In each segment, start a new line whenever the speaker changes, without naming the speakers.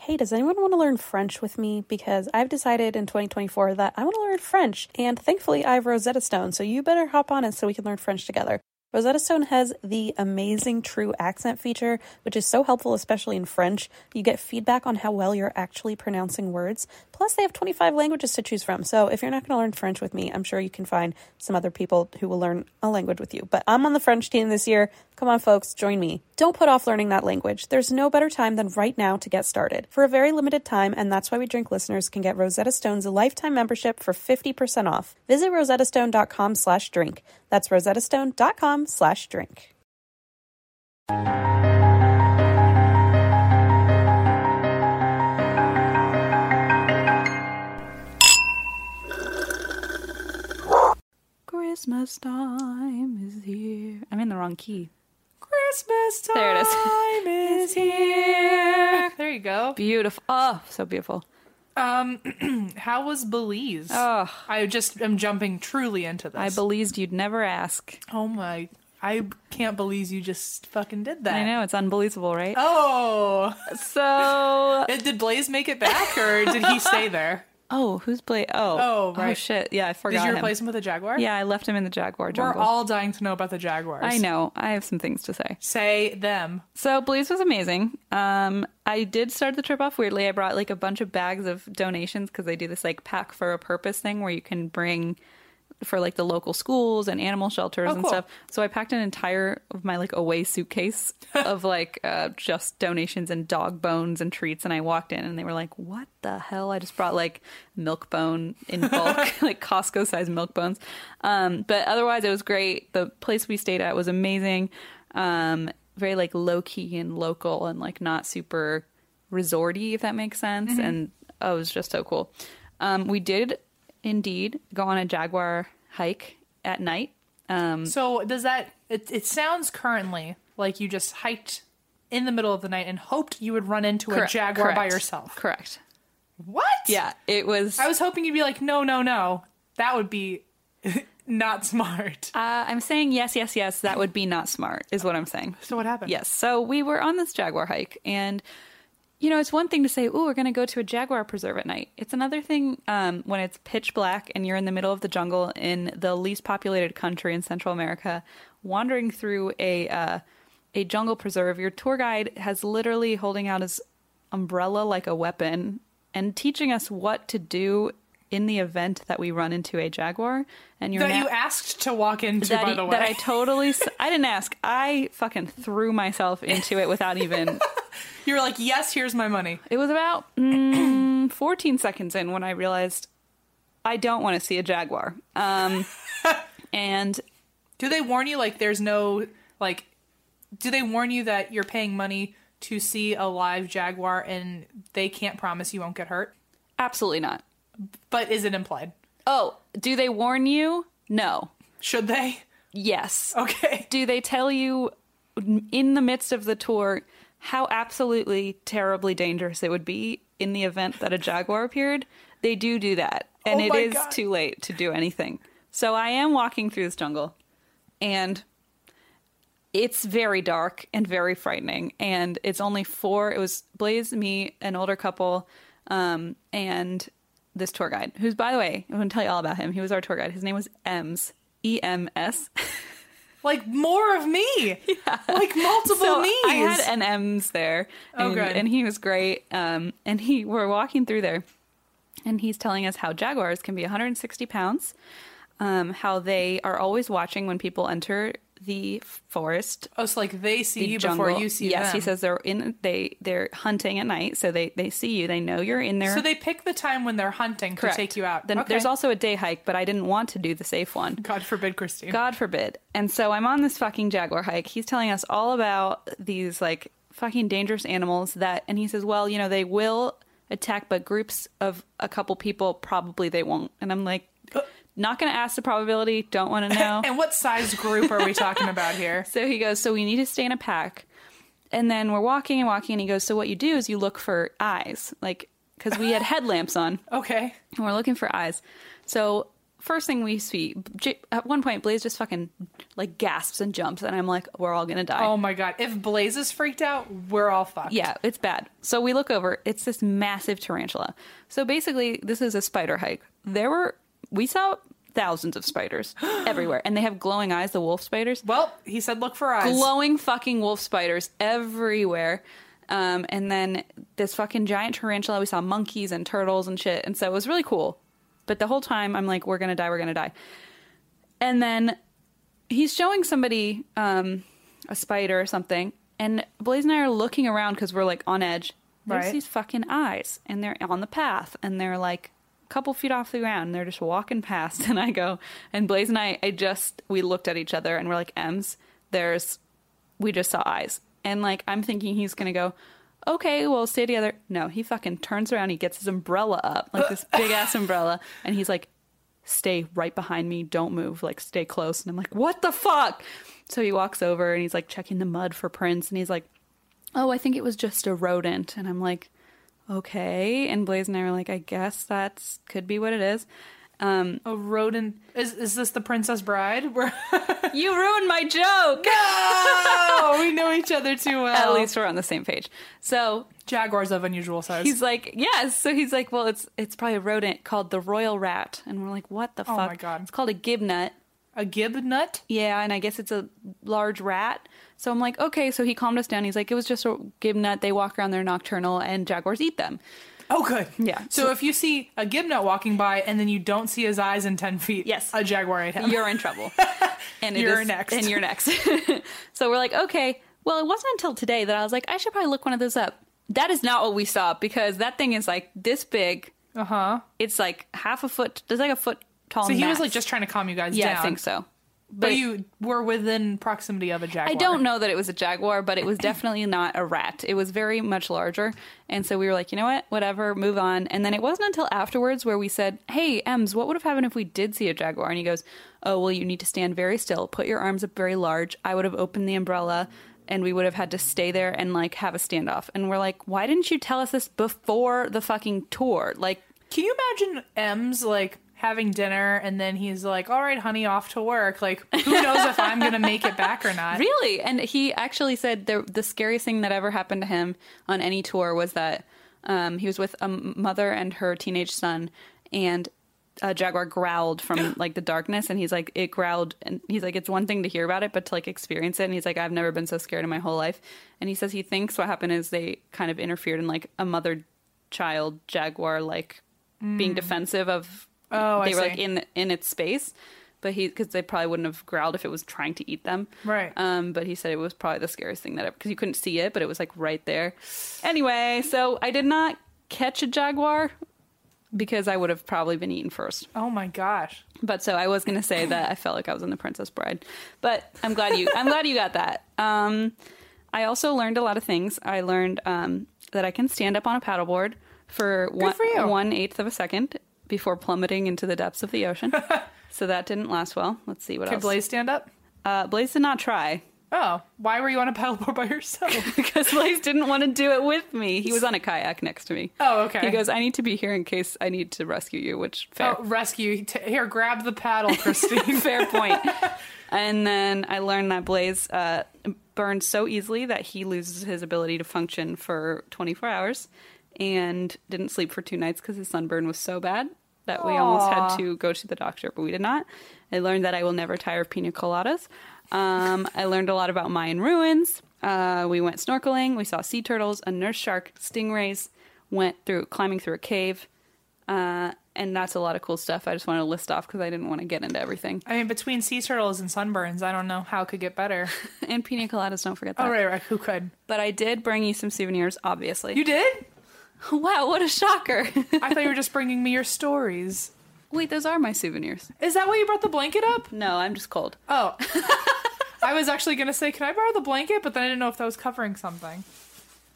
Hey, does anyone want to learn French with me? Because I've decided in 2024 that I want to learn French, and thankfully I have Rosetta Stone, so you better hop on it so we can learn French together. Rosetta Stone has the amazing true accent feature, which is so helpful, especially in French. You get feedback on how well you're actually pronouncing words. Plus, they have 25 languages to choose from. So, if you're not going to learn French with me, I'm sure you can find some other people who will learn a language with you. But I'm on the French team this year. Come on, folks, join me. Don't put off learning that language. There's no better time than right now to get started. For a very limited time, and that's why we drink listeners can get Rosetta Stone's lifetime membership for 50% off. Visit rosettastone.com slash drink. That's rosettastone.com slash drink. Christmas time is here. I'm in the wrong key. Christmas time
There it is.
is here.
There you go.
Beautiful. Oh, so beautiful.
Um, how was Belize?
Ugh.
I just am jumping truly into this.
I believed you'd never ask.
oh my! I can't believe you just fucking did that.
I know it's unbelievable, right?
Oh,
So,
Uh, did Blaze make it back, or did he stay there?
oh, who's Blake? Oh,
Oh, right.
shit. Yeah, I
Did
forgot
you
him.
replace him with a jaguar?
Yeah, I left him in the Jaguar
We're
jungle.
all dying to know about the jaguars.
I know. I have some things to say.
Say them.
So Belize was amazing. Um, I did start the trip off weirdly. I brought like a bunch of bags of donations because they do this like pack for a purpose thing where you can bring for like the local schools and animal shelters
Oh,
and
cool.
stuff. So I packed an entire of my like away suitcase of like uh, just donations and dog bones and treats. And I walked in and they were like, "What the hell?" I just brought like milk bone in bulk, like Costco sized milk bones. Um, but otherwise, it was great. The place we stayed at was amazing um very like low key and local and like not super resorty if that makes sense
Mm-hmm.
and oh, it was just so cool um we did indeed go on a jaguar hike at night um
So does that? It, it sounds currently like you just hiked in the middle of the night and hoped you would run into
correct-
a jaguar by
correct,
yourself.
correct
What?
yeah it was
I was hoping you'd be like, no, no, no. That would be not smart.
uh, i'm saying yes yes yes that would be not smart is what i'm saying
So what happened?
Yes. So we were on this jaguar hike, and you know, it's one thing to say, "Oh, we're going to go to a jaguar preserve at night." It's another thing um, when it's pitch black and you're in the middle of the jungle in the least populated country in Central America, wandering through a uh, a jungle preserve. Your tour guide has literally holding out his umbrella like a weapon and teaching us what to do in the event that we run into a jaguar. And you're
That
na-
you asked to walk into,
that,
by
I-
the way.
that I totally, s- I didn't ask. I fucking threw myself into it without even.
you were like, yes, here's my money.
It was about mm, 14 seconds in when I realized I don't want to see a jaguar. Um, and
Do they warn you, like, there's no, like, do they warn you that you're paying money to see a live jaguar and they can't promise you won't get hurt?
absolutely not.
But is it implied?
Oh, do they warn you? No.
Should they?
Yes.
Okay.
Do they tell you in the midst of the tour how absolutely terribly dangerous it would be in the event that a jaguar appeared? They do do that, and
Oh
it
my
is
God.
too late to do anything. So I am walking through this jungle, and it's very dark and very frightening. And it's only four. It was Blaze, me, an older couple, um, and this tour guide, who's by the way, I'm going to tell you all about him. He was our tour guide. His name was Ems, E M S.
Like, more of me. Like, multiple
so
me's.
I had an M's there, and,
Oh, good.
and he was great. Um, and he we're walking through there, and he's telling us how jaguars can be 160 pounds, um, how they are always watching when people enter the forest
oh, so, like, they see
the
you
jungle.
before you see
yes
them.
he says they're in they they're hunting at night so they they see you they know you're in there
So they pick the time when they're hunting
Correct.
to take you out.
then
Okay.
there's also a day hike but i didn't want to do the safe one
God forbid, Christine.
God forbid. And so I'm on this fucking Jaguar hike. He's telling us all about these like fucking dangerous animals that and he says, "Well, you know, they will attack but groups of a couple people probably they won't." And I'm like, "Not going to ask the probability, don't want to know."
And what size group are we talking about here?
So he goes, So we need to stay in a pack. And then we're walking and walking, and he goes, So what you do is you look for eyes, like, because we had headlamps on
Okay.
and we're looking for eyes. So first thing we see, J- at one point, Blaze just fucking like gasps and jumps, and I'm like, We're all gonna die.
Oh my god. If Blaze is freaked out, we're all fucked.
Yeah, it's bad. So we look over, it's this massive tarantula. So basically, this is a spider hike. There were, we saw thousands of spiders everywhere, and they have glowing eyes, the wolf spiders.
Well, he said look for eyes.
glowing fucking wolf spiders everywhere. Um, and then this fucking giant tarantula. We saw monkeys and turtles and shit. And so it was really cool. But the whole time, I'm like, we're going to die, we're going to die. And then he's showing somebody um, a spider or something. And Blaze and I are looking around because we're like on edge. There's
Right.
these fucking eyes, and they're on the path, and they're like a couple feet off the ground. And they're just walking past, and I go, and Blaze and I, I just we looked at each other, and we're like, "Ems, there's, we just saw eyes," and like I'm thinking he's gonna go. Okay, well, stay together. No, he fucking turns around. He gets his umbrella up, like this big ass umbrella, and he's like, stay right behind me, don't move, like stay close. And I'm like, what the fuck? So he walks over and he's like checking the mud for prints and he's like, oh, I think it was just a rodent. And I'm like, okay. And Blaze and I were like, I guess that's could be what it is. Um,
a rodent is is this the Princess Bride? We're
you ruined my joke.
No! we know each other too well.
At least we're on the same page. So
Jaguars of unusual size.
he's like, yes. So he's like, well, it's it's probably a rodent called the royal rat. And we're like, what the
Oh
fuck?
my God.
It's called a gibnut.
a gib nut?
Yeah, and I guess it's a large rat. So I'm like, okay. So he calmed us down. He's like, it was just a gibnut. They walk around, they're nocturnal, and jaguars eat them.
Oh good.
Yeah.
So if you see a gib nut walking by and then you don't see his eyes in ten feet,
Yes.
a jaguar ate him.
You're in trouble. And it
You're
is-
next.
And you're next. so we're like, okay. Well, it wasn't until today that I was like, I should probably look one of those up. That is not what we saw because that thing is like this big.
Uh huh.
It's like half a foot. It's like a foot tall.
So he was
mass.
like just trying to calm you guys
yeah,
down.
I think so.
But,
it-
you were within proximity of a jaguar.
I don't know that it was a jaguar, but it was definitely not a rat. It was very much larger. And so we were like, you know what? Whatever, move on. And then it wasn't until afterwards where we said, hey, Ems, what would have happened if we did see a jaguar? And he goes, oh, well, you need to stand very still, put your arms up very large. I would have opened the umbrella and we would have had to stay there and like have a standoff. And we're like, why didn't you tell us this before the fucking tour? Like,
Can you imagine M's like having dinner and then he's like, "All right, honey, off to work." Like, who knows if I'm gonna make it back or not?
Really? And he actually said the the scariest thing that ever happened to him on any tour was that um, he was with a m- mother and her teenage son, and a jaguar growled from like the darkness, and he's like, it growled, and he's like, it's one thing to hear about it, but to like experience it, and he's like, I've never been so scared in my whole life, and he says he thinks what happened is they kind of interfered in like a mother child jaguar like being defensive of
Mm. Oh, I
they were like
see.
in in its space. But he, because they probably wouldn't have growled if it was trying to eat them,
Right.
um, but he said it was probably the scariest thing that ever because you couldn't see it, but it was like right there. Anyway, so I did not catch a jaguar because I would have probably been eaten first.
Oh my gosh.
But so I was gonna say that I felt like I was in the Princess Bride. But I'm glad you I'm glad you got that. Um, I also learned a lot of things. I learned um, that I can stand up on a paddleboard for one
for you.
one eighth of a second before plummeting into the depths of the ocean. so that didn't last well. Let's see what
Can
else.
Blaze stand up?
uh, Blaze did not try.
Oh, why were you on a paddleboard by yourself?
because Blaze didn't want to do it with me. He was on a kayak next to me.
Oh, okay.
He goes, I need to be here in case I need to rescue you, which fair,
Oh, rescue! T- here, grab the paddle, Christine.
fair point. and then I learned that Blaze uh, burns so easily that he loses his ability to function for 24 hours and didn't sleep for two nights because his sunburn was so bad that we almost had
Aw.
to go to the doctor, but we did not. I learned that I will never tire of pina coladas. Um, I learned a lot about Mayan ruins. Uh, we went snorkeling. We saw sea turtles, a nurse shark, stingrays. Went through climbing through a cave, uh, and that's a lot of cool stuff. I just want to list off because I didn't want to get into everything.
I mean, between sea turtles and sunburns, I don't know how it could get better.
And pina coladas, don't forget that.
All right, right, who could?
But I did bring you some souvenirs, obviously.
You did?
wow, what a shocker!
I thought you were just bringing me your stories.
Wait, those are my souvenirs.
Is that why you brought the blanket up?
No, I'm just cold.
Oh. I was actually going to say, can I borrow the blanket? But then I didn't know if that was covering something.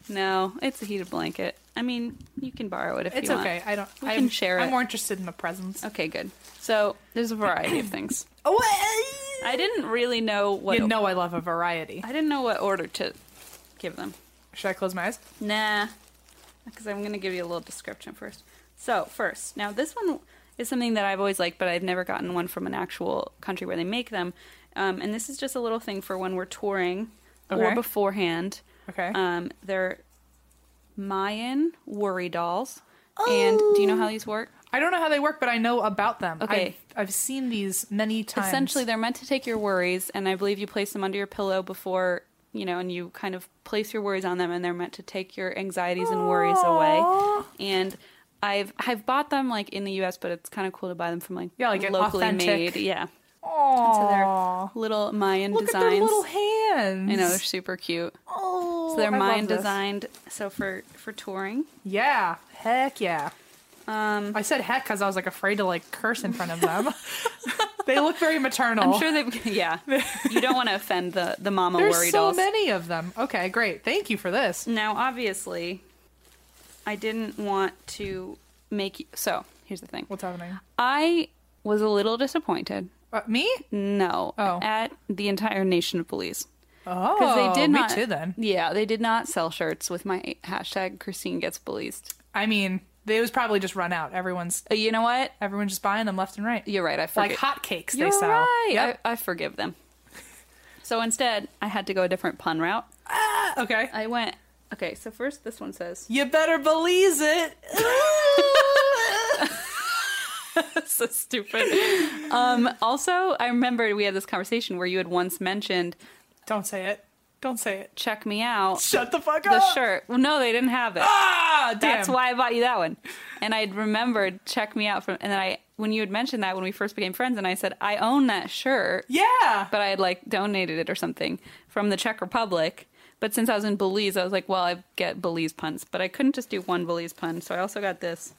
No, it's a heated blanket. I mean, you can borrow it if
It's
you want.
okay. I don't.
We
I'm,
can share
I'm
it.
more interested in the presents.
Okay, good. So there's a variety of things.
Oh,
I didn't really know what
you know I love a variety.
I didn't know what order to give them.
Should I close my eyes?
Nah, because I'm gonna give you a little description first. So first, now this one is something that I've always liked, but I've never gotten one from an actual country where they make them. Um, and this is just a little thing for when we're touring or
Okay.
beforehand.
Okay.
Um, they're Mayan worry dolls. And do you know
Oh.
how these work?
I don't know how they work, but I know about them.
Okay.
I've, I've seen these many times.
Essentially, they're meant to take your worries, and I believe you place them under your pillow before, you know, and you kind of place your worries on them, and they're meant to take your anxieties and worries away. And I've I've bought them like in the U.S., but it's kind of cool to buy them from like
Yeah, like an
locally
authentic-
made, yeah. So
Aww.
they're little Mayan
Look
designs.
at their little hands.
I know they're super cute.
Oh,
So they're
I love
Mayan
this.
designed. So for for touring,
Yeah. Heck yeah.
um,
I said heck because I was like afraid to like curse in front of them. they look very maternal.
I'm sure they've yeah. you don't want to offend the the mama
There's
worry
so
dolls.
many of them. Okay, great. Thank you for this.
Now, obviously, I didn't want to make you. So, here's the thing.
What's happening?
I was a little disappointed.
Uh, me?
Mm. No,
Oh.
at the entire nation of Belize
Oh,
because they did
me
not.
too. Then
yeah, they did not sell shirts with my hashtag Christine gets Belize.
I mean, they was probably just run out. Everyone's
Uh, You know what?
everyone's just buying them left and right.
You're right. I
Like
forgive.
hotcakes,
You're
they sell.
right.
Yep.
I, I forgive them. So instead, I had to go a different pun route.
okay.
I went. Okay, so first, this one says.
You better believe it.
so stupid. Um, also, I remember we had this conversation where you had once mentioned
Don't say it. Don't say it.
"Check me out."
Shut the fuck
The
up.
shirt. Well, no, they didn't have it.
Ah, damn.
That's why I bought you that one. And I'd remembered "Check me out" from, and then I, when you had mentioned that when we first became friends, and I said I own that shirt,
Yeah.
but I had like donated it or something from the Czech Republic. But since I was in Belize, I was like, well, I get Belize puns, but I couldn't just do one Belize pun, so I also got this.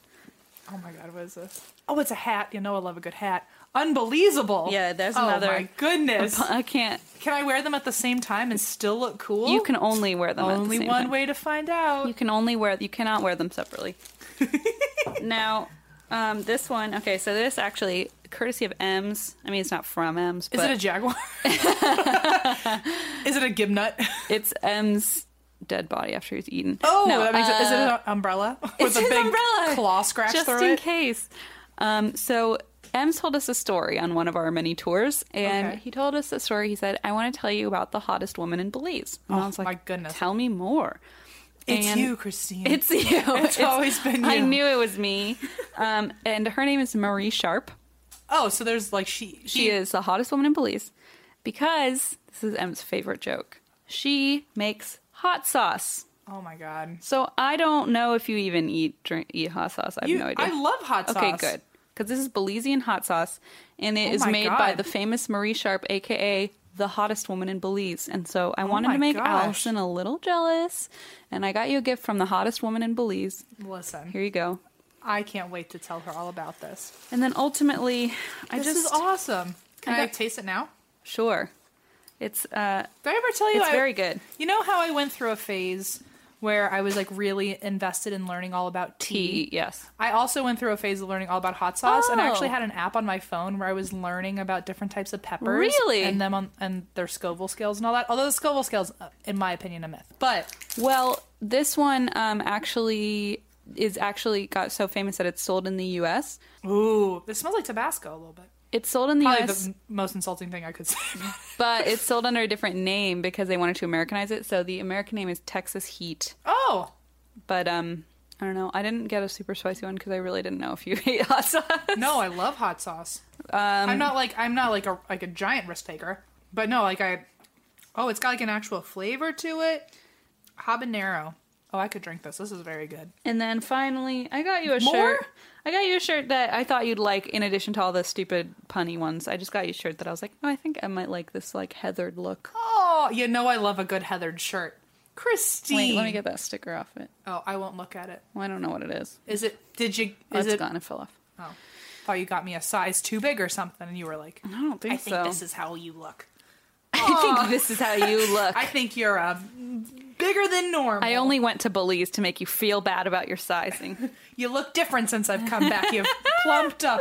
Oh my god, what is this? Oh, it's a hat. You know I love a good hat. Unbelievable.
Yeah, there's
oh
another-
my goodness.
I can't.
Can I wear them at the same time and still look cool?
You can only wear them. at the
Only
same
one
time.
way to find out.
You can only wear you cannot wear them separately. now, um, this one. Okay, so this actually courtesy of M's. I mean, it's not from M's,
Is
but
it a jaguar? is it a gibnut?
it's M's dead body after he's eaten.
Oh,
No,
that makes it. Is it
uh,
an umbrella with
it's
a
his
big
umbrella.
claw scratch
just
through
in
it?
case. Um, so Ems told us a story on one of our many tours, and
Okay.
he told us a story. He said, "I want to tell you about the hottest woman in Belize." And I was like,
Oh, my goodness.
tell me more."
It's
And-
you, Christine.
It's you. It's,
always been
I
you.
knew it was me. Um, and her name is Marie Sharp.
oh, so there's like she.
She is the hottest woman in Belize because this is Em's favorite joke. She makes hot sauce.
Oh my god.
So I don't know if you even eat drink eat hot sauce. I have
You-
no idea.
I love hot sauce.
Okay, good. Because this is Belizean hot sauce, and it
Oh
is
my
made by
God.
the famous Marie Sharp, aka the hottest woman in Belize. And so I wanted
Oh my
to make
gosh.
Allison a little jealous, and I got you a gift from the hottest woman in Belize.
Listen,
Here you go.
I can't wait to tell her all about this.
And then ultimately, I
this
just
is awesome. Can
I
I,
got-
like, taste it now?
sure. It's uh,
Did I ever tell you
it's
I,
very good.
You know how I went through a phase where I was like really invested in learning all about tea.
Tea, yes.
I also went through a phase of learning all about hot sauce, and I actually
Oh.
had an app on my phone where I was learning about different types of peppers,
Really?
and them on and their Scoville scales and all that. Although the Scoville scales, uh, in my opinion, a myth. But
Well, this one um, actually is actually got so famous that it's sold in the U.S.
ooh, this smells like Tabasco a little bit.
It's sold in the
Probably
U.S.,
the m- most insulting thing I could say.
but it's sold under a different name because they wanted to Americanize it. So the American name is Texas Heat.
oh,
But um, I don't know. I didn't get a super spicy one because I really didn't know if you hate hot sauce.
no, I love hot sauce. I'm not like I'm not like a like a giant risk taker, but no, like I. Oh, it's got like an actual flavor to it. Habanero. Oh, I could drink this. This is very good.
And then finally, I got you a
More?
shirt. I got you a shirt that I thought you'd like. In addition to all the stupid punny ones, I just got you a shirt that I was like, oh, I think I might like this like heathered look.
Oh, you know I love a good heathered shirt. Christine.
Wait, let me get that sticker off it.
Oh, I won't look at it.
Well, I don't know what it is.
Is it? Did you?
Oh,
Is
it's
it?
gone. It fell off.
Oh, thought you got me a size too big or something, and you were like,
I don't think
I think
so.
this is how you look.
I think this is how you look.
I think you're a bigger than normal.
I only went to Belize to make you feel bad about your sizing.
You look different since I've come back. You've plumped up.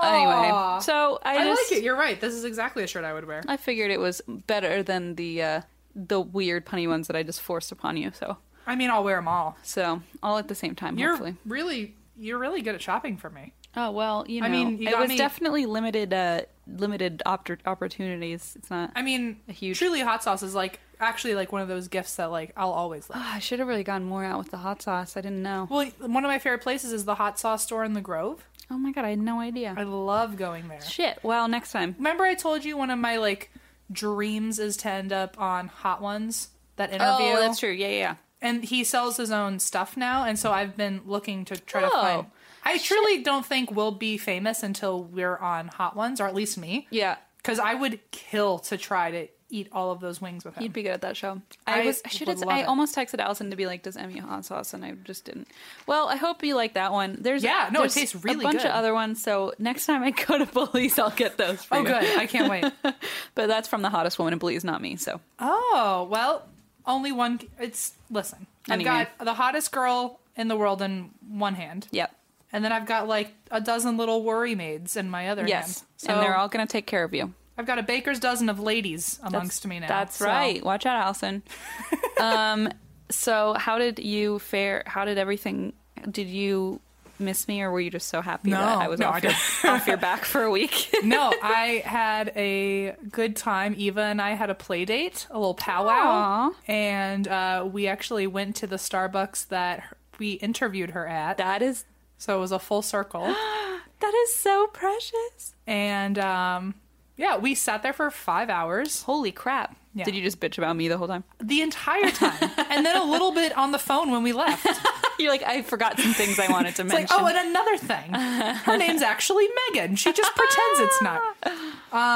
anyway,
Aw.
so I,
I
just
like it. You're right. This is exactly a shirt I would wear.
I figured it was better than the uh, the weird punny ones that I just forced upon you. So
I mean, I'll wear them all.
so all at the same time,
You're
hopefully.
really you're really good at shopping for me.
Oh well, you know,
I mean, you
it
got
was
me-
definitely limited uh, limited opt- opportunities. It's not.
I mean,
A huge-
truly hot sauce is like actually like one of those gifts that like I'll always love.
Ah, I should have really gone more out with the hot sauce. I didn't know.
Well, one of my favorite places is the hot sauce store in the Grove.
Oh my god, I had no idea.
I love going there.
Shit. Well, next time.
Remember I told you one of my like dreams is to end up on Hot Ones that interview.
Oh, that's true. Yeah, yeah.
And he sells his own stuff now, and so I've been looking to try to
Oh,
find. I truly don't think we'll be famous until we're on Hot Ones, or at least me.
Yeah.
Because I would kill to try to eat all of those wings with him.
You'd be good at that show. I,
I
was. I should.
would
have
love
I
it.
almost texted Allison to be like, "Does Emmy hot sauce?" And I just didn't. Well, I hope you like that one. There's
Yeah, no, it
there's
tastes really
a bunch
good.
of other ones. So next time I go to Belize, I'll get those. For
oh,
you.
good. I can't wait.
But that's from the hottest woman in Belize, not me. So
Oh, well, only one. It's, listen,
Anyway.
I've got the hottest girl in the world in one hand,
yep.
and then I've got like a dozen little worry maids in my other
Yes.
hand. So
and they're all going to take care of you.
I've got a baker's dozen of ladies amongst me now.
That's
so-
right. Watch out, Allison. um, so how did you fare? How did everything? Did you miss me, or were you just so happy
No.
that I was
No,
off,
I
your, off your back for a week?
no, I had a good time. Eva and I had a play date, a little powwow,
Aw.
and uh, we actually went to the Starbucks that her- we interviewed her at.
that is
so it was a full circle.
that is so precious.
and um, yeah, we sat there for five hours
Holy crap!
Yeah.
Did you just bitch about me the whole time?
the entire time, and then a little bit on the phone when we left. It's
You're like, I forgot some things I wanted to mention.
like, oh, and another thing, her name's actually Megan. She just pretends it's not. Um,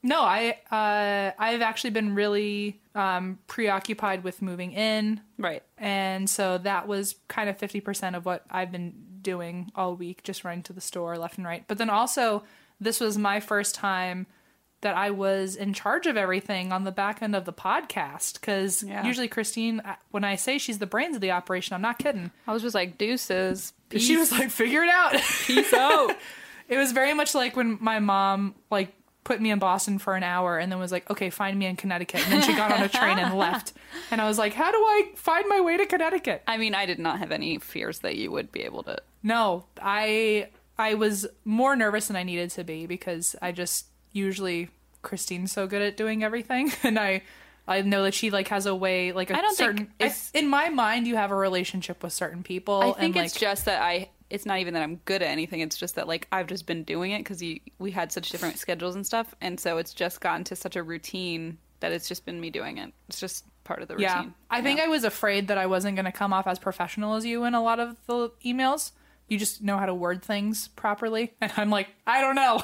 no, I uh, I've actually been really um, preoccupied with moving in,
right.
and so that was kind of fifty percent of what I've been doing all week, just running to the store left and right. But then also, this was my first time that I was in charge of everything on the back end of the podcast because
Yeah.
usually Christine, I- when I say she's the brains of the operation, I'm not kidding.
I was just like, deuces. Peace,
She was like, figure it out.
peace out.
it was very much like when my mom like put me in Boston for an hour and then was like, okay, find me in Connecticut. And then she got on a train and left. And I was like, how do I find my way to Connecticut?
I mean, I did not have any fears that you would be able to.
No, I I was more nervous than I needed to be because I just usually Christine's so good at doing everything, and I I know that she like has a way like a
I don't think
certain. I-
it's-
in my mind, you have a relationship with certain people.
I think
and,
it's
like,
just that I. It's not even that I'm good at anything. It's just that like I've just been doing it because we had such different schedules and stuff, and so it's just gotten to such a routine that it's just been me doing it. It's just part of the routine.
yeah. I think I was afraid that I wasn't going to come off as professional as you in a lot of the emails. You just know how to word things properly, and I'm like, I don't know.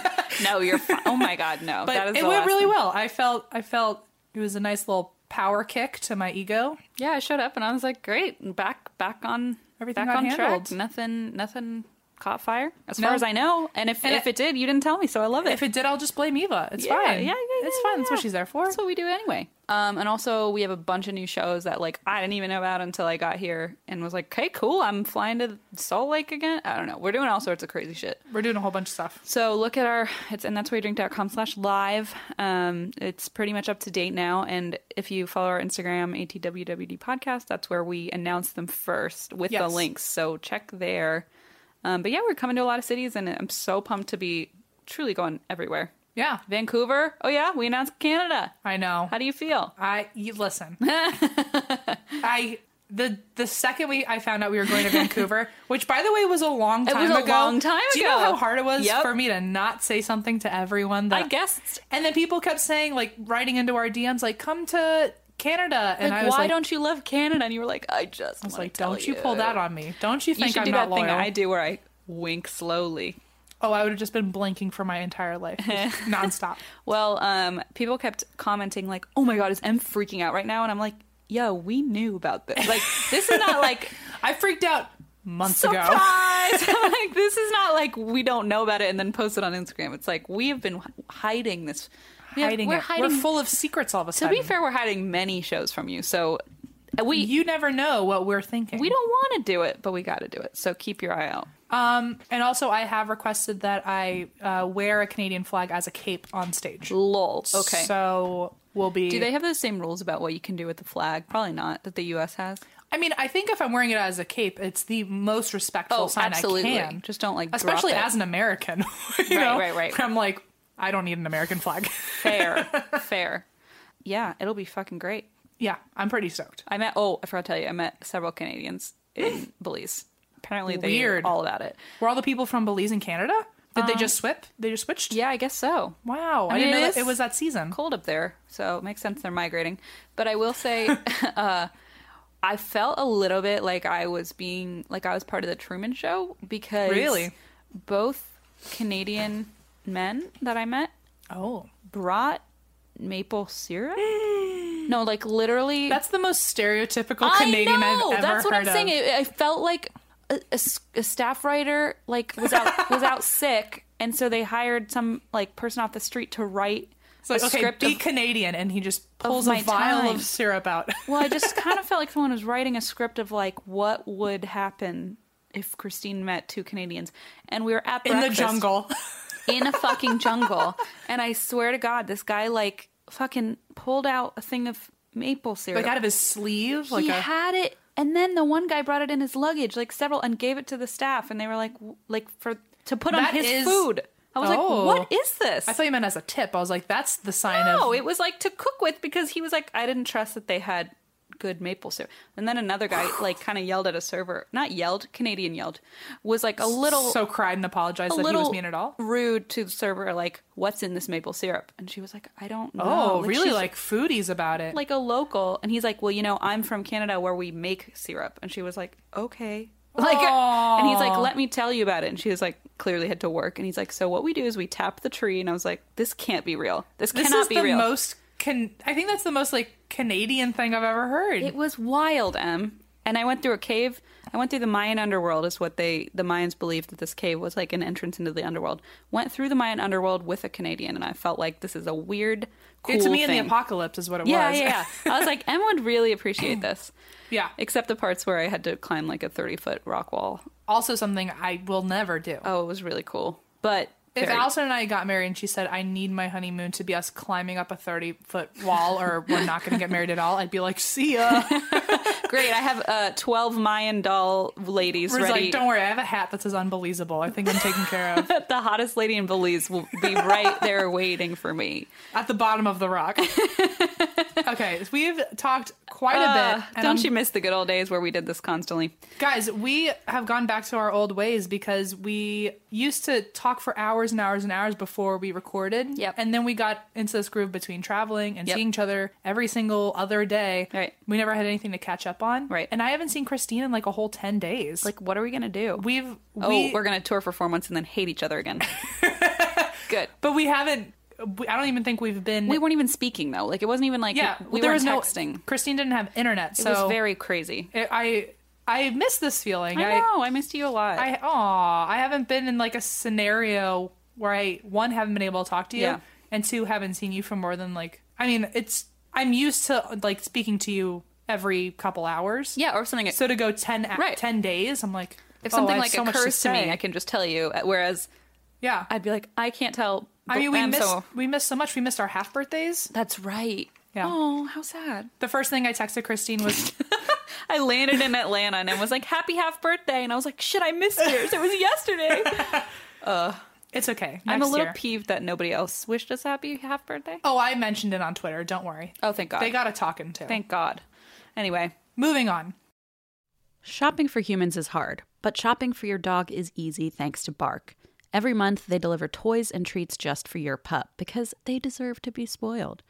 no, you're. Fi- oh my god, no.
But
that is
it
the
went
last
really
thing.
well. I felt I felt it was a nice little power kick to my ego.
Yeah, I showed up and I was like, great, back back on
Everything
back
got
on
handled.
track. Nothing nothing caught fire as
No.
far as I know. And if
And
if
it-
it did, you didn't tell me, so I love it.
If it did, I'll just blame Eva. It's
Yeah,
fine.
yeah, yeah,
It's
yeah,
fine. That's what
yeah.
she's there for.
That's what we do anyway. Um, and also we have a bunch of new shows that like I didn't even know about until I got here and was like, okay, cool, I'm flying to Salt Lake again. I don't know. We're doing all sorts of crazy shit.
We're doing a whole bunch of stuff.
So look at our it's and that's where you drink.com slash live. Um, it's pretty much up to date now. And if you follow our Instagram, ATWWD podcast, that's where we announce them first with the
Yes.
links. So check there. Um, but yeah, we're coming to a lot of cities and I'm so pumped to be truly going everywhere.
Yeah,
Vancouver. Oh yeah, we announced Canada.
I know.
How do you feel?
I you, listen. I the the second we I found out we were going to Vancouver, which by the way was a long time
was a
ago.
long time
Do you know
ago.
how hard it was
Yep.
for me to not say something to everyone? That
I guessed.
And then people kept saying like writing into our DMs like come to Canada, and
Like,
I
why
was like,
don't you love Canada? And you were like, I just
I was
wanna
like,
tell
don't you pull that on me? Don't you
You
think
should
I'm
do
not
that
loyal?
thing I do where I wink slowly.
Oh, I would have just been blinking for my entire life, nonstop.
Well, um, people kept commenting like, "Oh my god, is M freaking out right now?" And I'm like, "Yo, we knew about this. Like, this is not like
I freaked out months ago.
surprise. I'm like, this is not like we don't know about it and then post it on Instagram. It's like we have been h- hiding this We have-
hiding
we're
it.
hiding-
We're full of secrets all of a
To
sudden.
be fair, we're hiding many shows from you, so uh, we
you never know what we're thinking.
we don't want to do it, but we got to do it. So keep your eye out.
Um, and also, I have requested that I uh, wear a Canadian flag as a cape on stage.
Lol. Okay.
So we'll be.
do they have those same rules about what you can do with the flag? Probably not. That the U.S. has.
I mean, I think if I'm wearing it as a cape, it's the most respectful
Oh,
sign
absolutely.
I can.
Just don't, like, drop
especially
it.
as an American. you
Right,
know?
right, right.
I'm like, I don't need an American flag.
Fair. fair. Yeah, it'll be fucking great.
yeah, I'm pretty stoked.
I met. Oh, I forgot to tell you. I met several Canadians in Belize. Apparently, they're
Weird.
all about it.
Were all the people from Belize in Canada? Did they just swip? They just switched?
Um, Yeah, I guess so.
Wow. I,
mean,
didn't
it
know
is
that it was that season.
cold up there, so it makes sense they're migrating. But I will say, uh, I felt a little bit like I was being like I was part of the Truman Show because
Really?
both Canadian men that I met
Oh.
brought maple syrup. no, like literally,
That's the most stereotypical Canadian
I know!
I've ever
That's what
heard
I'm saying.
of.
It- I felt like a, a s- a staff writer like was out was out sick, and so they hired some like person off the street to write.
It's like,
a
okay,
script
be
of
Canadian, and he just pulls a
my
vial
time.
of syrup out.
Well, I just kind of felt like someone was writing a script of like what would happen if Christine met two Canadians, and we were at
in the
breakfast
jungle.
in a fucking jungle, and I swear to God, this guy like fucking pulled out a thing of maple syrup.
like out of his sleeve. Like
he
a,
had it, and then the one guy brought it in his luggage, like several, and gave it to the staff, and they were like, w- like for to put on
That
his
is-
food. I was
Oh.
like, what is this?
I thought you meant as a tip. I was like, that's the sign
No,
of.
it was like to cook with because he was like, I didn't trust that they had good maple syrup. And then another guy like kind of yelled at a server, not yelled, Canadian yelled, was like a little,
so cried and apologized
a
that he
little
was mean at all.
rude to the server, like, what's in this maple syrup? And she was like, I don't know.
Oh,
Like,
really?
she's
Like foodies about it.
like a local, and he's like, well, you know, I'm from Canada where we make syrup, and she was like, okay. Like,
Aw.
and he's like, let me tell you about it. And she was like, clearly had to work. And he's like, so what we do is we tap the tree. And I was like, this can't be real. This,
this
cannot
is
be
the
real.
most. Can I think that's the most like Canadian thing I've ever heard.
It was wild, Em. And I went through a cave. I went through the Mayan underworld, is what they the Mayans believed that this cave was like an entrance into the underworld. Went through the Mayan underworld with a Canadian, and I felt like this is a weird, cool
it's me in
thing.
the apocalypse is what it
Yeah,
was.
yeah, yeah. I was like, Em would really appreciate this.
Yeah.
Except the parts where I had to climb like a thirty foot rock wall.
also, something I will never do.
Oh, it was really cool. But
if
very-
Allison and I got married and she said, I need my honeymoon to be us climbing up a 30 foot wall or we're not going to get married at all, I'd be like, see ya.
great, I have uh, twelve Mayan doll ladies
Whereas,
ready.
like, don't worry, I have a hat that says unbelievable. I think I'm taken care of
the hottest lady in Belize will be right there waiting for me.
at the bottom of the rock. okay, we've talked quite a
Uh,
bit. and
don't
I'm-
you miss the good old days where we did this constantly?
Guys, we have gone back to our old ways because we used to talk for hours and hours and hours before we recorded.
Yep.
And then we got into this groove between traveling and
Yep.
seeing each other every single other day.
Right.
We never had anything to catch up on.
Right.
And I haven't seen Christine in like a whole 10 days.
Like, what are we gonna do?
we've,
oh,
we,
we, are gonna tour for four months and then hate each other again. good.
but we haven't, we, I don't even think we've been.
We weren't even speaking though. Like, it wasn't even like
yeah.
we
there
were
was no-
texting.
Christine didn't have internet.
it
so
was very crazy.
it- I, I miss this feeling.
I know. I missed you a lot.
I aw, I haven't been in like a scenario where I one haven't been able to talk to you,
Yeah.
and two haven't seen you for more than like I mean it's I'm used to like speaking to you every couple hours.
yeah, or something.
So to go ten a-
Right.
ten days, I'm like
if
oh, I
something
have
like
so much
occurs to, me,
say.
I can just tell you. uh, Whereas
yeah. I,
I'd be like, I can't tell.
mean we
Em,
missed
so-
we missed so much. We missed our half birthdays.
That's right.
Yeah.
Oh, how sad.
The first thing I texted Christine was
I landed in Atlanta and it was like, happy half birthday. And I was like, shit, I missed yours. It was yesterday.
it's okay.
I'm a
next
little
year."
peeved that nobody else wished us happy half birthday.
Oh, I mentioned it on Twitter. Don't worry.
Oh, thank God.
They got a talking to.
thank God. Anyway,
Moving on.
Shopping for humans is hard, but shopping for your dog is easy thanks to Bark. Every month, they deliver toys and treats just for your pup because they deserve to be spoiled.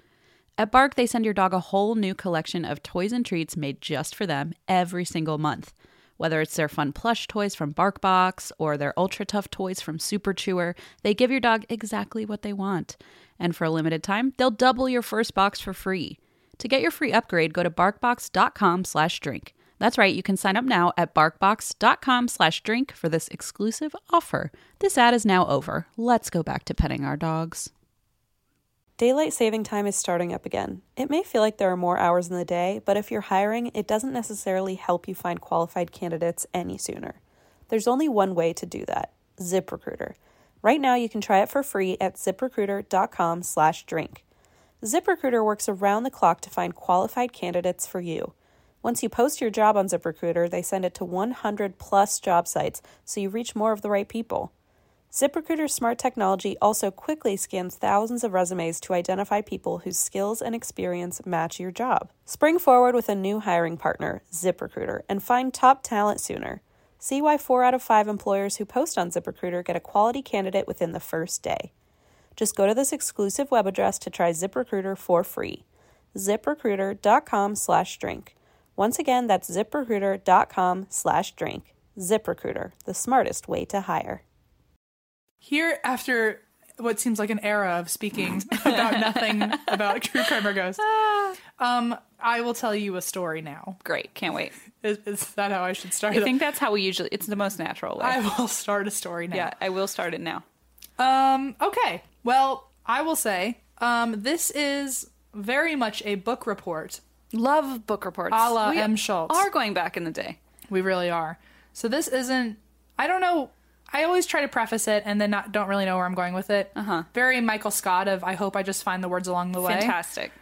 At Bark, they send your dog a whole new collection of toys and treats made just for them every single month. Whether it's their fun plush toys from BarkBox or their ultra tough toys from Super Chewer, they give your dog exactly what they want. And for a limited time, they'll double your first box for free. To get your free upgrade, go to barkbox.com/drink. That's right, you can sign up now at barkbox.com/drink for this exclusive offer. This ad is now over. Let's go back to petting our dogs.
Daylight saving time is starting up again. It may feel like there are more hours in the day, but if you're hiring, it doesn't necessarily help you find qualified candidates any sooner. There's only one way to do that ZipRecruiter. Right now, you can try it for free at ziprecruiter.com slash drink. ZipRecruiter works around the clock to find qualified candidates for you. Once you post your job on ZipRecruiter, they send it to 100 plus job sites so you reach more of the right people. ZipRecruiter's smart technology also quickly scans thousands of resumes to identify people whose skills and experience match your job. Spring forward with a new hiring partner, ZipRecruiter, and find top talent sooner. See why 4 out of 5 employers who post on ZipRecruiter get a quality candidate within the first day. Just go to this exclusive web address to try ZipRecruiter for free. ZipRecruiter.com slash drink. Once again, that's ziprecruiter.com slash drink. ZipRecruiter, the smartest way to hire.
Here, after what seems like an era of speaking about nothing about true crime or ghosts, um, I will tell you a story now.
Great. Can't wait.
Is, is that how I should start?
I
it?
think that's how we usually, it's the most natural way.
I will start a story now.
yeah, I will start it now.
Um, okay. Well, I will say um, this is very much a book report.
Love book reports.
A la M. Schultz.
are going back in the day.
We really are. So this isn't. I don't know. I always try to preface it and then not don't really know where I'm going with it. Uh-huh. Very Michael Scott of I hope I just find the words along the way.
Fantastic.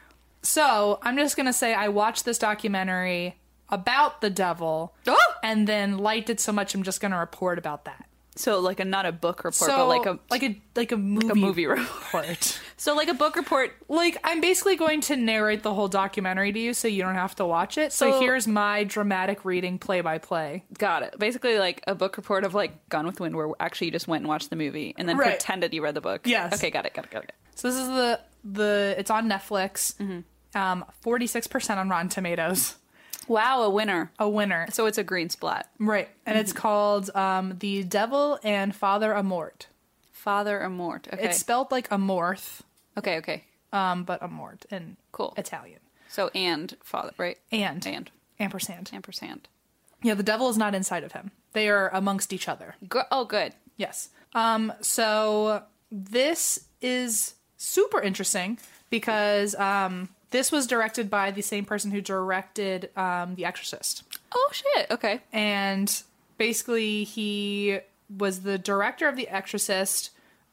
So I'm just gonna say I watched this documentary about the devil
Oh!
and then liked it so much I'm just gonna report about that.
So like a not a book report,
So
but like a
like a like a movie
movie
report.
so like a book report.
like I'm basically going to narrate the whole documentary to you so you don't have to watch it. So,
So-
here's my dramatic reading play by play.
Got it. Basically like a book report of like Gone with the Wind, where actually you just went and watched the movie and then
Right.
pretended you read the book.
Yes.
Okay. Got it. Got it. Got it.
So this is the the it's on Netflix.
Mm-hmm.
Um, forty six percent on Rotten Tomatoes.
Wow, a winner.
A winner,
So it's a green splat.
right? And it's
Mm-hmm.
called um, "The Devil and Father Amort."
Father Amort. Okay.
It's spelled like Amorth,
okay. Okay.
um, but Amort in
Cool.
Italian.
So and father, right?
And
and
ampersand.
ampersand.
Yeah, the devil is not inside of him. They are amongst each other.
Go- oh, good.
Yes. Um, so this is super interesting because um, this was directed by the same person who directed um, The Exorcist.
Oh shit. Okay.
And basically, he was the director of The Exorcist,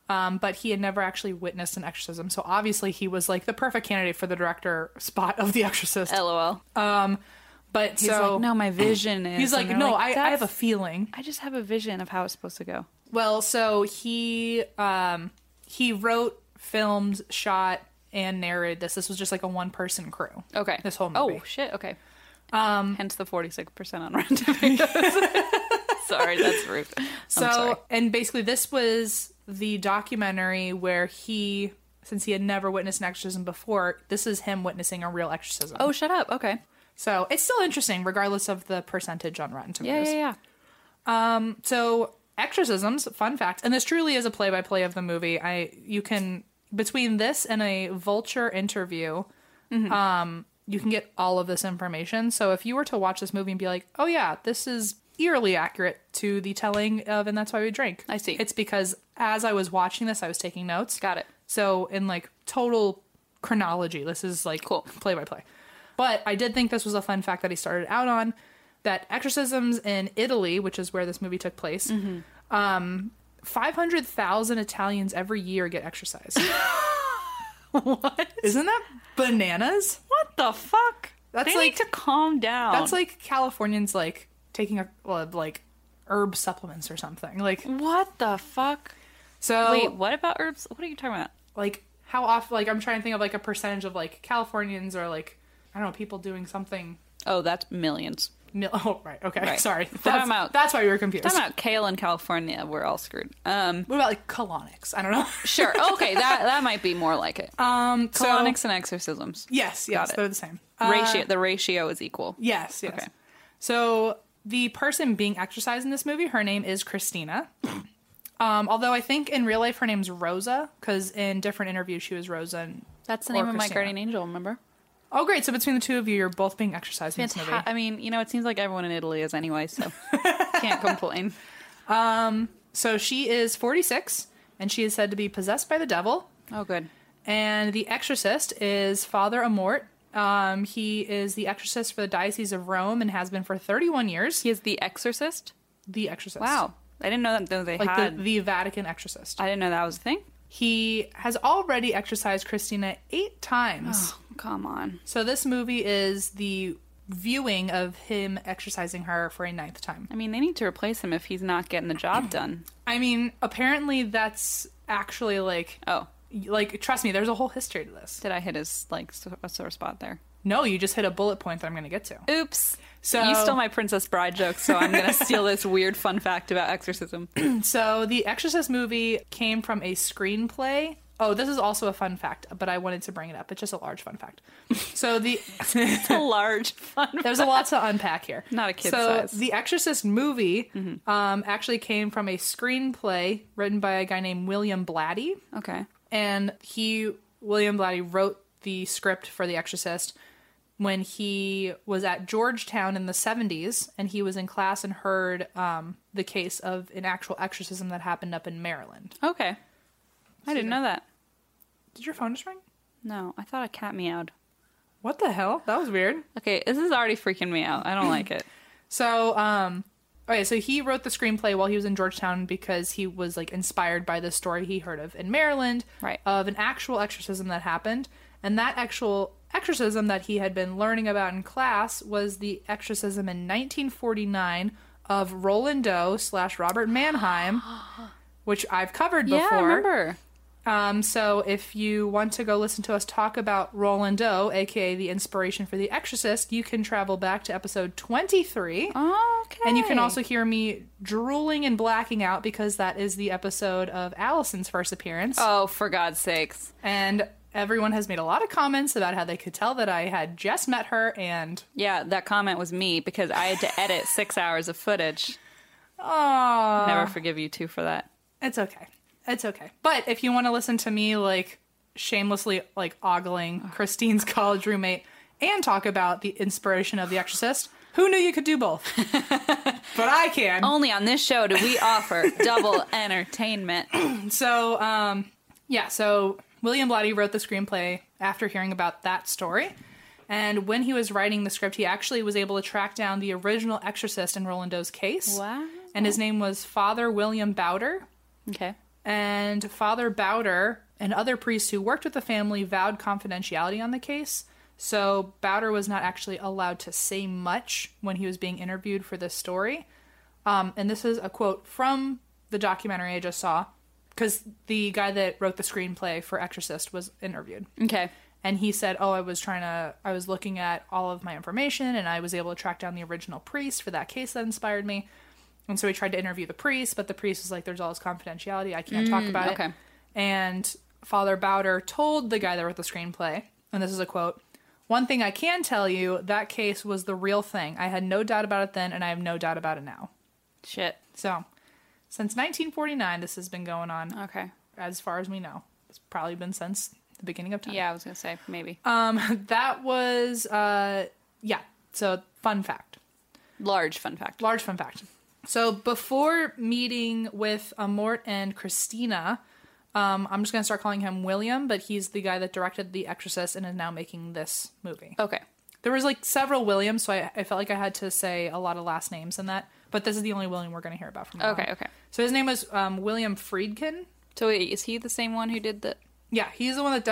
um, but he had never actually witnessed an exorcism. So obviously, he was like the perfect candidate for the director spot of The Exorcist.
LOL.
But
He's
so
like, no, my vision is.
he's like,
And they're
no, I, I
"That's-
have a feeling.
I just have a vision of how it's supposed to go.
Well, so he um he wrote, filmed, shot, and narrated this. This was just like a one person crew.
Okay.
This whole
Oh
movie.
shit. Okay. Um. Hence the forty six percent on Rotten Tomatoes. sorry, that's rude. I'm
So
sorry.
and basically this was the documentary where he since he had never witnessed an exorcism before, this is him witnessing a real exorcism.
Oh, shut up. Okay.
So it's still interesting, regardless of the percentage on Rotten
Yeah,
Tomatoes.
yeah, yeah.
So exorcisms, fun fact, and this truly is a play by play of the movie. I you can between this and a vulture interview, um, you can get all of this information. So if you were to watch this movie and be like, Oh yeah, this is eerily accurate to the telling of and that's why we drink.
I see.
It's because as I was watching this I was taking notes.
Got it.
So in like total chronology, this is like
Cool.
play by play. But I did think this was a fun fact that he started out on that exorcisms in Italy, which is where this movie took place.
Mm-hmm.
Um, Five hundred thousand Italians every year get exercised. what? Isn't that bananas?
What the fuck?
That's
they
like-
need to calm down.
That's like Californians like taking a well, like herb supplements or something. Like
what the fuck?
so,
Mm. Wait, what about herbs? What are you talking about?
like how often? Like I'm trying to think of like a percentage of like Californians or like I don't know people doing something
Oh, that's millions.
Mil- oh, right. Okay.
Right.
Sorry.
Time
That's,
out.
that's why you were confused.
Talking about kale in California, we're all screwed. Um,
What about like colonics? I don't know.
sure. Oh, Okay, that that might be more like it.
Um, so-
Colonics and exorcisms.
yes. Yes.
Got it.
They're the same. Uh,
ratio. The ratio is equal.
yes. Yes.
Okay.
So the person being exercised in this movie, her name is Christina. um, although I think in real life her name's Rosa, because in different interviews she was Rosa. And,
That's the
or
name of my
Christina.
guardian angel. Remember?
Oh, great. So between the two of you, you're both being exercised in this movie.
Fanta- I mean, you know, it seems like everyone in Italy is anyway, so can't complain.
So she is 46, and she is said to be possessed by the devil.
Oh, good.
And the exorcist is Father Amort. Um, he is the exorcist for the Diocese of Rome and has been for 31 years.
He is the exorcist.
the exorcist.
Wow. I didn't know that though they
Like
had.
the, the Vatican exorcist.
I didn't know that was a thing.
He has already exorcised Christina eight times.
Oh. come on.
So this movie is the viewing of him exercising her for a ninth time.
I mean, they need to replace him if he's not getting the job done.
I mean, apparently that's actually like
Oh,
like trust me, there's a whole history to this.
did I hit his like s- a sore spot there?
No, you just hit a bullet point that I'm going to get to.
Oops.
So-
you stole my Princess Bride joke, so I'm gonna steal this weird fun fact about exorcism.
So the Exorcist movie came from a screenplay. Oh, this is also a fun fact, but I wanted to bring it up. It's just a large fun fact. So the
it's a large fun.
There's a lot to unpack here.
Not a kid's
so,
size. Mm-hmm.
The Exorcist movie um, actually came from a screenplay written by a guy named William Blatty,
Okay.
and he William Blatty wrote the script for The Exorcist when he was at Georgetown in the 70s, and he was in class and heard um, the case of an actual exorcism that happened up in Maryland.
Okay. I didn't know that.
Did your phone just ring?
No, I thought a cat meowed.
What the hell? That was weird.
Okay, this is already freaking me out. I don't like it.
So, um, okay, so he wrote the screenplay while he was in Georgetown because he was like inspired by the story he heard of in Maryland,
Right.
Of an actual exorcism that happened, and that actual exorcism that he had been learning about in class was the exorcism in 1949 of Roland Doe slash Robert Mannheim, which I've covered
Yeah, I
before.
remember.
Um, so if you want to go listen to us talk about Roland Doe, aka the inspiration for The Exorcist, you can travel back to episode
Oh,
23.
Okay.
And you can also hear me drooling and blacking out because that is the episode of Allison's first appearance.
Oh, for God's sakes.
And everyone has made a lot of comments about how they could tell that I had just met her and
Yeah, that comment was me because I had to edit six hours of footage.
oh,
Never forgive you two for that.
it's okay. It's okay. But if you want to listen to me like shamelessly like
Oh.
ogling Christine's college roommate and talk about the inspiration of The Exorcist, who knew you could do both? but I can.
Only on this show do we offer double entertainment.
So, um, yeah, so William Blatty wrote the screenplay after hearing about that story. And when he was writing the script, he actually was able to track down the original exorcist in Roland Doe's case.
Wow.
And his name was Father William Bowder.
Okay.
And Father Bowder and other priests who worked with the family vowed confidentiality on the case. So Bowder was not actually allowed to say much when he was being interviewed for this story. Um, and this is a quote from the documentary I just saw, because the guy that wrote the screenplay for Exorcist was interviewed.
Okay.
And he said, Oh, I was trying to, I was looking at all of my information and I was able to track down the original priest for that case that inspired me. And so he tried to interview the priest, but the priest was like, There's all this confidentiality. I can't talk about
okay.
it. And Father Bowder told the guy that wrote the screenplay, and this is a quote One thing I can tell you, that case was the real thing. I had no doubt about it then, and I have no doubt about it now.
Shit.
So since 1949, this has been going on,
Okay.
as far as we know. It's probably been since the beginning of time.
Yeah, I was going to say, maybe.
That was, uh, yeah. So, fun fact.
Large fun fact.
Large fun fact. So, before meeting with Amort and Christina, um, I'm just going to start calling him William, but he's the guy that directed The Exorcist and is now making this movie.
Okay.
There was like several Williams, so I, I felt like I had to say a lot of last names in that, but this is the only William we're going to hear about from now
Okay,
on.
okay.
So, his name was um, William Friedkin.
So wait, is he the same one who did the?
Yeah, he's the one that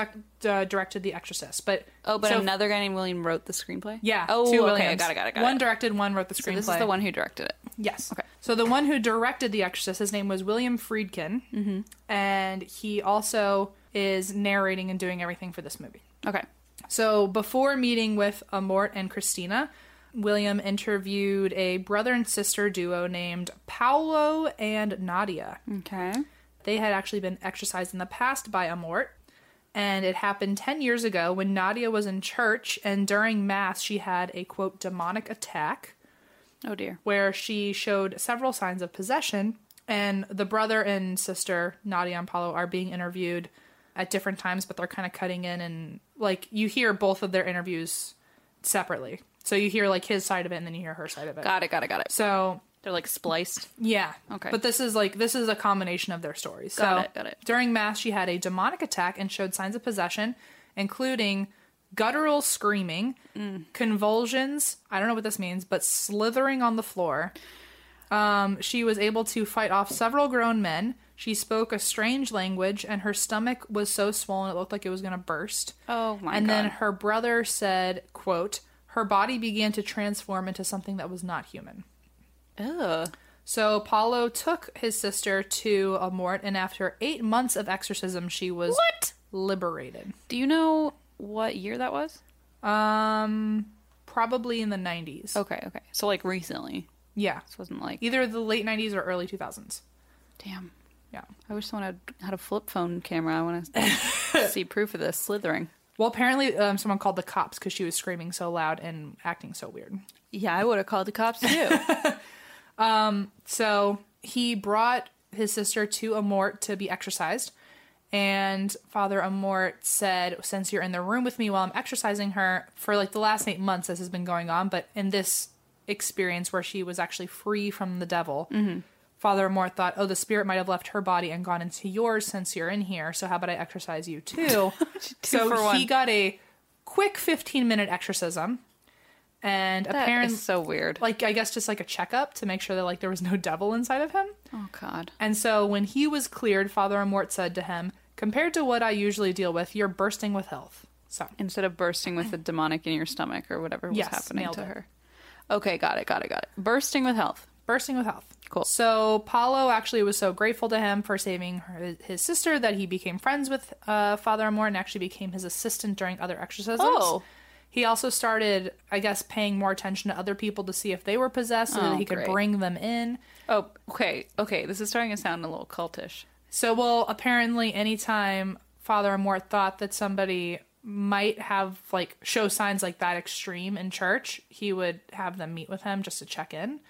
dec- uh, directed The Exorcist, but
Oh, but
so-
another guy named William wrote the screenplay.
Yeah.
Oh,
two
okay.
Williams.
Got it. Got it. Got
one
it.
directed, one wrote the screenplay.
So this is the one who directed it.
Yes.
Okay.
So the one who directed The Exorcist, his name was William Friedkin, mm-hmm. and he also is narrating and doing everything for this movie.
Okay.
So before meeting with Amort and Christina, William interviewed a brother and sister duo named Paolo and Nadia.
Okay.
They had actually been exercised in the past by Amort, and it happened 10 years ago when Nadia was in church, and during Mass, she had a quote, demonic attack
Oh dear.
where she showed several signs of possession. And the brother and sister, Nadia and Paolo, are being interviewed at different times, but they're kind of cutting in and like you hear both of their interviews separately. So you hear like his side of it and then you hear her side of it.
Got it. Got it. Got it.
So
They're like spliced.
Yeah.
Okay.
But this is like this is a combination of their stories.
Got
so
it, got it.
during mass she had a demonic attack and showed signs of possession, including guttural screaming,
Mm.
convulsions, I don't know what this means, but slithering on the floor. Um, she was able to fight off several grown men. She spoke a strange language, and her stomach was so swollen it looked like it was going to burst.
Oh my
And then
God.
her brother said, "quote Her body began to transform into something that was not human."
Ugh.
So Paulo took his sister to a mort, and after eight months of exorcism, she was
What?
liberated.
Do you know what year that was?
Um, probably in the nineties.
Okay, okay. So like recently.
Yeah,
This wasn't like
either the late nineties or early two thousands.
damn.
Yeah.
I wish someone had had a flip phone camera. I want to see proof of this slithering.
Well, apparently, um, someone called the cops because she was screaming so loud and acting so weird.
Yeah, I would have called the cops too.
So he brought his sister to Amort to be exercised. And Father Amort said, Since you're in the room with me while I'm exercising her, for like the last eight months, this has been going on. But in this experience where she was actually free from the devil,
Mm-hmm.
Father Amort thought, Oh, the spirit might have left her body and gone into yours since you're in here. So how about I exercise you too? so
for one.
he got a quick 15 minute exorcism. And
that
apparently,
is so weird.
like I guess just like a checkup to make sure that like there was no devil inside of him.
oh God.
And so when he was cleared, Father Amort said to him, "Compared to what I usually deal with, you're bursting with health." So
Instead of bursting with the demonic in your stomach or whatever was
Yes,
happening
nailed
to
it.
her. Okay, got it, got it, got it. Bursting with health.
bursting with health.
Cool.
So Paulo actually was so grateful to him for saving her, his sister that he became friends with uh, Father Amor and actually became his assistant during other exorcisms.
Oh.
He also started, I guess, paying more attention to other people to see if they were possessed so
Oh,
that he could
great.
bring them in.
Oh, okay, okay. This is starting to sound a little cultish.
So, well, apparently, anytime Father Amort thought that somebody might have like show signs like that extreme in church, he would have them meet with him just to check in.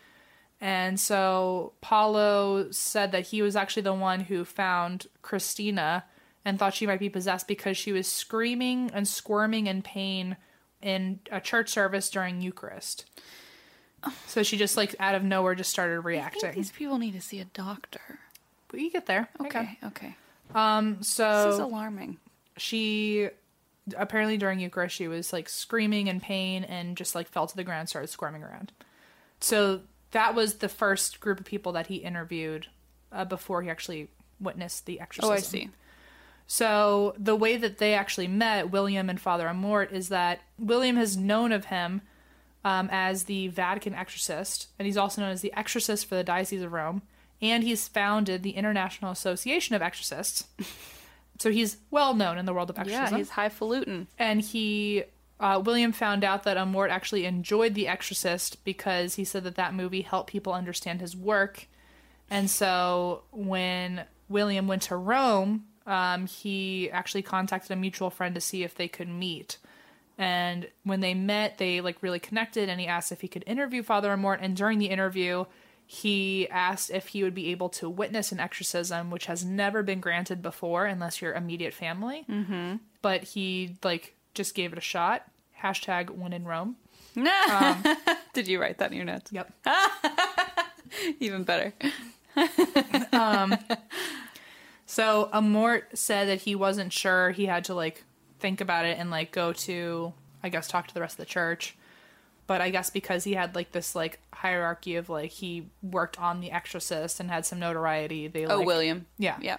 And so Paulo said that he was actually the one who found Christina and thought she might be possessed because she was screaming and squirming in pain in a church service during Eucharist.
Oh.
So she just like out of nowhere just started reacting.
These people need to see a doctor.
But you get there.
Okay, okay.
So
This is alarming.
she apparently during Eucharist she was like screaming in pain and just like fell to the ground, and started squirming around. So that was the first group of people that he interviewed uh, before he actually witnessed the
Oh,
exorcism.
I see.
So the way that they actually met William and Father Amort is that William has known of him um, as the Vatican exorcist, and he's also known as the exorcist for the Diocese of Rome, and he's founded the International Association of Exorcists. so he's well known in the world of
Yeah,
exorcism
he's highfalutin.
and he uh, William found out that Amort actually enjoyed The Exorcist because he said that that movie helped people understand his work, and so when William went to Rome, um, he actually contacted a mutual friend to see if they could meet. And when they met, they like really connected, and he asked if he could interview Father Amort. And during the interview, he asked if he would be able to witness an exorcism, which has never been granted before unless your immediate family but he like just gave it a shot. Hashtag when in Rome.
Did you write that in your notes?
Yep.
Even better.
So Amort said that he wasn't sure. He had to like think about it and like go to, I guess, talk to the rest of the church. But I guess because he had like this like hierarchy of like he worked on The Exorcist and had some notoriety, they
Oh,
like
William.
yeah
Yeah.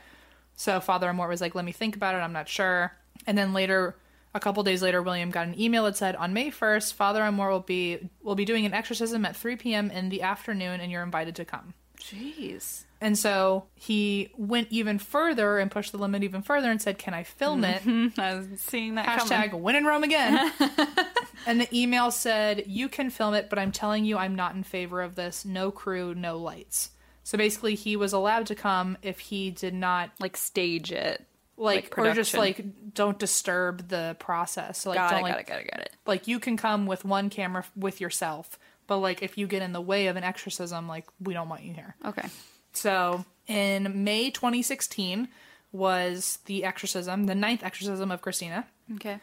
So Father Amort was like, let me think about it. I'm not sure. And then later, a couple days later, William got an email that said, on May 1st, Father Amort will be will be doing an exorcism at 3 p.m. in the afternoon, and you're invited to come.
Jeez.
And so he went even further and pushed the limit even further and said, "Can I film it?"
I was seeing that
Hashtag win in Rome again. and the email said, You can film it, but I'm telling you, I'm not in favor of this. No crew, no lights. So basically, he was allowed to come if he did not
Like stage it.
like, or just
production.
like don't disturb the process. So like
got
don't
it,
like
got it, got it, got it.
like you can come with one camera f- with yourself, but like if you get in the way of an exorcism, like we don't want you here.
Okay.
So in May 2016 was the exorcism, the ninth exorcism of Christina.
Okay.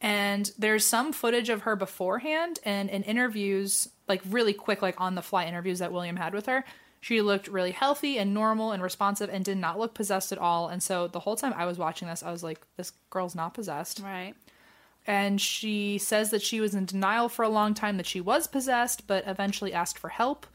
And there's some footage of her beforehand, and in interviews, like really quick, like on the fly interviews that William had with her. She looked really healthy and normal and responsive and did not look possessed at all. And so the whole time I was watching this, I was like, this girl's not possessed.
Right.
And she says that she was in denial for a long time that she was possessed, but eventually asked for help.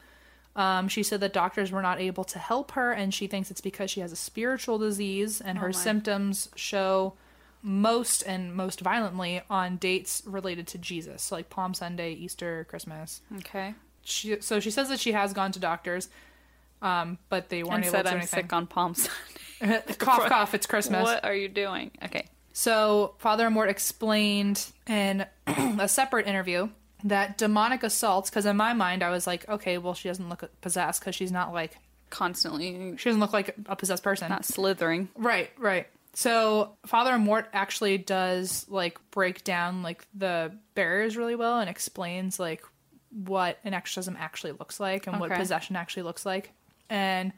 Um, she said that doctors were not able to help her, and she thinks it's because she has a spiritual disease,
Oh
and her symptoms show most and most violently on dates related to Jesus, so like Palm Sunday, Easter, Christmas.
Okay.
She, so she says that she has gone to doctors, um, but they weren't
and
able
said
to do
I'm
anything.
sick on Palm Sunday.
cough, cough! It's Christmas.
What are you doing? Okay.
So, Father Mort explained in a separate interview that demonic assaults, because in my mind, I was like, okay, well, she doesn't look possessed because she's not like,
Constantly
she doesn't look like a possessed person.
not slithering.
Right, right. So, Father Mort actually does like break down like the barriers really well and explains like what an exorcism actually looks like and what
Okay.
possession actually looks like. And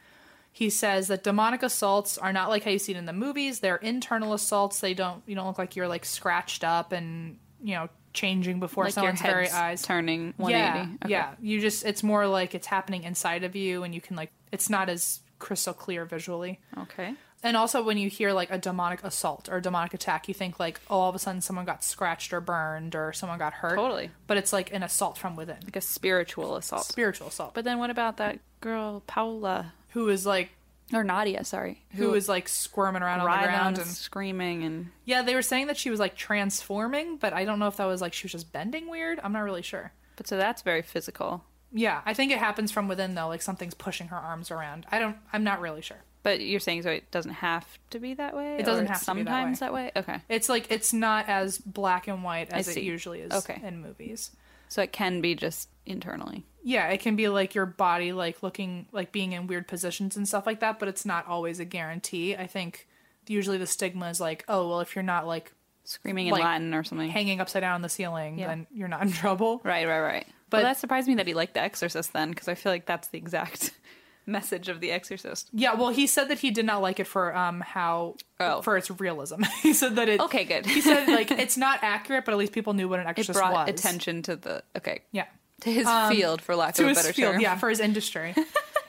he says that demonic assaults are not like how you see it in the movies. They're internal assaults. They don't you don't look like you're like scratched up and you know changing before
Like your
someone's very
head's
eyes.
turning 180.
yeah, yeah. You just it's more like it's happening inside of you, and you can like it's not as crystal clear visually.
Okay.
And also, when you hear like a demonic assault or a demonic attack, you think like, oh, all of a sudden someone got scratched or burned or someone got hurt.
Totally.
But it's like an assault from within,
Like a spiritual assault.
spiritual assault. But
but then what about that girl Paula
who is like,
or Nadia? Sorry,
who is like squirming around on the
writhing
ground?
and
And
screaming and
yeah, they were saying that she was like transforming, but I don't know if that was like she was just bending weird. I'm not really sure.
but so that's very physical.
Yeah, I think it happens from within though. Like something's pushing her arms around. I don't. I'm not really sure.
But you're saying so it doesn't have to be that way.
It doesn't
Or
have to be that
sometimes that way. Okay,
It's like it's not as black and white as it
see.
usually is
Okay.
in movies.
so it can be just internally.
yeah, it can be like your body like looking like being in weird positions and stuff like that, but it's not always a guarantee. I think usually the stigma is like, oh, well, if you're not like
screaming in
Like,
Latin or something.
hanging upside down on the ceiling,
Yeah.
then you're not in trouble.
right, right, right. But
But-
that surprised me that he liked The Exorcist then, because I feel like that's the exact message of The Exorcist.
Yeah, well, he said that he did not like it for um how
Oh.
for its realism. he said that it
Okay, good.
he said like it's not accurate, but at least people knew what an
It
exorcist
brought
was.
attention to the okay
Yeah.
to his Um, field, for lack
To
of a
his
better
field,
term.
yeah, for his industry.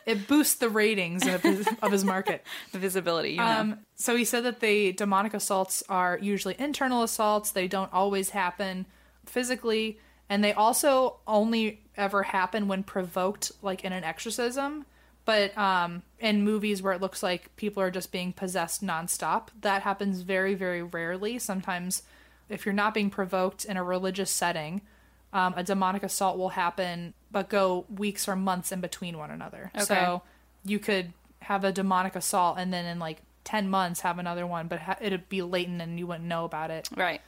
it boosts the ratings of his, of his market.
the visibility. You know.
Um, so he said that the demonic assaults are usually internal assaults. They don't always happen physically, and they also only ever happen when provoked, like in an exorcism. But um, in movies where it looks like people are just being possessed nonstop, that happens very, very rarely. Sometimes, if you're not being provoked in a religious setting, um, a demonic assault will happen, but go weeks or months in between one another. So you could have a demonic assault and then in like 10 months have another one but ha- it'd be latent and you wouldn't know about it
right.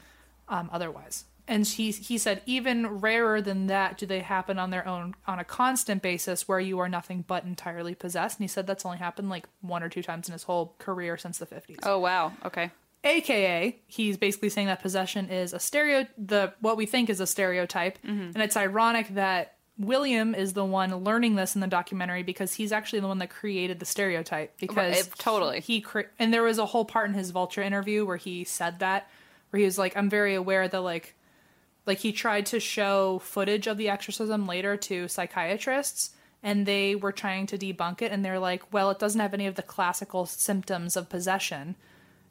um, otherwise and he, he said even rarer than that do they happen on their own on a constant basis where you are nothing but entirely possessed and he said that's only happened like one or two times in his whole career since the 50s
Oh wow. Okay.
aka he's basically saying that possession is a stereo the what we think is a stereotype
Mm-hmm.
and it's ironic that william is the one learning this in the documentary because he's actually the one that created the stereotype because
Right, totally.
he cre- and there was a whole part in his vulture interview where he said that where he was like i'm very aware that like like he tried to show footage of the exorcism later to psychiatrists and they were trying to debunk it and they're like well it doesn't have any of the classical symptoms of possession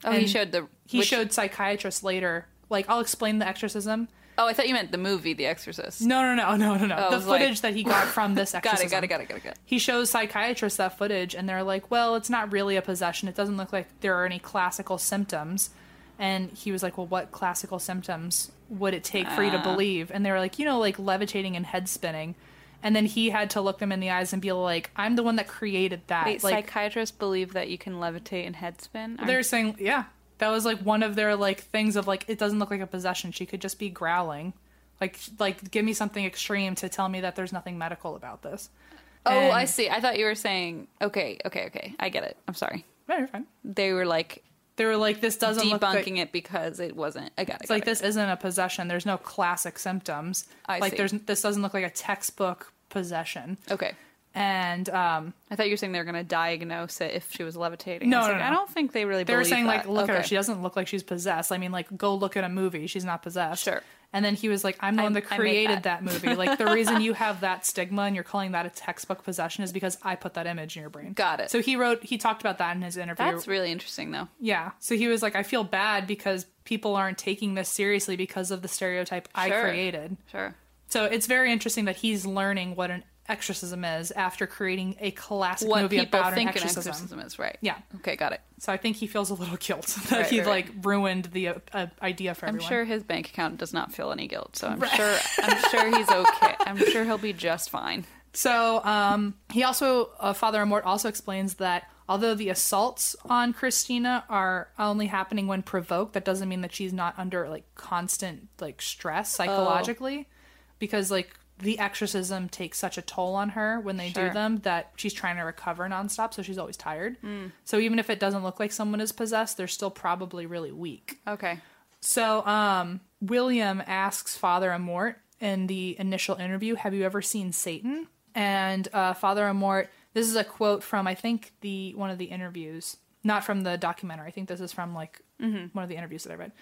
Oh, he
And
showed the
he
which-
showed psychiatrists later like i'll explain the exorcism
Oh, I thought you meant the movie The Exorcist.
no no no no no no
I
the
Oh, was like-
footage that he got from this
Got
exorcism
it. Got it. Got it. Got it. Got it.
he shows psychiatrists that footage and they're like well it's not really a possession it doesn't look like there are any classical symptoms and he was like well what classical symptoms would it take for you
Uh.
to believe and they were like you know like levitating and head spinning and then he had to look them in the eyes and be like i'm the one that created that
Wait,
like
psychiatrists believe that you can levitate and head spin. Aren't-
they're saying yeah that was like one of their like things of like it doesn't look like a possession she could just be growling like like give me something extreme to tell me that there's nothing medical about this
oh,
and-
I see. I thought you were saying. Okay. Okay. Okay. I get it. I'm sorry.
no, you're fine.
They were like
they were like this doesn't
debunking
look like,
it because it wasn't. I got it.
it's like this isn't a possession there's no classic symptoms
I
like
see.
there's this doesn't look like a textbook possession
Okay.
and um
I thought you were saying they were going to diagnose it if she was levitating.
No,
I was
no,
like,
no.
I don't think they really.
they were
believe
saying
that.
like look at her
Okay.
she doesn't look like she's possessed i mean like go look at a movie she's not possessed
Sure.
And then he was like, I'm the one that
I made
created
that."
that. movie. Like, the reason you have that stigma and you're calling that a textbook possession is because I put that image in your brain.
Got it.
So he wrote, he talked about that in his interview.
That's really interesting, though.
yeah. So he was like, I feel bad because people aren't taking this seriously because of the stereotype I
Sure.
created.
Sure.
So it's very interesting that he's learning what an exorcism is after creating a classic
What
movie
people
about
think
an exorcism.
is, right?
Yeah.
Okay, got it.
So I think he feels a little guilt that
Right,
he
right,
like ruined the uh, uh, idea for
I'm
everyone.
sure his bank account does not feel any guilt, so I'm sure I'm sure he's okay. I'm sure he'll be just fine.
So um, he also, uh, Father Amort also explains that although the assaults on Christina are only happening when provoked, that doesn't mean that she's not under like constant like stress
Oh.
psychologically, because like the exorcism takes such a toll on her when they
Sure.
do them that she's trying to recover nonstop, so she's always tired.
Hmm.
So even if it doesn't look like someone is possessed, they're still probably really weak.
Okay.
So, um, William asks Father Amort in the initial interview, "Have you ever seen Satan?" And uh, Father Amort, this is a quote from I think the one of the interviews, not from the documentary. I think this is from like one of the interviews that I read.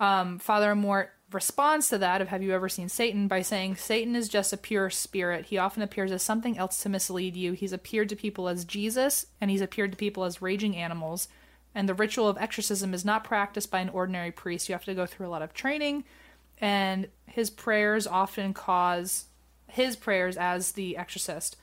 Um, Father Amort responds to that of "Have you ever seen Satan?" by saying, "Satan is just a pure spirit. He often appears as something else to mislead you. He's appeared to people as Jesus, and he's appeared to people as raging animals. And the ritual of exorcism is not practiced by an ordinary priest. You have to go through a lot of training, and his prayers often cause his prayers as the exorcist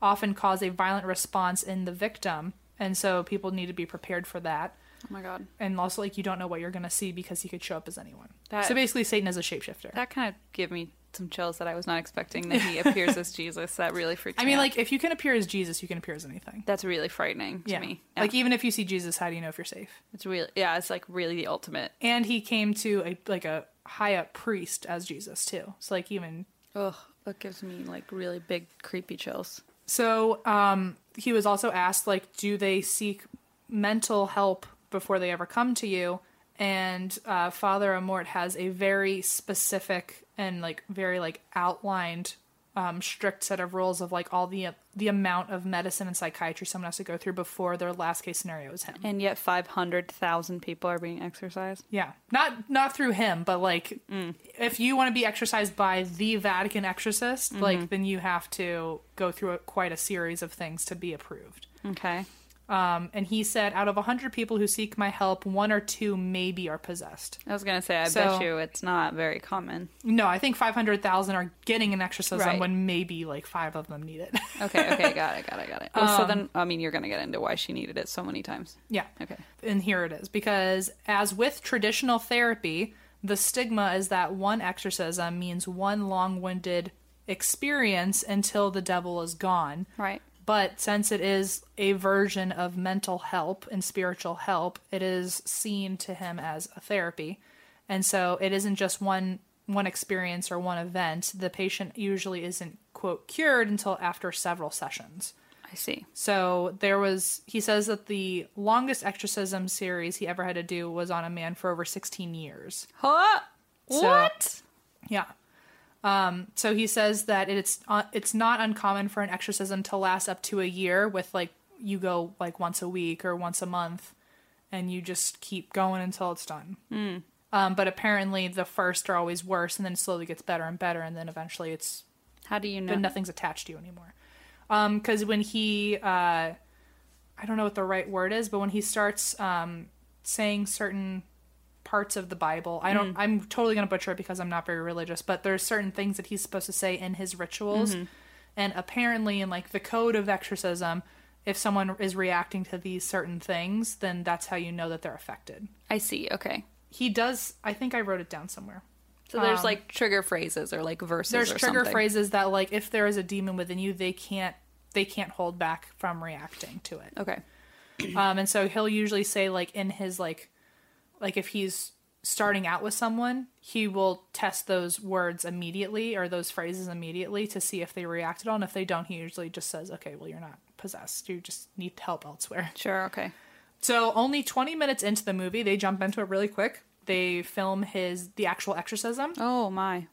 often cause a violent response in the victim, and so people need to be prepared for that."
Oh my god.
and also like you don't know what you're gonna see because he could show up as anyone.
That-
so basically, Satan is a shapeshifter.
That kind of gave me some chills that I was not expecting that he appears as Jesus. That really freaked
I
me
mean,
out.
like if you can appear as Jesus, you can appear as anything.
that's really frightening to
yeah.
me.
Like even if you see Jesus, how do you know if you're safe?
It's really yeah, it's like really the ultimate.
And he came to a like a high up priest as Jesus too. So like even
Ugh, that gives me like really big creepy chills.
so um he was also asked like do they seek mental help before they ever come to you? And uh, Father Amort has a very specific and like very like outlined um, strict set of rules of like all the the amount of medicine and psychiatry someone has to go through before their last case scenario is him.
And yet 500,000 people are being exercised.
Yeah, not not through him, but like if you want to be exercised by the Vatican exorcist, like then you have to go through a, quite a series of things to be approved.
Okay.
Um, and he said, out of hundred people who seek my help, one or two maybe are possessed.
I was going to say I
So-
bet you it's not very common.
No, I think five hundred thousand are getting an exorcism
Right.
when maybe like five of them need it.
Okay, okay, got it, got it, Um, got it. Well, so then I mean you're going to get into why she needed it so many times.
yeah.
Okay.
And here it is. Because as with traditional therapy, the stigma is that one exorcism means one long winded experience until the devil is gone.
Right.
But since it is a version of mental help and spiritual help, it is seen to him as a therapy. And so it isn't just one one experience or one event. The patient usually isn't quote cured until after several sessions.
I see.
So there was, he says that the longest exorcism series he ever had to do was on a man for over 16 years.
Huh?
So-
What?
Yeah. Um, so he says that it's uh, it's not uncommon for an exorcism to last up to a year with like you go like once a week or once a month and you just keep going until it's done. Um, but apparently the first are always worse and then it slowly gets better and better and then eventually it's
How do you know?
but nothing's attached to you anymore. Um, because when he, uh, I don't know what the right word is, but when he starts um, saying certain parts of the Bible, I don't. I'm totally gonna butcher it because I'm not very religious, but there's certain things that he's supposed to say in his rituals, and apparently in like the code of exorcism. If someone is reacting to these certain things, then that's how you know that they're affected.
I see. Okay.
He does, I think I wrote it down somewhere.
So there's like trigger phrases or like verses
there's
or
trigger
something.
phrases that like if there is a demon within you they can't they can't hold back from reacting to it
Okay.
um and so he'll usually say like in his like like if he's starting out with someone he will test those words immediately or those phrases immediately to see if they react at all and if they don't he usually just says okay well you're not possessed you just need help elsewhere
Sure, okay.
so only 20 minutes into the movie they jump into it really quick they film his the actual exorcism
Oh my.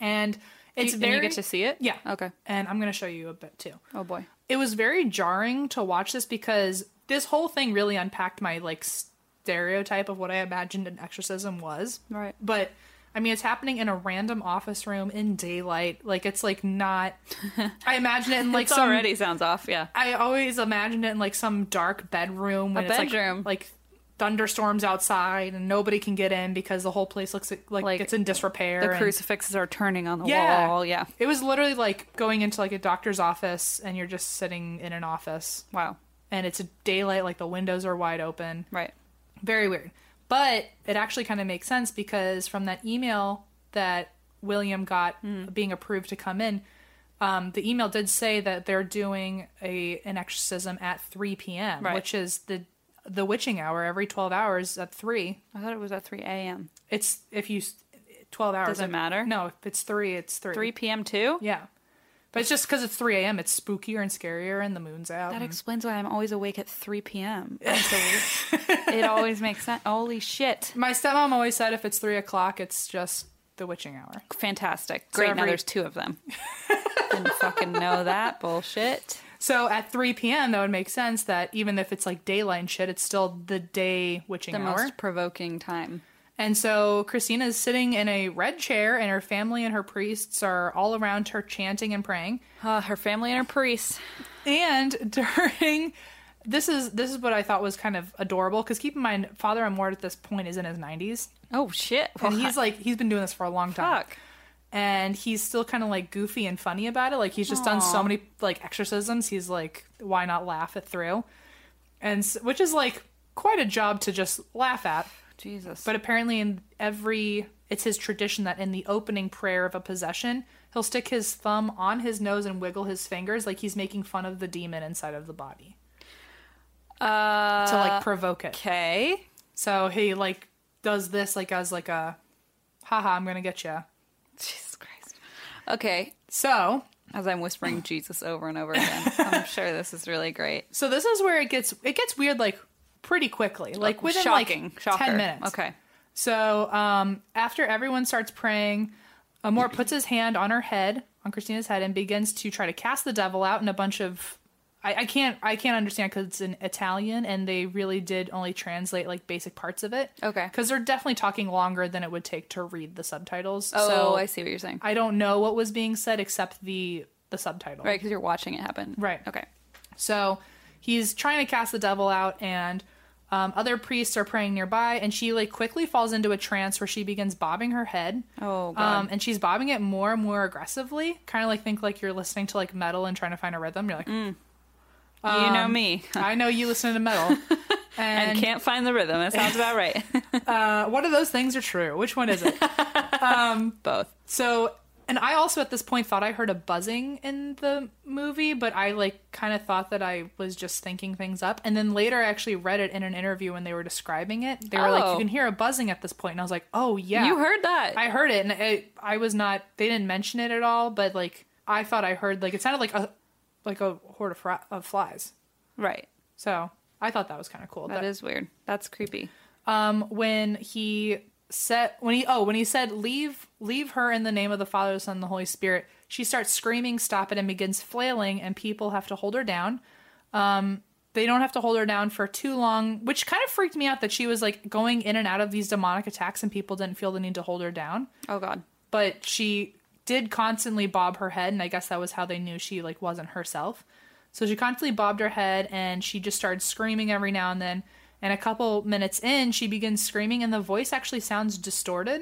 and it's
you, and
very
you get to see it?
yeah
Okay.
and i'm going to show you a bit too
Oh boy.
it was very jarring to watch this because this whole thing really unpacked my like stereotype of what I imagined an exorcism was.
Right.
But I mean, it's happening in a random office room in daylight. Like it's like not. I imagine it in like
It's
some.
already sounds off. Yeah.
I always imagine it in like some dark bedroom. When
A
it's, like-
bedroom.
Like, thunderstorms outside and nobody can get in because the whole place looks like,
Like,
it's in disrepair.
The
and-
crucifixes are turning on the
Yeah.
wall. Yeah.
It was literally like going into like a doctor's office and you're just sitting in an office
Wow.
and it's a daylight. Like the windows are wide open.
Right.
Very weird. But it actually kind of makes sense because from that email that William got
Hmm.
being approved to come in, um, the email did say that they're doing a an exorcism at 3 p.m.,
Right.
which is the the witching hour every 12 hours at 3.
I thought it was at 3 a.m.
It's if you s- 12 hours.
Doesn't
I-
matter.
No, if it's 3, it's 3.
3 p.m. too?
Yeah. But it's just because it's 3 a.m., it's spookier and scarier and the moon's out.
That
and-
explains why I'm always awake at 3 p.m. It's so weird. it always makes sense. Holy shit.
My stepmom always said if it's 3 o'clock, it's just the witching hour.
Fantastic. Great. Now
every-
there's two of them. Didn't fucking know that bullshit.
So at 3 p.m., that would make sense that even if it's like daylight and shit, it's still the day witching
The
hour.
most provoking time.
And so Christina is sitting in a red chair, and her family and her priests are all around her chanting and praying.
Uh, her family and her priests.
And during this is this is what I thought was kind of adorable because keep in mind, Father Amort at this point is in his 90s,
Oh shit.
and he's like he's been doing this for a long time.
fuck.
and he's still kind of like goofy and funny about it. Like he's just done so many like exorcisms. He's like, why not laugh it through? And s which is like quite a job to just laugh at.
Jesus.
But apparently, in every it's his tradition that in the opening prayer of a possession, he'll stick his thumb on his nose and wiggle his fingers like he's making fun of the demon inside of the body
uh,
to like provoke it.
okay.
So he like does this like as like a, haha, I'm gonna get you.
Jesus Christ. Okay.
So
As I'm whispering Jesus over and over again, I'm sure this is really great.
So this is where it gets it gets weird like pretty quickly. Like within
Uh, Shocking.
like
Shocker.
ten minutes.
Okay.
So um after everyone starts praying, Amor puts his hand on her head, on Christina's head, and begins to try to cast the devil out in a bunch of I, I can't I can't understand because it's in Italian and they really did only translate like basic parts of it.
Okay.
Because they're definitely talking longer than it would take to read the subtitles.
Oh,
so
I see what you're saying.
I don't know what was being said except the the subtitle.
Right, because you're watching it happen.
Right.
Okay.
So he's trying to cast the devil out, and um, other priests are praying nearby. And she like quickly falls into a trance where she begins bobbing her head.
Oh, God.
Um, and she's bobbing it more and more aggressively, kind of like think like you're listening to like metal and trying to find a rhythm. You're like,
Mm. you know me.
I know you listen to metal, and,
Um, And can't find the rhythm. That sounds about right.
uh, what of those things are true? Which one is it?
Both.
So, and I also at this point thought I heard a buzzing in the movie, but I like kind of thought that I was just thinking things up. And then later I actually read it in an interview when they were describing it. They were like,
Oh.
you can hear a buzzing at this point. And I was like, oh, yeah.
You heard that.
I heard it. And I, I was not, they didn't mention it at all, but like, I thought I heard, like, it sounded like a, like a horde of, fri- of flies.
right.
So I thought that was kind of cool.
That is weird. That's creepy.
um, when he said when he oh when he said leave leave her in the name of the father the son and the holy spirit she starts screaming stop it and begins flailing and people have to hold her down um they don't have to hold her down for too long which kind of freaked me out that she was like going in and out of these demonic attacks and people didn't feel the need to hold her down
Oh God.
but she did constantly bob her head and i guess that was how they knew she like wasn't herself so she constantly bobbed her head and she just started screaming every now and then and a couple minutes in she begins screaming and the voice actually sounds distorted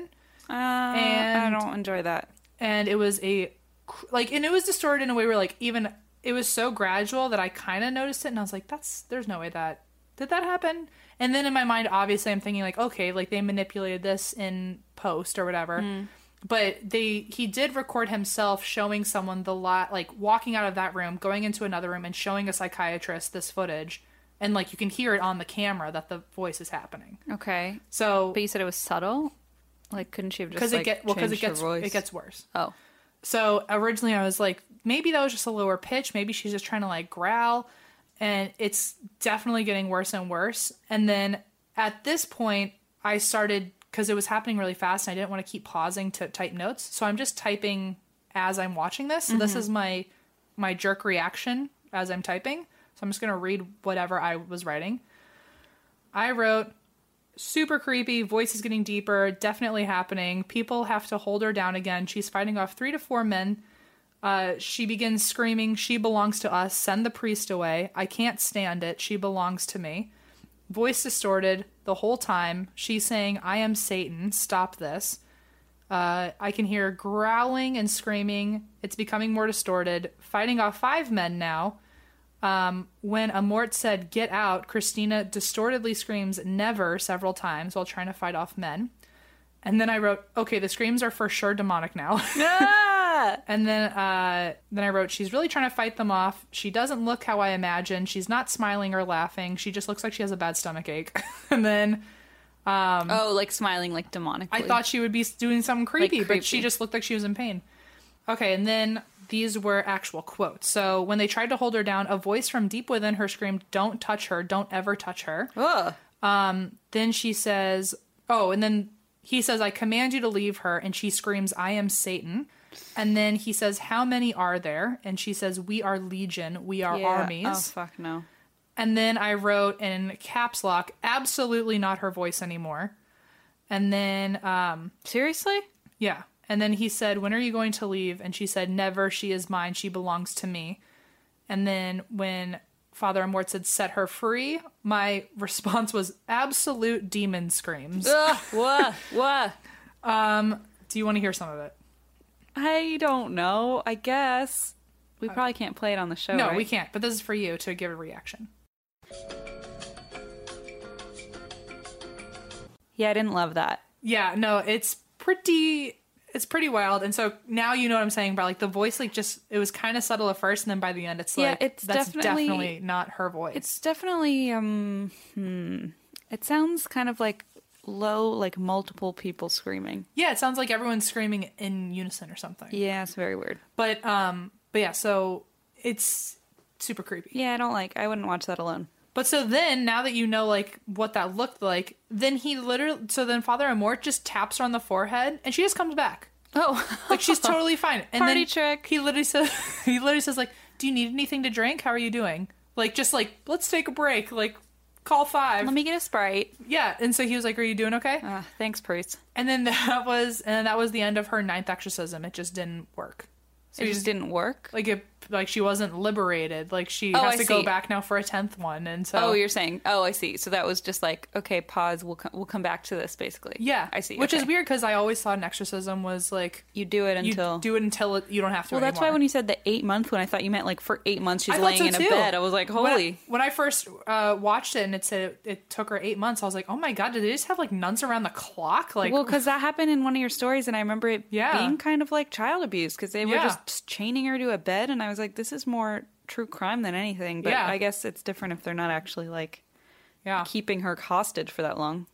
Uh,
And-
I don't enjoy that.
and it was a cr- like and it was distorted in a way where like even it was so gradual that i kind of noticed it and i was like that's there's no way that did that happen and then in my mind obviously i'm thinking like okay like they manipulated this in post or whatever
Hmm.
but they he did record himself showing someone the lot like walking out of that room going into another room and showing a psychiatrist this footage and like you can hear it on the camera that the voice is happening
Okay.
so
But you said it was subtle. Like, couldn't she have just
because
like,
it get well because it
changed her
gets
voice?
it gets worse
Oh.
so originally I was like, maybe that was just a lower pitch. Maybe she's just trying to like growl. And it's definitely getting worse and worse. And then at this point, I started because it was happening really fast and I didn't want to keep pausing to type notes. So I'm just typing as I'm watching this. So this is my my jerk reaction as I'm typing. So I'm just gonna read whatever I was writing. I wrote super creepy. Voice is getting deeper, definitely happening. People have to hold her down again. She's fighting off three to four men. Uh, she begins screaming, She belongs to us. Send the priest away. I can't stand it. She belongs to me. Voice distorted the whole time. She's saying, I am Satan. Stop this. Uh, I can hear growling and screaming. It's becoming more distorted. Fighting off five men now. Um, when Amort said, Get out, Christina distortedly screams, Never, several times while trying to fight off men. And then I wrote, Okay, the screams are for sure demonic now. and then uh, then I wrote, She's really trying to fight them off. She doesn't look how I imagine. She's not smiling or laughing. She just looks like she has a bad stomach ache. and then
oh, like smiling like demonically.
I thought she would be doing something creepy, but she
creepy.
just looked like she was in pain. Okay, and then these were actual quotes. So when they tried to hold her down, a voice from deep within her screamed, "Don't touch her! Don't ever touch her!"
Ugh.
Then she says, "Oh," and then he says, "I command you to leave her," and she screams, "I am Satan." And then he says, "How many are there?" And she says, "We are legion. We are
Yeah.
armies."
Oh fuck no.
And then I wrote in caps lock, "Absolutely not her voice anymore." And then um,
Seriously?
Yeah. And then he said, When are you going to leave? And she said, Never. She is mine. She belongs to me. And then when Father Amort said, Set her free, my response was absolute demon screams.
Ugh. What? What?
Do you want to hear some of it?
I don't know. I guess we probably can't play it on the show.
no,
right?
we can't. But this is for you to give a reaction.
Yeah, I didn't love that.
Yeah, no, it's pretty it's pretty wild. And so now you know what I'm saying about like the voice like just it was kind of subtle at first and then by the end it's
Yeah,
like
it's
that's
definitely-
definitely, not her voice.
It's definitely um. Hmm. It sounds kind of like low, like multiple people screaming.
yeah, it sounds like everyone's screaming in unison or something.
Yeah, it's very weird.
But um but yeah, so it's super creepy.
Yeah, I don't like. I wouldn't watch that alone.
But so then now that you know like what that looked like, then he literally so then Father Amort just taps her on the forehead and she just comes back.
Oh,
Like she's totally fine. And
Party
then
trick.
He literally says he literally says like, "Do you need anything to drink? How are you doing?" Like just like, "Let's take a break." Like call 5.
let me get a sprite.
yeah. And so he was like, "Are you doing okay?"
Uh, thanks, priest.
And then that was and that was the end of her ninth exorcism. It just didn't work. So
it
you
just didn't work.
like it like she wasn't liberated like she
Oh,
has
I
to go
see.
back now for a 10th one and so
Oh, you're saying. Oh, I see. So that was just like, okay, pause. We'll co- we'll come back to this basically.
yeah
I see.
which is
okay.
weird because i always thought an exorcism was like
You do it
you
until.
do it until it, you don't have to
well, that's why when you said the eight month one, I thought you meant like for eight months she's laying in a bed. I was like,
When I-
holy.
when i, first uh watched it and it said it, it took her eight months i was like oh my god did they just have like nuns around the clock like
well, because that happened in one of your stories, and I remember it
Yeah.
being kind of like child abuse because they were
Yeah.
just chaining her to a bed, and I was like, this is more true crime than anything. But
Yeah.
I guess it's different if they're not actually like
yeah
keeping her hostage for that long.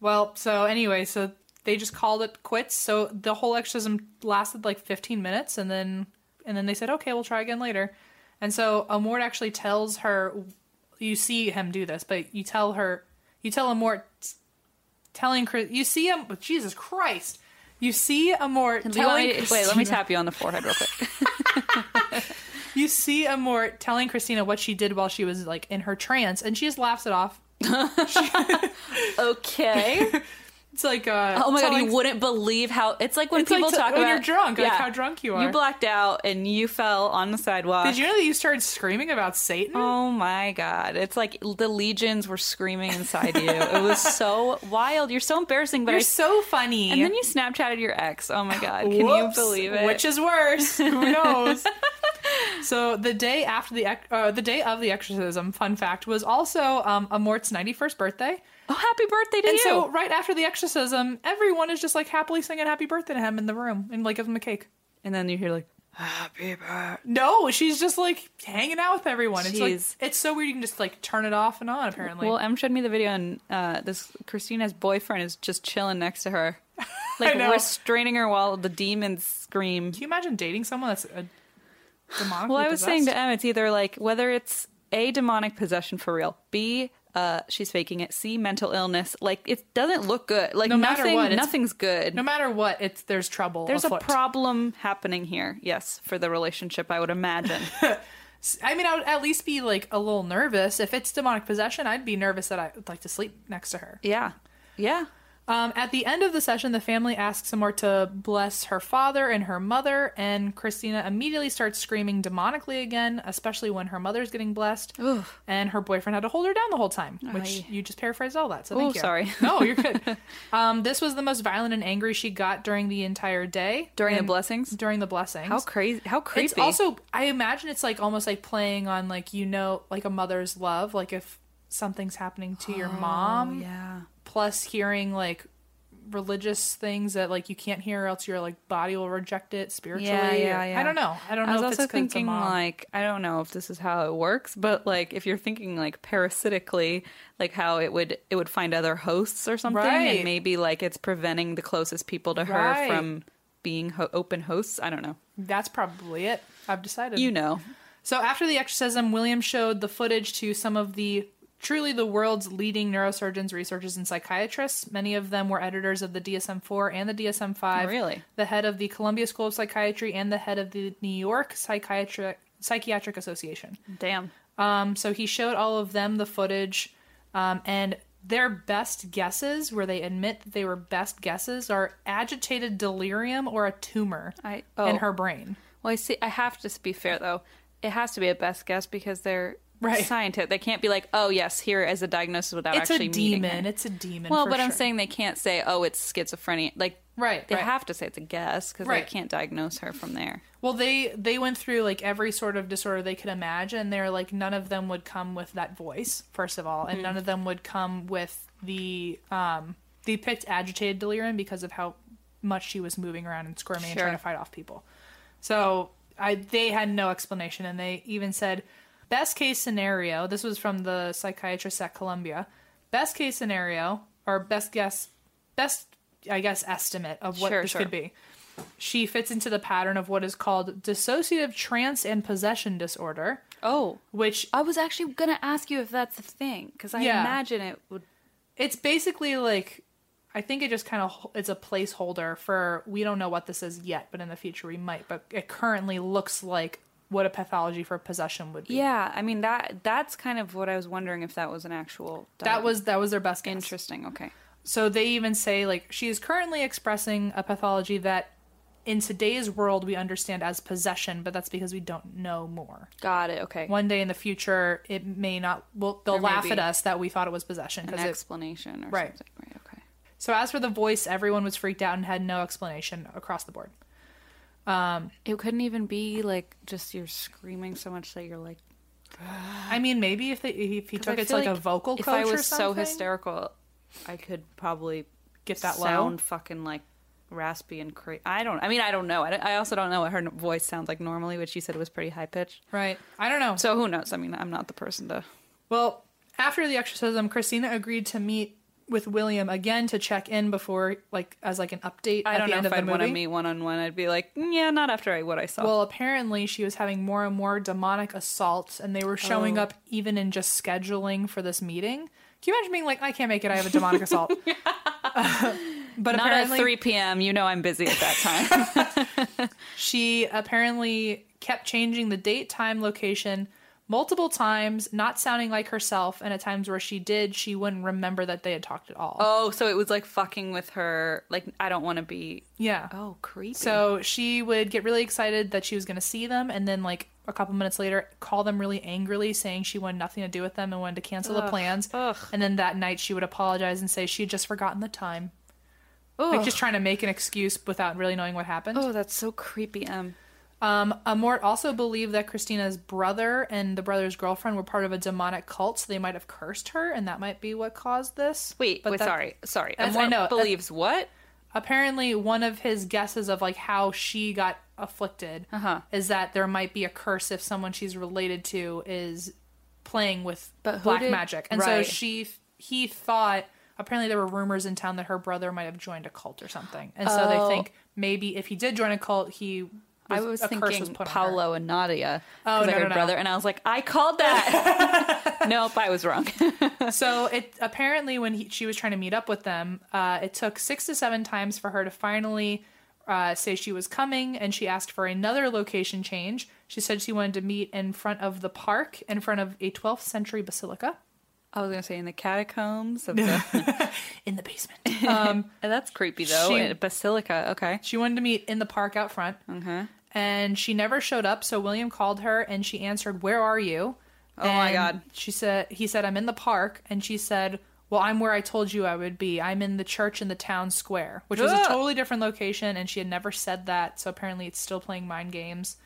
well so anyway so they just called it quits so the whole exorcism lasted like 15 minutes and then and then they said okay we'll try again later and so amort actually tells her you see him do this but you tell her you tell amort telling Chris, you see him jesus christ you see amort
Do you want
telling
me to- wait, let me
Christina-
tap you on the forehead real quick.
you see Amort telling Christina what she did while she was like in her trance, and she just laughs it off.
Okay.
It's like, uh,
Oh my god,
telling-
you wouldn't believe how it's like when
It's like
people
to-
talk
when
about
you're drunk, like how drunk you are.
You blacked out and you fell on the sidewalk.
Did you know that you started screaming about Satan?
Oh my god. It's like the legions were screaming inside you. It was so wild. You're so embarrassing, but
You're
I
so funny.
And then you Snapchatted your ex. Oh my god. Can
Whoops.
you believe it?
Which is worse? Who knows? so the day after the ex- uh, the day of the exorcism, fun fact, was also um, Amort's ninety first birthday.
oh, happy birthday to
And
you.
so right after the exorcism, everyone is just like happily singing happy birthday to him in the room and like gives him a cake.
and then you hear like
No, she's just like hanging out with everyone. It's
Jeez.
like it's so weird you can just like turn it off and on apparently.
Well, Em showed me the video and uh, this Christina's boyfriend is just chilling next to her. Like
know.
restraining her while the demons scream.
Can you imagine dating someone that's a demonically
Well, I was saying to
possessed?
Em, it's either like whether it's a demonic possession for real, b uh, she's faking it, c mental illness. Like it doesn't look good. Like
No matter
nothing,
what, it's-
nothing's good.
no matter what, it's there's trouble.
There's a
afoot.
problem happening here. Yes, for the relationship, I would imagine.
I mean, I would at least be like a little nervous if it's demonic possession. I'd be nervous that I'd like to sleep next to her.
yeah, Yeah.
Um, at the end of the session, the family asks Amor to bless her father and her mother, and Christina immediately starts screaming demonically again, especially when her mother's getting blessed, and her boyfriend had to hold her down the whole time, which you just paraphrased all that. So thank
Oh,
you.
sorry.
No, you're good. um, this was the most violent and angry she got during the entire day.
During the
And-
blessings?
During the blessings.
How crazy. How creepy.
It's also, I imagine it's like almost like playing on like you know, like a mother's love, like if something's happening to your mom,
Oh, yeah.
plus hearing like religious things that like you can't hear or else your like body will reject it spiritually.
Yeah, yeah,
or-
yeah.
I don't know. I don't
I
know
was
if
also
it's 'cause it's a
thinking
mom.
like I don't know if this is how it works, but like if you're thinking like parasitically, like how it would it would find other hosts or something,
Right.
and maybe like it's preventing the closest people to her
Right.
from being ho- open hosts. I don't know.
that's probably it. I've decided.
You know,
So after the exorcism, William showed the footage to some of the truly the world's leading neurosurgeons, researchers, and psychiatrists. Many of them were editors of the DSM-4 and the DSM-5.
Really?
The head of the Columbia School of Psychiatry and the head of the New York Psychiatric Psychiatric Association.
damn.
Um, so he showed all of them the footage, um, and their best guesses, where they admit that they were best guesses, are agitated delirium or a tumor
I- oh.
in her brain.
Well, I see. I have to be fair though. It has to be a best guess because they're
Right.
scientists. They can't be like, oh yes, here is a diagnosis without
It's
actually
a
meeting
demon.
her.
It's a demon.
Well,
for
but I'm
sure.
saying they can't say, oh, it's schizophrenia. Like,
Right,
They
right.
have to say it's a guess because
Right.
they can't diagnose her from there.
Well, they they went through like every sort of disorder they could imagine. They're like none of them would come with that voice, first of all, and none of them would come with the um they picked agitated delirium because of how much she was moving around and squirming and
Sure.
trying to fight off people. So I they had no explanation, and they even said best case scenario. This was from the psychiatrist at Columbia. Best case scenario or best guess, best I guess estimate of what
Sure,
this
sure.
could be she fits into the pattern of what is called dissociative trance and possession disorder,
Oh,
which
I was actually gonna ask you if that's a thing because I
Yeah.
imagine it would.
it's basically like I think it just kind of it's a placeholder for we don't know what this is yet, but in the future we might. But it currently looks like what a pathology for possession would be.
Yeah, I mean that. That's kind of what I was wondering if that was an actual.
That
diag-
was that was their best guess.
interesting. Okay.
So they even say like she is currently expressing a pathology that in today's world we understand as possession, but that's because we don't know more.
Got it. Okay.
one day in the future it may not well they'll
There may
laugh
be
at us that we thought it was possession
an
'cause it-
explanation or
Right.
something. Right. Okay.
so as for the voice everyone was freaked out and had no explanation across the board
It couldn't even be like just you're screaming so much that you're like.
i mean maybe if they if he
Uh, 'cause
took
I
it to
feel
like, a vocal coach
If I
or
was so
something,
hysterical, I could probably
get that
sound
loud
fucking like raspy and crazy. I don't. I mean, I don't know. I, don't- I also don't know what her n- voice sounds like normally, which you said was pretty high pitched.
right i don't know
So who knows? I mean, I'm not the person to.
Well, after the exorcism, Christina agreed to meet with William again to check in before, like, as like an update.
I
at
don't
the
know
end
if
of
I'd
the
want to
movie.
meet one on one. I'd be like, "Mm, yeah, not after I, what I saw.
Well, apparently she was having more and more demonic assaults, and they were showing
Oh.
up even in just scheduling for this meeting. Can you imagine being like, I can't make it. I have a demonic assault. but
not at
apparently,
3 p.m. You know, I'm busy at that time.
she apparently kept changing the date, time, location multiple times, not sounding like herself. And at times where she did, she wouldn't remember that they had talked at all.
oh, so it was like fucking with her. Like, I don't want to be.
Yeah.
Oh, creepy.
So she would get really excited that she was going to see them, and then like a couple minutes later, call them really angrily, saying she wanted nothing to do with them and wanted to cancel the plans.
ugh.
And then that night, she would apologize and say she had just forgotten the time, like just trying to make an excuse without really knowing what happened.
oh, that's so creepy. Um,
Um, Amort also believed that Christina's brother and the brother's girlfriend were part of a demonic cult, so they might have cursed her, and that might be what caused this.
wait, wait
that-
sorry, sorry.
That's- I
Amor
know, that-
believes what?
apparently one of his guesses of like how she got afflicted
Uh-huh.
is that there might be a curse if someone she's related to is playing with
But who
black
did-
magic and so
right.
she he thought apparently there were rumors in town that her brother might have joined a cult or something and so they think maybe if he did join a cult he was,
Oh. I was
a curse was
thinking
put on her.
Paolo and Nadia.
Oh,
'cause I
no,
got
no,
a
no.
brother, and I was like, I called that. nope, I was wrong.
so it apparently when he, she was trying to meet up with them uh, it took six to seven times for her to finally uh, say she was coming and she asked for another location change she said she wanted to meet in front of the park in front of a 12th century basilica
I was gonna say in the catacombs of the.
in the basement. Um,
Eh, That's creepy though.
She-
in a basilica. Okay.
she wanted to meet in the park out front,
Okay.
and she never showed up. So William called her, and she answered, "Where are you?"
Oh my
And
God.
She said, "He said I'm in the park," and she said, "Well, I'm where I told you I would be. I'm in the church in the town square, which was a
Ugh.
totally different location." And she had never said that, so apparently it's still playing mind games.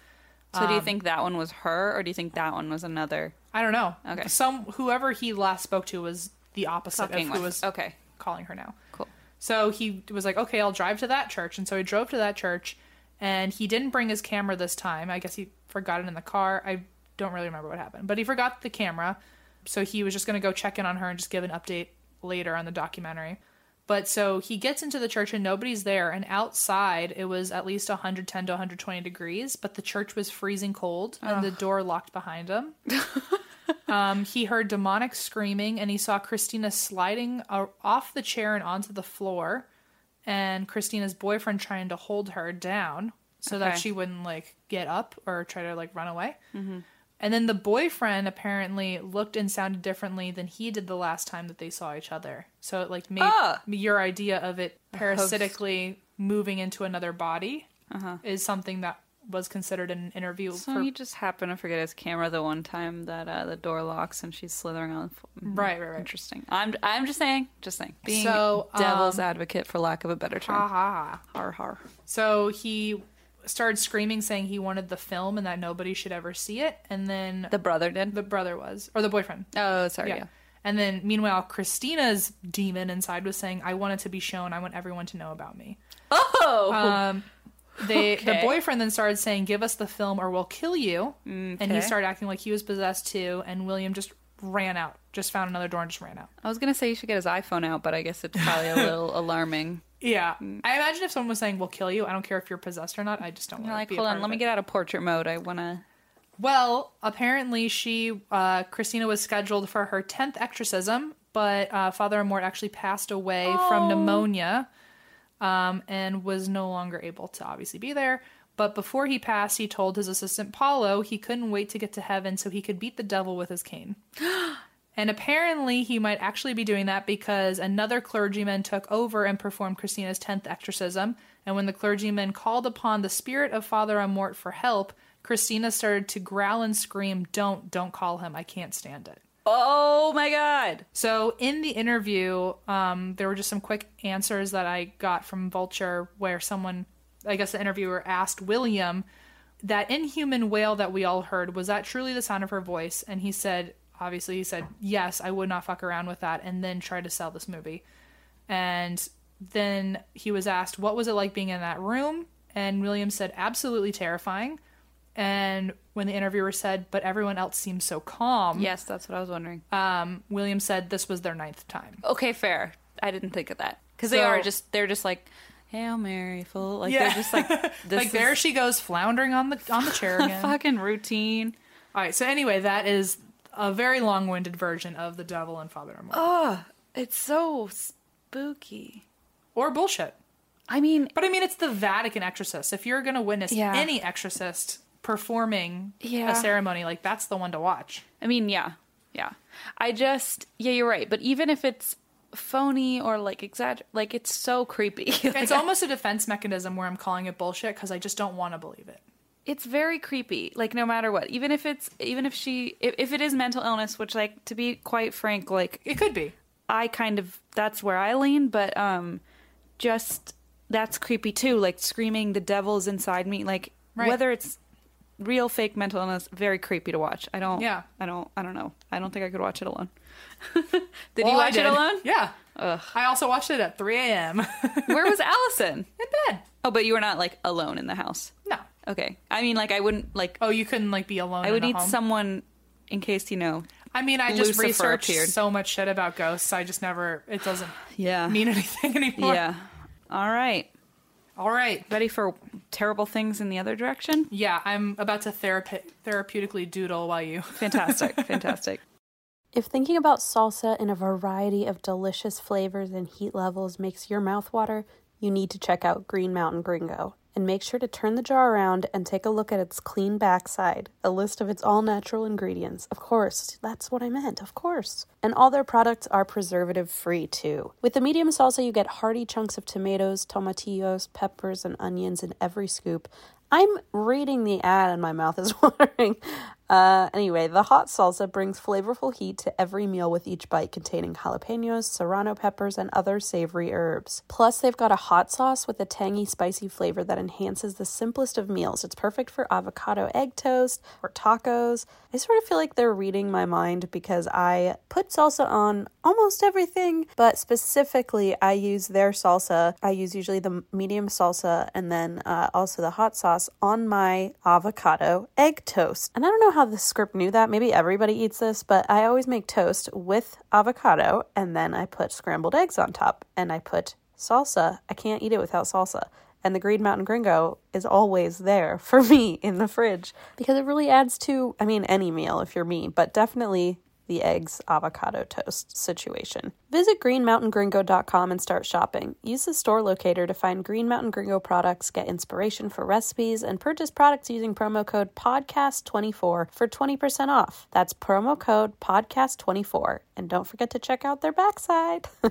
So do you
Um,
think that one was her, or do you think that one was another
I don't know.
Okay.
Some whoever he last spoke to was the opposite of
fucking
who
one?
was
Okay.
calling her now.
Cool.
So he was like, okay, I'll drive to that church. And so he drove to that church and he didn't bring his camera this time. I guess he forgot it in the car. I don't really remember what happened, but he forgot the camera. So he was just going to go check in on her and just give an update later on the documentary. But so he gets into the church and nobody's there. And outside, it was at least 110 to 120 degrees, but the church was freezing cold and the door locked behind him. Um, he heard demonic screaming and he saw Christina sliding uh, off the chair and onto the floor, and Christina's boyfriend trying to hold her down so that
Okay.
she wouldn't like get up or try to like run away.
Mm-hmm.
And then the boyfriend apparently looked and sounded differently than he did the last time that they saw each other. So it like made
Ah.
your idea of it parasitically moving into another body is something that was considered in an interview
Uh-huh. So
for
you just happen to forget his camera the one time that uh, the door locks and she's slithering on. The fl- mm,
right, right, right.
Interesting. I'm I'm just saying, just saying. Being
So,
devil's
um,
advocate, for lack of a better term.
Ha ha ha.
har har.
So he started screaming, saying he wanted the film and that nobody should ever see it. And then
The brother did.
the brother was, or the boyfriend.
oh, sorry. Yeah.
And then meanwhile, Christina's demon inside was saying, I want it to be shown. I want everyone to know about me.
Oh.
Um, they,
Okay.
The boyfriend then started saying, Give us the film or we'll kill you. And
Mm, Okay.
he started acting like he was possessed too. And William just ran out, just found another door and just ran out.
I was gonna say you should get his iPhone out, but I guess it's probably a little alarming.
Yeah. I imagine if someone was saying, We'll kill you, I don't care if you're possessed or not. I just don't want
You're
to
like,
be a
hold
part
on,
of
let me
it."
get out of portrait mode. I wanna.
Well, apparently she uh, Christina was scheduled for her tenth exorcism, but uh, Father Amort actually passed away from pneumonia, um, and was no longer able to obviously be there. But before he passed, he told his assistant Paulo he couldn't wait to get to heaven so he could beat the devil with his cane. And apparently, he might actually be doing that because another clergyman took over and performed Christina's 10th exorcism. And when the clergyman called upon the spirit of Father Amort for help, Christina started to growl and scream, Don't, don't call him. I can't stand it.
Oh my god.
So, in the interview, um, there were just some quick answers that I got from Vulture where someone, I guess the interviewer asked William, that inhuman wail that we all heard, was that truly the sound of her voice? And he said, obviously, he said, yes, I would not fuck around with that and then try to sell this movie. And then he was asked, What was it like being in that room? And William said, Absolutely terrifying. And when the interviewer said, But everyone else seems so calm,
Yes, that's what I was wondering. Uh,
um, William said, This was their ninth time.
okay, fair. I didn't think of that because they
So-
are just they're just like Hail Mary, full. Like
Yeah.
they're just like this
like there she goes floundering on the on the chair
is
again.
fucking routine.
All right, so anyway, that is a very long-winded version of the devil and Father Amor.
It's so spooky.
or bullshit.
I mean,
But I mean, it's the Vatican exorcist. If you're going to witness
Yeah.
any exorcist performing
Yeah.
a ceremony, like that's the one to watch.
I mean, yeah, yeah. I just, yeah, you're right. But even if it's phony or like exagger, like it's so creepy. Like,
It's almost a defense mechanism where I'm calling it bullshit because I just don't want to believe it.
it's very creepy. Like no matter what, even if it's, even if she, if, if it is mental illness, which like to be quite frank, like
It could be.
I kind of that's where I lean, but um just that's creepy too, like screaming the devil's inside me, like
Right.
whether it's real fake mental illness, very creepy to watch. I don't
Yeah.
I don't I don't know. I don't think I could watch it alone. did
Well,
you
I
watch it
did.
alone?
Yeah. I also watched it at 3 a.m. in
Where was Allison?
bed.
Oh, but you were not like alone in the house.
No.
Okay. I mean like I wouldn't like
Oh, you couldn't like be alone.
I would
in a
need
home?
someone in case you know.
I mean, I just
Lucifer
researched
appeared.
so much shit about ghosts. I just never. It doesn't
Yeah.
mean anything anymore.
Yeah. All right.
All right.
Ready for terrible things in the other direction?
Yeah, I'm about to therape- therapeutically doodle while you.
Fantastic. Fantastic.
If thinking about salsa in a variety of delicious flavors and heat levels makes your mouth water, you need to check out Green Mountain Gringo. and make sure to turn the jar around and take a look at its clean backside. A list of its all natural ingredients. Of course, that's what I meant, of course. And all their products are preservative free too. With the medium salsa, you get hearty chunks of tomatoes, tomatillos, peppers, and onions in every scoop. I'm reading the ad and my mouth is watering. Uh, anyway, the hot salsa brings flavorful heat to every meal with each bite containing jalapenos, serrano peppers, and other savory herbs. Plus, they've got a hot sauce with a tangy, spicy flavor that enhances the simplest of meals. It's perfect for avocado egg toast or tacos. I sort of feel like they're reading my mind because I put salsa on almost everything, but specifically, I use their salsa. I use usually the medium salsa and then uh, also the hot sauce on my avocado egg toast. And I don't know how the script knew that. Maybe everybody eats this, but I always make toast with avocado and then I put scrambled eggs on top and I put salsa. I can't eat it without salsa. And the Green Mountain Gringo is always there for me in the fridge because it really adds to, I mean, any meal if you're me, but definitely the eggs avocado toast situation. Visit greenmountaingringo.com and start shopping. Use the store locator to find Green Mountain Gringo products, get inspiration for recipes, and purchase products using promo code PODCAST24 for 20% off. That's promo code PODCAST24. And don't forget to check out their backside.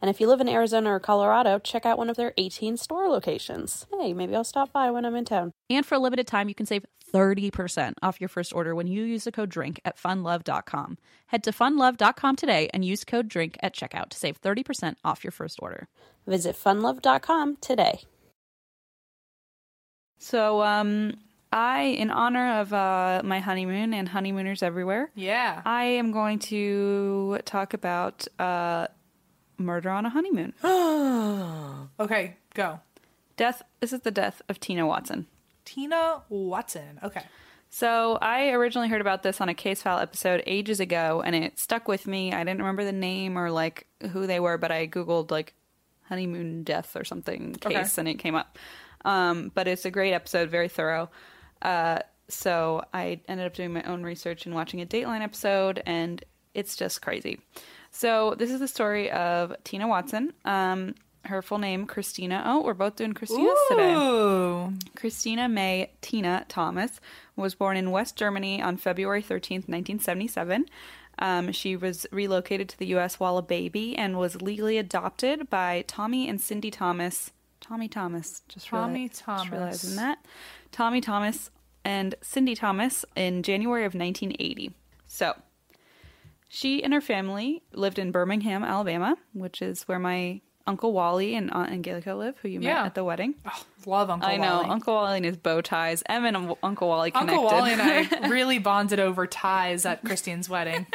And if you live in Arizona or Colorado, check out one of their 18 store locations. Hey, maybe I'll stop by when I'm in town.
And for a limited time, you can save 30% off your first order when you use the code DRINK at funlove.com. Head to funlove.com today and use code DRINK at checkout to save 30% off your first order.
Visit funlove.com today.
So, um, I, in honor of uh, my honeymoon and honeymooners everywhere,
Yeah.
I am going to talk about uh, murder on a honeymoon.
Okay, go.
death. This is the death of Tina Watson.
Tina Watson. Okay.
So I originally heard about this on a case file episode ages ago, and it stuck with me. I didn't remember the name or like who they were, but I googled like honeymoon death or something case,
Okay.
and it came up. Um, but it's a great episode, very thorough. Uh, so I ended up doing my own research and watching a Dateline episode, and it's just crazy. So this is the story of Tina Watson. Um, her full name Christina. Oh, we're both doing Christinas today.
Ooh.
Christina May Tina Thomas was born in West Germany on February 13th, 1977. Um, she was relocated to the U.S. while a baby and was legally adopted by Tommy and Cindy Thomas. Tommy Thomas, just
Tommy
reali- just
Thomas.
realizing that. Tommy Thomas and Cindy Thomas in January of 1980. So she and her family lived in Birmingham, Alabama, which is where my uncle Wally and Aunt Angelica live, who you
Yeah.
met at the wedding.
Oh, love Uncle
I know
Wally.
Uncle Wally and his bow ties. Em and Uncle- Uncle Wally connected.
Uncle Wally and I really bonded over ties at Christine's wedding.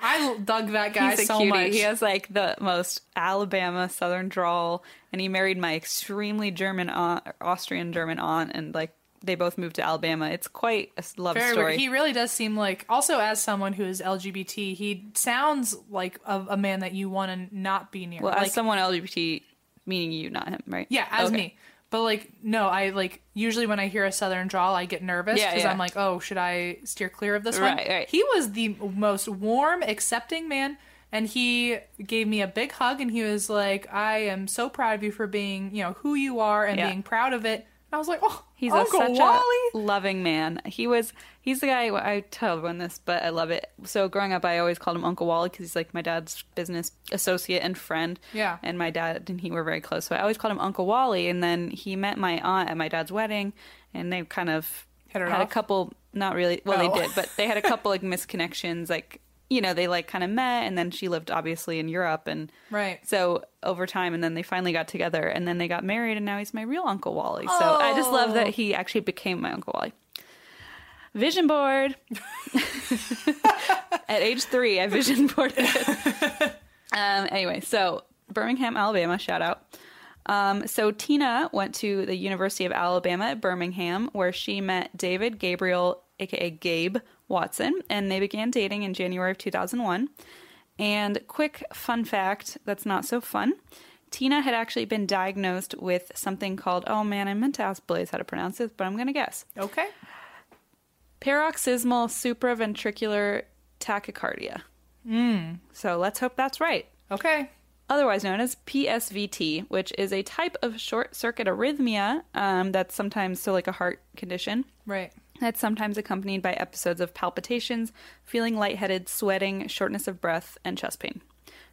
I dug that guy
He's a
so
cutie.
much.
He has like the most Alabama Southern drawl, and he married my extremely German aunt, Austrian German aunt, and like they both moved to Alabama. It's quite a s- love
Very
story.
weird. He really does seem like. Also, as someone who is LGBT, he sounds like a, a man that you want to not be near.
well,
like,
as someone LGBT, meaning you, not him, right?
yeah, as
Okay.
me. But like, no, I like usually when I hear a Southern drawl, I get nervous
Yeah,
because
yeah.
I'm like, oh, should I steer clear of this
Right,
one?
right.
He was the most warm, accepting man, and he gave me a big hug, and he was like, I am so proud of you for being, you know, who you are and
Yeah.
being proud of it. And I was like, oh,
He's a,
Uncle
such
Wally.
a loving man. He was. He's the guy. I tell everyone this, but I love it. So growing up, I always called him Uncle Wally because he's like my dad's business associate and friend.
Yeah.
And my dad and he were very close, so I always called him Uncle Wally. And then he met my aunt at my dad's wedding, and they kind of
Hit it
had a
off?
couple. Not really. Well,
Oh.
they did, but they had a couple like misconnections. Like you know, they like kind of met, and then she lived obviously in Europe, and
Right.
So over time, and then they finally got together, and then they got married, and now he's my real Uncle Wally. So I just love that he actually became my Uncle Wally. Vision board. At age three, I vision boarded. it. um, anyway, so Birmingham, Alabama, shout out. Um, so Tina went to the University of Alabama at Birmingham, where she met David Gabriel, aka Gabe Watson, and they began dating in January of 2001. And quick fun fact that's not so fun. Tina had actually been diagnosed with something called, oh man, I meant to ask Blaze how to pronounce this, but I'm going to guess
Okay.
paroxysmal supraventricular tachycardia. Mm. So let's hope that's right.
Okay.
Otherwise known as PSVT, which is a type of short circuit arrhythmia um, that's sometimes so like a heart condition
Right.
that's sometimes accompanied by episodes of palpitations, feeling lightheaded, sweating, shortness of breath, and chest pain.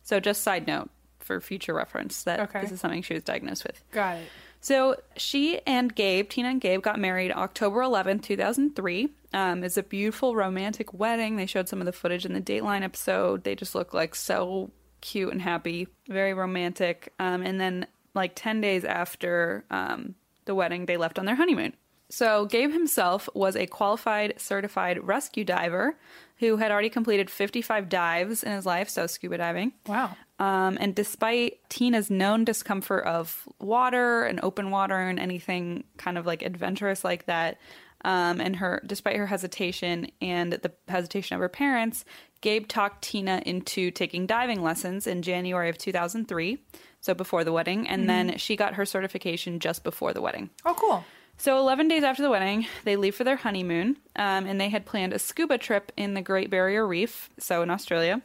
So, just side note for future reference that
Okay.
this is something she was diagnosed with.
Got it.
So she and Gabe, Tina and Gabe, got married October 11th, 2003. Um, it's a beautiful romantic wedding. They showed some of the footage in the Dateline episode. They just look like so cute and happy, very romantic. Um, and then, like 10 days after um, the wedding, they left on their honeymoon. So Gabe himself was a qualified, certified rescue diver who had already completed 55 dives in his life, so scuba diving.
Wow.
Um, and despite Tina's known discomfort of water and open water and anything kind of like adventurous like that, um, and her despite her hesitation and the hesitation of her parents, Gabe talked Tina into taking diving lessons in January of 2003, so before the wedding, and then she got her certification just before the wedding.
Oh, cool.
So, 11 days after the wedding, they leave for their honeymoon, um, and they had planned a scuba trip in the Great Barrier Reef, so in Australia.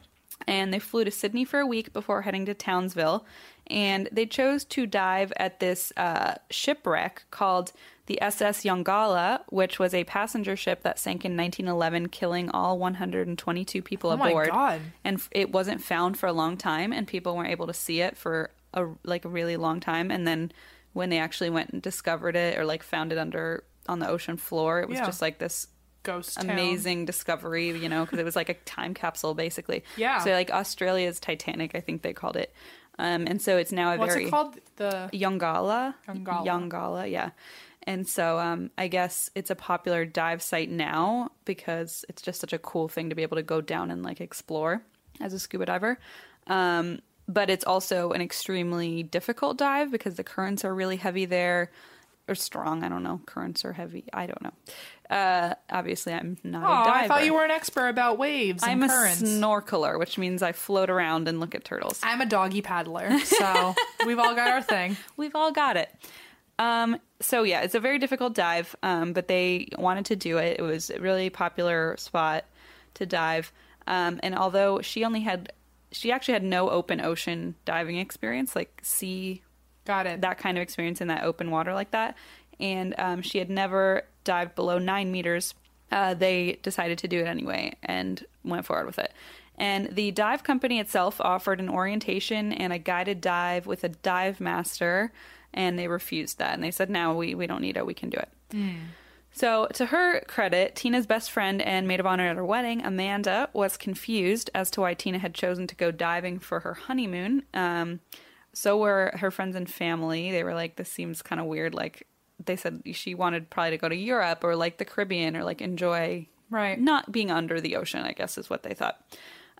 And they flew to Sydney for a week before heading to Townsville. And they chose to dive at this uh, shipwreck called the SS Yongala, which was a passenger ship that sank in 1911, killing all 122 people
Oh my
aboard.
God.
And f- it wasn't found for a long time, and people weren't able to see it for a like a really long time. And then when they actually went and discovered it, or like found it under on the ocean floor, it was
Yeah.
just like this
Ghost. town.
amazing discovery, you know, because it was like a time capsule basically.
Yeah.
So like Australia's Titanic, I think they called it. Um, and so it's now a
What's
very
it called? The
Yongala.
Yongala.
Yongala, yeah. And so um, I guess it's a popular dive site now because it's just such a cool thing to be able to go down and like explore as a scuba diver. Um, but it's also an extremely difficult dive because the currents are really heavy there or strong. I don't know. Currents are heavy. I don't know. Uh, obviously, I'm not
Oh,
a diver.
I thought you were an expert about waves
I'm
and currents.
a snorkeler, which means I float around and look at turtles.
I'm a doggy paddler, so we've all got our thing.
We've all got it. Um, so yeah, it's a very difficult dive, um, but they wanted to do it. It was a really popular spot to dive. Um, and although she only had, she actually had no open ocean diving experience, like sea
Got it.
that kind of experience in that open water like that. And um, she had never dived below nine meters. Uh, they decided to do it anyway and went forward with it. And the dive company itself offered an orientation and a guided dive with a dive master, and they refused that. And they said, no, we, we don't need it. We can do it. So, to her credit, Tina's best friend and maid of honor at her wedding, Amanda, was confused as to why Tina had chosen to go diving for her honeymoon. Um, so were her friends and family. They were like, this seems kind of weird. Like, they said she wanted probably to go to Europe or like the Caribbean or like enjoy
Right.
not being under the ocean, I guess is what they thought.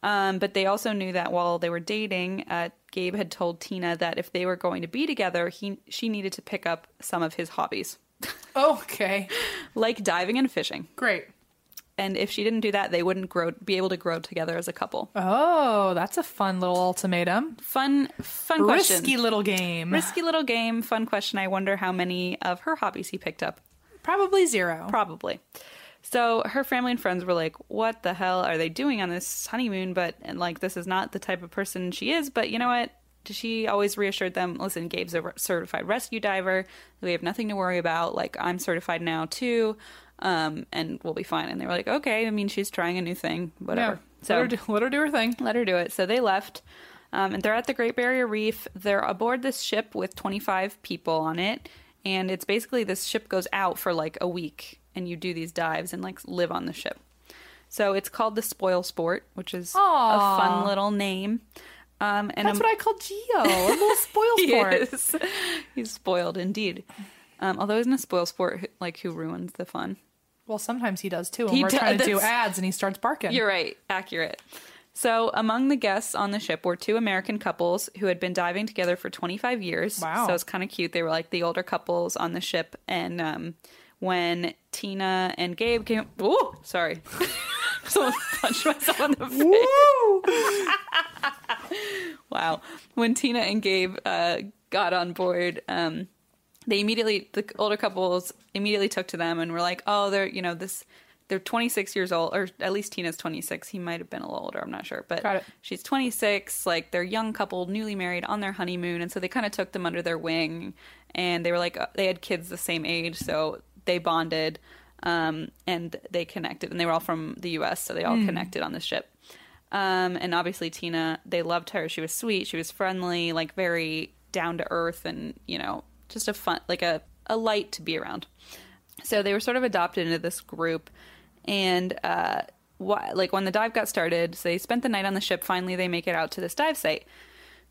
Um, but they also knew that while they were dating, uh, Gabe had told Tina that if they were going to be together, he she needed to pick up some of his hobbies,
Oh, Okay.
like diving and fishing.
Great.
And if she didn't do that, they wouldn't grow be able to grow together as a couple.
Oh, that's a fun little ultimatum.
Fun, fun question.
Risky little game.
Risky little game. Fun question. I wonder how many of her hobbies he picked up.
Probably zero.
Probably. So her family and friends were like, "What the hell are they doing on this honeymoon?" But and like, this is not the type of person she is. But you know what? She always reassured them, "Listen, Gabe's a re- certified rescue diver. We have nothing to worry about. Like, I'm certified now too, um, and we'll be fine." And they were like, "Okay. I mean, she's trying a new thing. Whatever."
yeah.
So
let, her do, let her do her thing.
let her do it. So they left, um, and they're at the Great Barrier Reef. They're aboard this ship with 25 people on it, and it's basically this ship goes out for like a week, and you do these dives and like live on the ship. So it's called the Spoil Sport, which is a
Aw.
fun little name. Um, and
That's what
I'm-
I call Geo, a little spoil
he
sport.
is. He's spoiled indeed. Um, although isn't a spoil sport who- like who ruins the fun?
Well, sometimes he does too. And
He
we're trying to
does.
do ads, and he starts barking.
You're right. Accurate. So, among the guests on the ship were two American couples who had been diving together for 25 years.
Wow.
So, it's kind of cute. They were like the older couples on the ship. And um, when Tina and Gabe came. Ooh, sorry. Someone punched myself in the face. wow. When Tina and Gabe uh, got on board, um, they immediately the older couples immediately took to them and were like, "Oh, they're you know this." They're 26 years old, or at least Tina's 26. He might have been a little older, I'm not sure, but
Got it.
she's 26. Like they're a young couple, newly married, on their honeymoon, and so they kind of took them under their wing, and they were like, uh, they had kids the same age, so they bonded, um, and they connected, and they were all from the U.S., so they all connected on the ship. Um, and obviously Tina, they loved her. She was sweet. She was friendly, like very down to earth, and you know, just a fun, like a a light to be around. So they were sort of adopted into this group, and uh, wh- like when the dive got started, so they spent the night on the ship. Finally, they make it out to this dive site.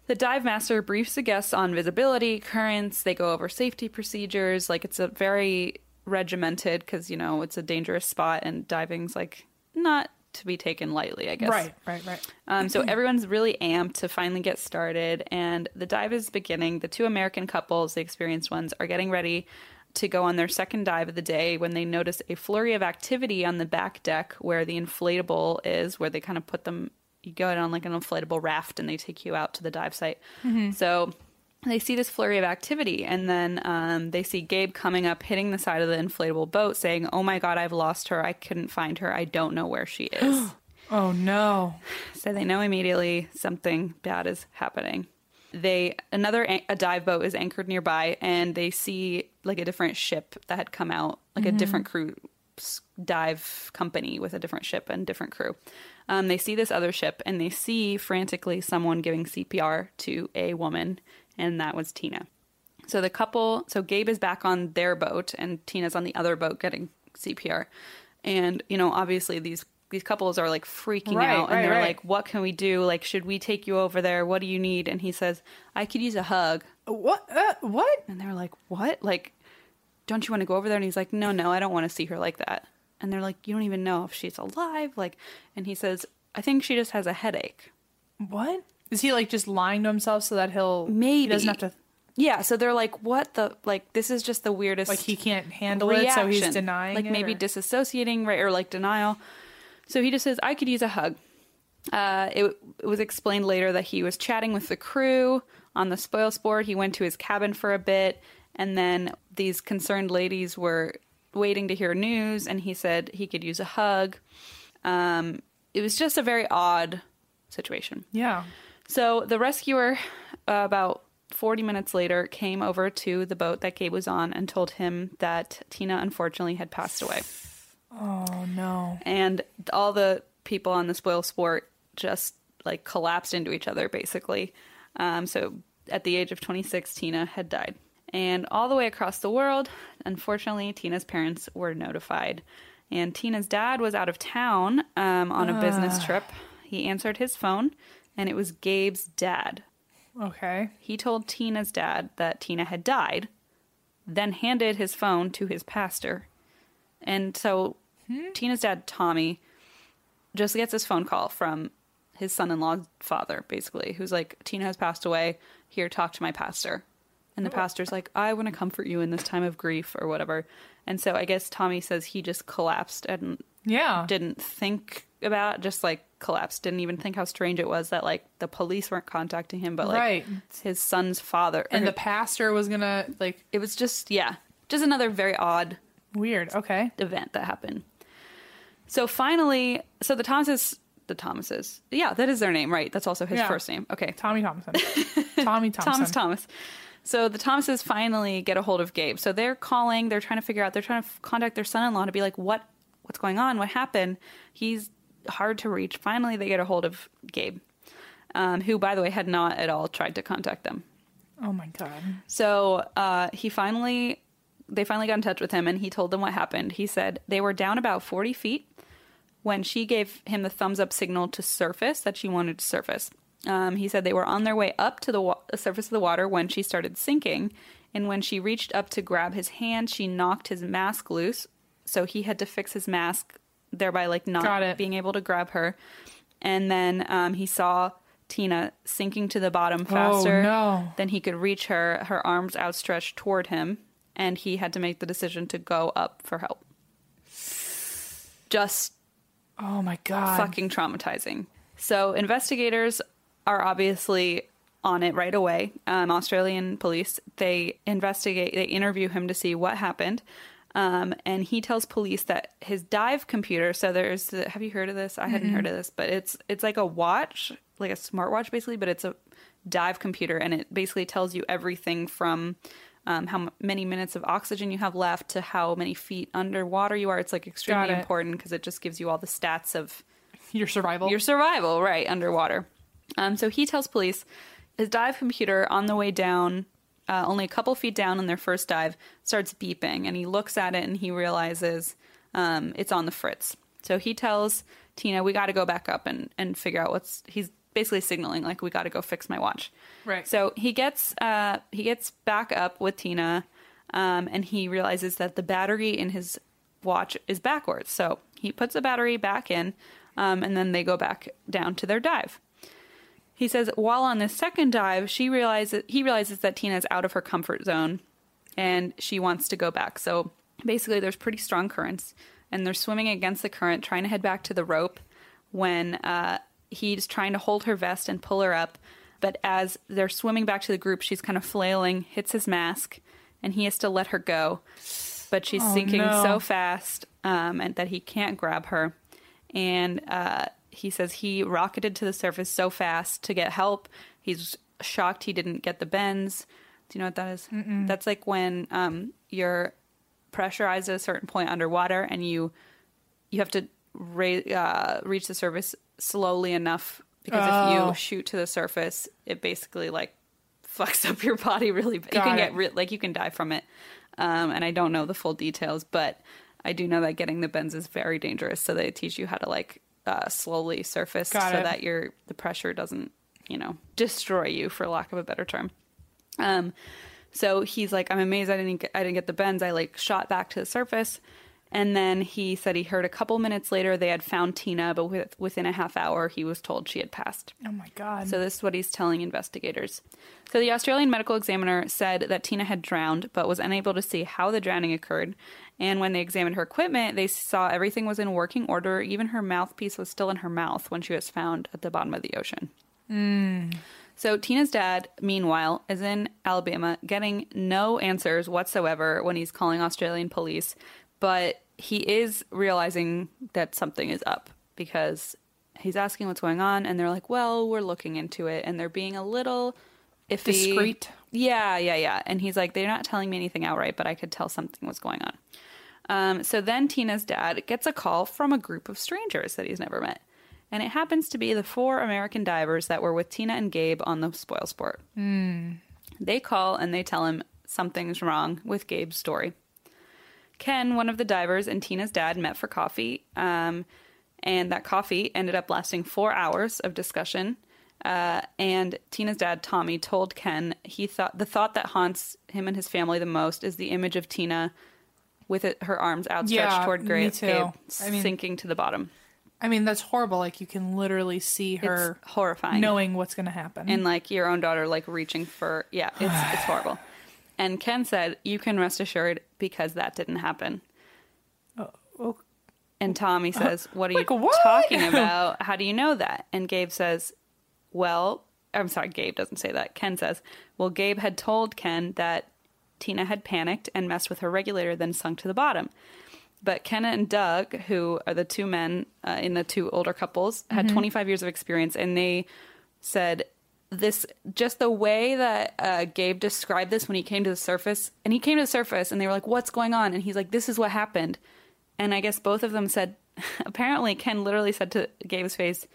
The dive master briefs the guests on visibility, currents. They go over safety procedures. Like it's a very regimented because you know it's a dangerous spot, and diving's like not to be taken lightly. I guess.
Right, right, right.
Um, so everyone's really amped to finally get started, and the dive is beginning. The two American couples, the experienced ones, are getting ready to go on their second dive of the day when they notice a flurry of activity on the back deck where the inflatable is, where they kind of put them. You go on like an inflatable raft, and they take you out to the dive site. So they see this flurry of activity, and then um, they see Gabe coming up, hitting the side of the inflatable boat, saying, "Oh my God, I've lost her! I couldn't find her! I don't know where she is."
Oh no!
So they know immediately something bad is happening. They another an- a dive boat is anchored nearby, and they see like a different ship that had come out, like
Mm-hmm.
a different crew s- dive company with a different ship and different crew. Um, they see this other ship, and they see frantically someone giving CPR to a woman, and that was Tina. So the couple, so Gabe is back on their boat and Tina's on the other boat getting CPR. And you know, obviously these these couples are like freaking
Right,
out and
right,
they're
right.
like, "What can we do? Like, should we take you over there? What do you need?" And he says, "I could use a hug."
What? Uh, what?
And they're like, "What? Like, don't you want to go over there?" And he's like, "No, no, I don't want to see her like that." And they're like, "You don't even know if she's alive." Like, and he says, "I think she just has a headache."
What? Is he like just lying to himself so that he'll
Maybe
he doesn't have to
Yeah, so they're like, "What the? Like, this is just the weirdest."
like he can't handle it, so
reaction.
he's denying
like
it,
maybe
or-
disassociating right or like denial so he just says i could use a hug uh, it, it was explained later that he was chatting with the crew on the spoil sport he went to his cabin for a bit and then these concerned ladies were waiting to hear news and he said he could use a hug um, it was just a very odd situation
yeah.
so the rescuer, uh, about 40 minutes later, came over to the boat that Gabe was on and told him that Tina unfortunately had passed away.
Oh no!
And all the people on the spoil sport just like collapsed into each other, basically. Um, so at the age of 26, Tina had died. And all the way across the world, unfortunately, Tina's parents were notified. And Tina's dad was out of town um, on a business trip. He answered his phone, and it was Gabe's dad
Okay.
he told Tina's dad that Tina had died, then handed his phone to his pastor. And so Tina's dad, Tommy, just gets this phone call from his son in law's father, basically, who's like, Tina has passed away. Here, talk to my pastor. And the pastor's like, I want to comfort you in this time of grief or whatever. And so I guess Tommy says he just collapsed and
Yeah.
didn't think about just like collapsed didn't even think how strange it was that like the police weren't contacting him but like
Right.
his son's father
and the pastor was gonna like
it was just yeah just another very odd
weird. Okay.
event that happened so finally so the thomases the thomases yeah that is their name right that's also his
Yeah.
first name okay
Tommy Thompson. Tommy Thompson.
Thomas Thomas. So the Thomases finally get a hold of Gabe. So they're calling, they're trying to figure out, they're trying to f- contact their son-in-law to be like, what, what's going on? What happened? He's hard to reach. Finally, they get a hold of Gabe, um, who, by the way, had not at all tried to contact them.
Oh my god.
So uh, he finally they finally got in touch with him and he told them what happened. He said they were down about 40 feet when she gave him the thumbs up signal to surface that she wanted to surface. Um, he said they were on their way up to the wa- the surface of the water when she started sinking, and when she reached up to grab his hand, she knocked his mask loose, so he had to fix his mask, thereby like
Got
not
it.
being able to grab her. And then um, he saw Tina sinking to the bottom faster
no.
than he could reach her, her arms outstretched toward him, and he had to make the decision to go up for help. Just
Oh my god.
fucking traumatizing. So investigators are obviously on it right away. Um, Australian police they investigate, they interview him to see what happened, um, and he tells police that his dive computer. So there's, the, have you heard of this? I hadn't heard of this, but it's it's like a watch, like a smartwatch basically, but it's a dive computer, and it basically tells you everything from um, how m- many minutes of oxygen you have left to how many feet underwater you are. It's like extremely
it.
important because it just gives you all the stats of
Your survival.
your survival, right, underwater. Um, so he tells police his dive computer on the way down, uh, only a couple feet down on their first dive, starts beeping, and he looks at it and he realizes um, it's on the fritz. So he tells Tina, "We got to go back up and and figure out what's." He's basically signaling like, "We got to go fix my watch."
Right.
So he gets uh, he gets back up with Tina, um, and he realizes that the battery in his watch is backwards. So he puts the battery back in, um, and then they go back down to their dive. He says while on the second dive, she realizes he realizes that Tina's out of her comfort zone, and she wants to go back. So basically, there's pretty strong currents, and they're swimming against the current, trying to head back to the rope. When uh, he's trying to hold her vest and pull her up, but as they're swimming back to the group, she's kind of flailing, hits his mask, and he has to let her go. But she's sinking
no.
so fast um, and that he can't grab her. And uh, he says he rocketed to the surface so fast to get help. He's shocked he didn't get the bends. Do you know what that is? That's like when um, you're pressurized at a certain point underwater and you you have to ra- uh, reach the surface slowly enough because if
Oh.
you shoot to the surface, it basically like fucks up your body really bad. You
Got
can
it.
get re- like you can die from it. Um, and I don't know the full details, but I do know that getting the bends is very dangerous. So they teach you how to like uh, slowly surface
Got
so
it.
that your the pressure doesn't you know destroy you for lack of a better term. Um, so he's like, I'm amazed I didn't get, I didn't get the bends. I like shot back to the surface, and then he said he heard a couple minutes later they had found Tina, but with, within a half hour he was told she had passed.
oh my god.
So this is what he's telling investigators. So the Australian medical examiner said that Tina had drowned, but was unable to see how the drowning occurred. And when they examined her equipment, they saw everything was in working order. Even her mouthpiece was still in her mouth when she was found at the bottom of the ocean. So Tina's dad, meanwhile, is in Alabama getting no answers whatsoever when he's calling Australian police, but he is realizing that something is up because he's asking what's going on and they're like, "Well, we're looking into it." And they're being a little iffy.
Discreet.
Yeah, yeah, yeah. And he's like, "They're not telling me anything outright, but I could tell something was going on." Um, so then Tina's dad gets a call from a group of strangers that he's never met. And it happens to be the four American divers that were with Tina and Gabe on the spoil sport. They call and they tell him something's wrong with Gabe's story. Ken, one of the divers, and Tina's dad met for coffee, um, and that coffee ended up lasting four hours of discussion. Uh, and Tina's dad, Tommy, told Ken he thought the thought that haunts him and his family the most is the image of Tina with it, her arms outstretched
Yeah,
toward
me
Gra-
too.
Gabe,
I mean-
sinking to the bottom.
I mean, that's horrible. Like you can literally see her
it's horrifying.
knowing what's going to happen.
and like your own daughter like reaching for yeah it's it's horrible and ken said you can rest assured because that didn't happen
oh.
and tommy says what are
Uh, Like,
you
what?"
talking about how do you know that and gabe says well i'm sorry gabe doesn't say that ken says well gabe had told ken that tina had panicked and messed with her regulator then sunk to the bottom but Kenna and Doug, who are the two men uh, in the two older couples, had
Mm-hmm.
25 years of experience, and they said this just the way that uh, Gabe described this when he came to the surface. And he came to the surface, and they were like, "What's going on?" And he's like, "This is what happened." And I guess both of them said, apparently, Ken literally said to Gabe's face,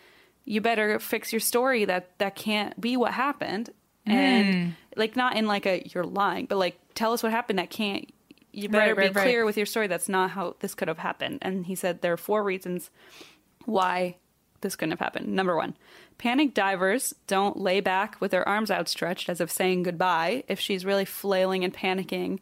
"You better fix your story. That that can't be what
Hmm.
happened." And like not in like a you're lying, but like tell us what happened. That can't you better
Right, right,
be
right.
clear with your story. That's not how this could have happened. And he said there are four reasons why this couldn't have happened. Number one, panic divers don't lay back with their arms outstretched as if saying goodbye. If she's really flailing and panicking,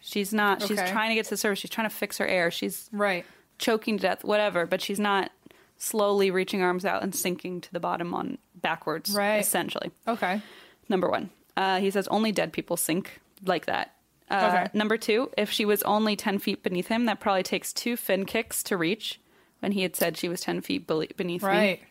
she's not. She's
Hmm. Okay.
trying to get to the surface. She's trying to fix her air. She's
Right.
choking to death, whatever, but she's not slowly reaching arms out and sinking to the bottom on backwards,
Right.
essentially.
Okay.
Number one, uh, he says only dead people sink like that. Uh,
Okay.
Number two, if she was only 10 feet beneath him, that probably takes two fin kicks to reach when he had said she was 10 feet bel- beneath me.
Right.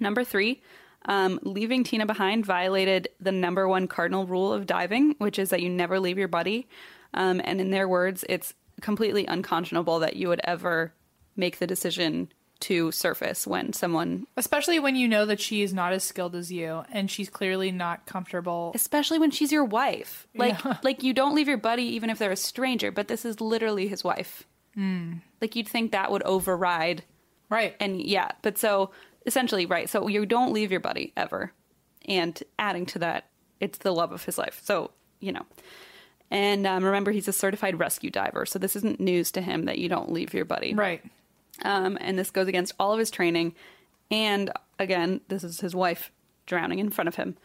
Number three, um, leaving Tina behind violated the number one cardinal rule of diving, which is that you never leave your buddy. Um, and in their words, it's completely unconscionable that you would ever make the decision to surface when someone,
Especially when you know that she is not as skilled as you and she's clearly not comfortable.
especially when she's your wife. Like, like you don't leave your buddy even if they're a stranger. But this is literally his wife. Like you'd think that would override
Right.
and yeah but so essentially right so you don't leave your buddy ever and adding to that it's the love of his life so you know and um, remember he's a certified rescue diver so this isn't news to him that you don't leave your buddy
right.
um, and this goes against all of his training and again this is his wife drowning in front of him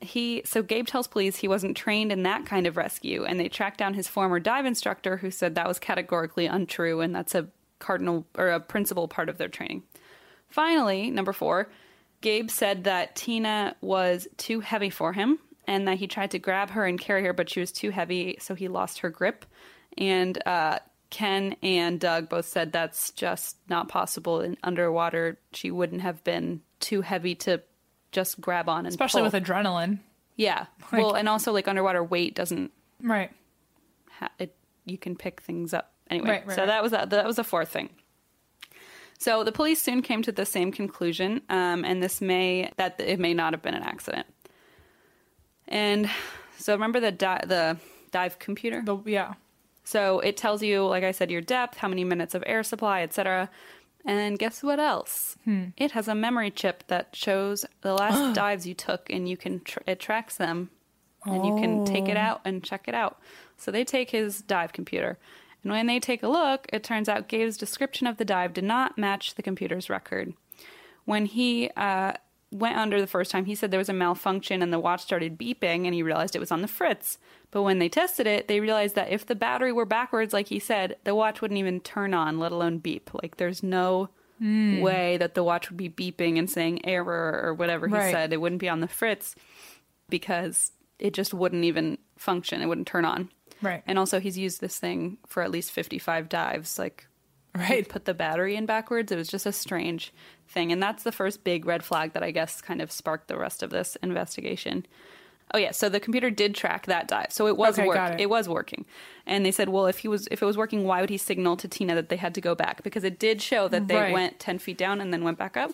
he so gabe tells police he wasn't trained in that kind of rescue and they tracked down his former dive instructor who said that was categorically untrue and that's a cardinal or a principal part of their training finally number four gabe said that tina was too heavy for him and that he tried to grab her and carry her but she was too heavy so he lost her grip and uh, ken and doug both said that's just not possible in underwater she wouldn't have been too heavy to just grab on and
Especially
pull.
with adrenaline.
Yeah. well, and also like underwater weight doesn't
Right.
ha- it you can pick things up anyway.
Right, right,
so
right.
that was that, that was the fourth thing. So the police soon came to the same conclusion, um, and this may that it may not have been an accident. And so remember the di- the dive computer.
The, yeah.
So it tells you, like I said, your depth, how many minutes of air supply, etc. And guess what else? It has a memory chip that shows the last dives you took, and you can tr- it tracks them, and you can take it out and check it out. So they take his dive computer, and when they take a look, it turns out Gabe's description of the dive did not match the computer's record. When he uh, went under the first time, he said there was a malfunction and the watch started beeping, and he realized it was on the fritz. But when they tested it, they realized that if the battery were backwards, like he said, the watch wouldn't even turn on, let alone beep. Like there's no way that the watch would be beeping and saying error or whatever he
Right.
said. It wouldn't be on the fritz because it just wouldn't even function. It wouldn't turn on.
Right.
And also, he's used this thing for at least 55 dives. Like,
Right.
put the battery in backwards. It was just a strange thing. And that's the first big red flag that I guess kind of sparked the rest of this investigation. Oh yeah, so the computer did track that dive. So it was
Okay,
work-
got
it.
it.
was working. And they said, "Well, if he was if it was working, why would he signal to Tina that they had to go back because it did show that they
Right.
went 10 feet down and then went back up."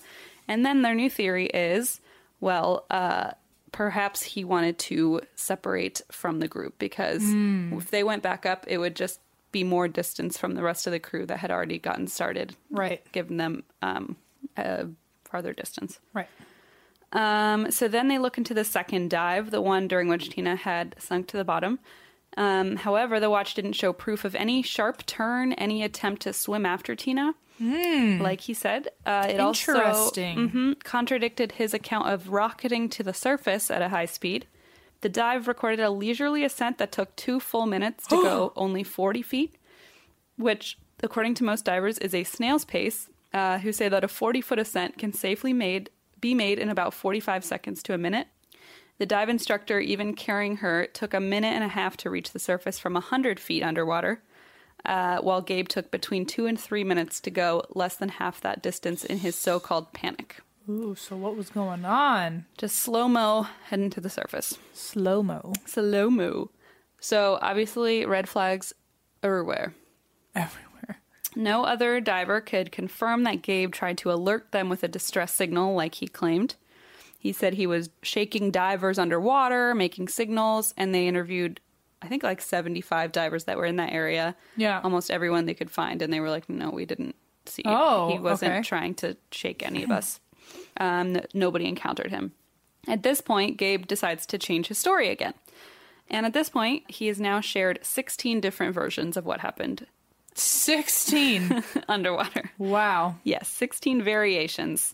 And then their new theory is, well, uh perhaps he wanted to separate from the group because if they went back up, it would just be more distance from the rest of the crew that had already gotten started,
Right.
giving them um, a farther distance.
Right.
Um, so then they look into the second dive, the one during which Tina had sunk to the bottom. Um, however, the watch didn't show proof of any sharp turn, any attempt to swim after Tina. Like he said, uh, it
Interesting.
also Mhm, contradicted his account of rocketing to the surface at a high speed. The dive recorded a leisurely ascent that took two full minutes to go only 40 feet which, according to most divers, is a snail's pace, uh, who say that a 40 foot ascent can safely made, be made in about 45 seconds to a minute. The dive instructor, even carrying her, took a minute and a half to reach the surface from 100 feet underwater, uh, while Gabe took between two and three minutes to go less than half that distance in his so called panic.
Ooh, so what was going on?
Just slow mo heading to the surface.
Slow mo
Slow mo. So, obviously, red flags everywhere.
everywhere.
No other diver could confirm that Gabe tried to alert them with a distress signal like he claimed. He said he was shaking divers underwater, making signals, and they interviewed, I think, like 75 divers that were in that area.
Yeah.
Almost everyone they could find, and they were like, no, we didn't see.
Oh,
he wasn't
okay.
trying to shake any of us. Um, n- nobody encountered him. At this point, Gabe decides to change his story again. And at this point, he has now shared 16 different versions of what happened
16.
underwater.
wow.
Yes, 16 variations.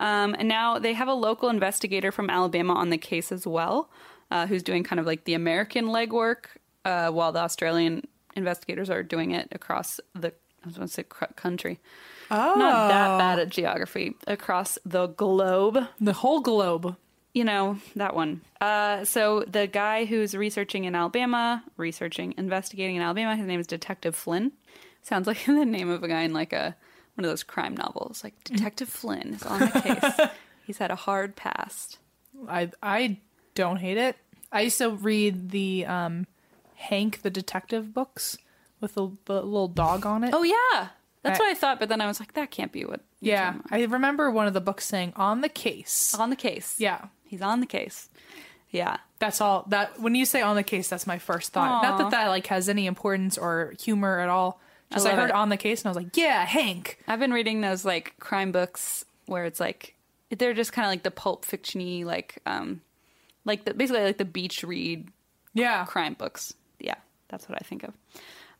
Um, and now they have a local investigator from Alabama on the case as well, uh, who's doing kind of like the American legwork, uh, while the Australian investigators are doing it across the I was going to say cr- country. Oh, not that bad at geography across the globe
The whole globe.
you know that one uh, so the guy who's researching in alabama researching investigating in alabama his name is detective flynn sounds like the name of a guy in like a one of those crime novels like detective flynn is on the case he's had a hard past
I I don't hate it. I used to read the um, Hank the Detective books with the, the little dog on it.
oh yeah that's
I-
what i thought but then i was like that can't be what you're
yeah.
talking about. Oh.
I remember one of the books saying on the case.
on the case
Yeah.
he's on the case yeah
That's all. That when you say on the case, that's my first thought. Not
Aw.
that that like has any importance or humor at all. Just I,
love
heard
it.
on the case and I was like, yeah, Hank.
I've been reading those like crime books where it's like they're just kind of like the pulp fictiony like um like the basically like the beach read
Yeah.
crime books. Yeah, that's what I think of.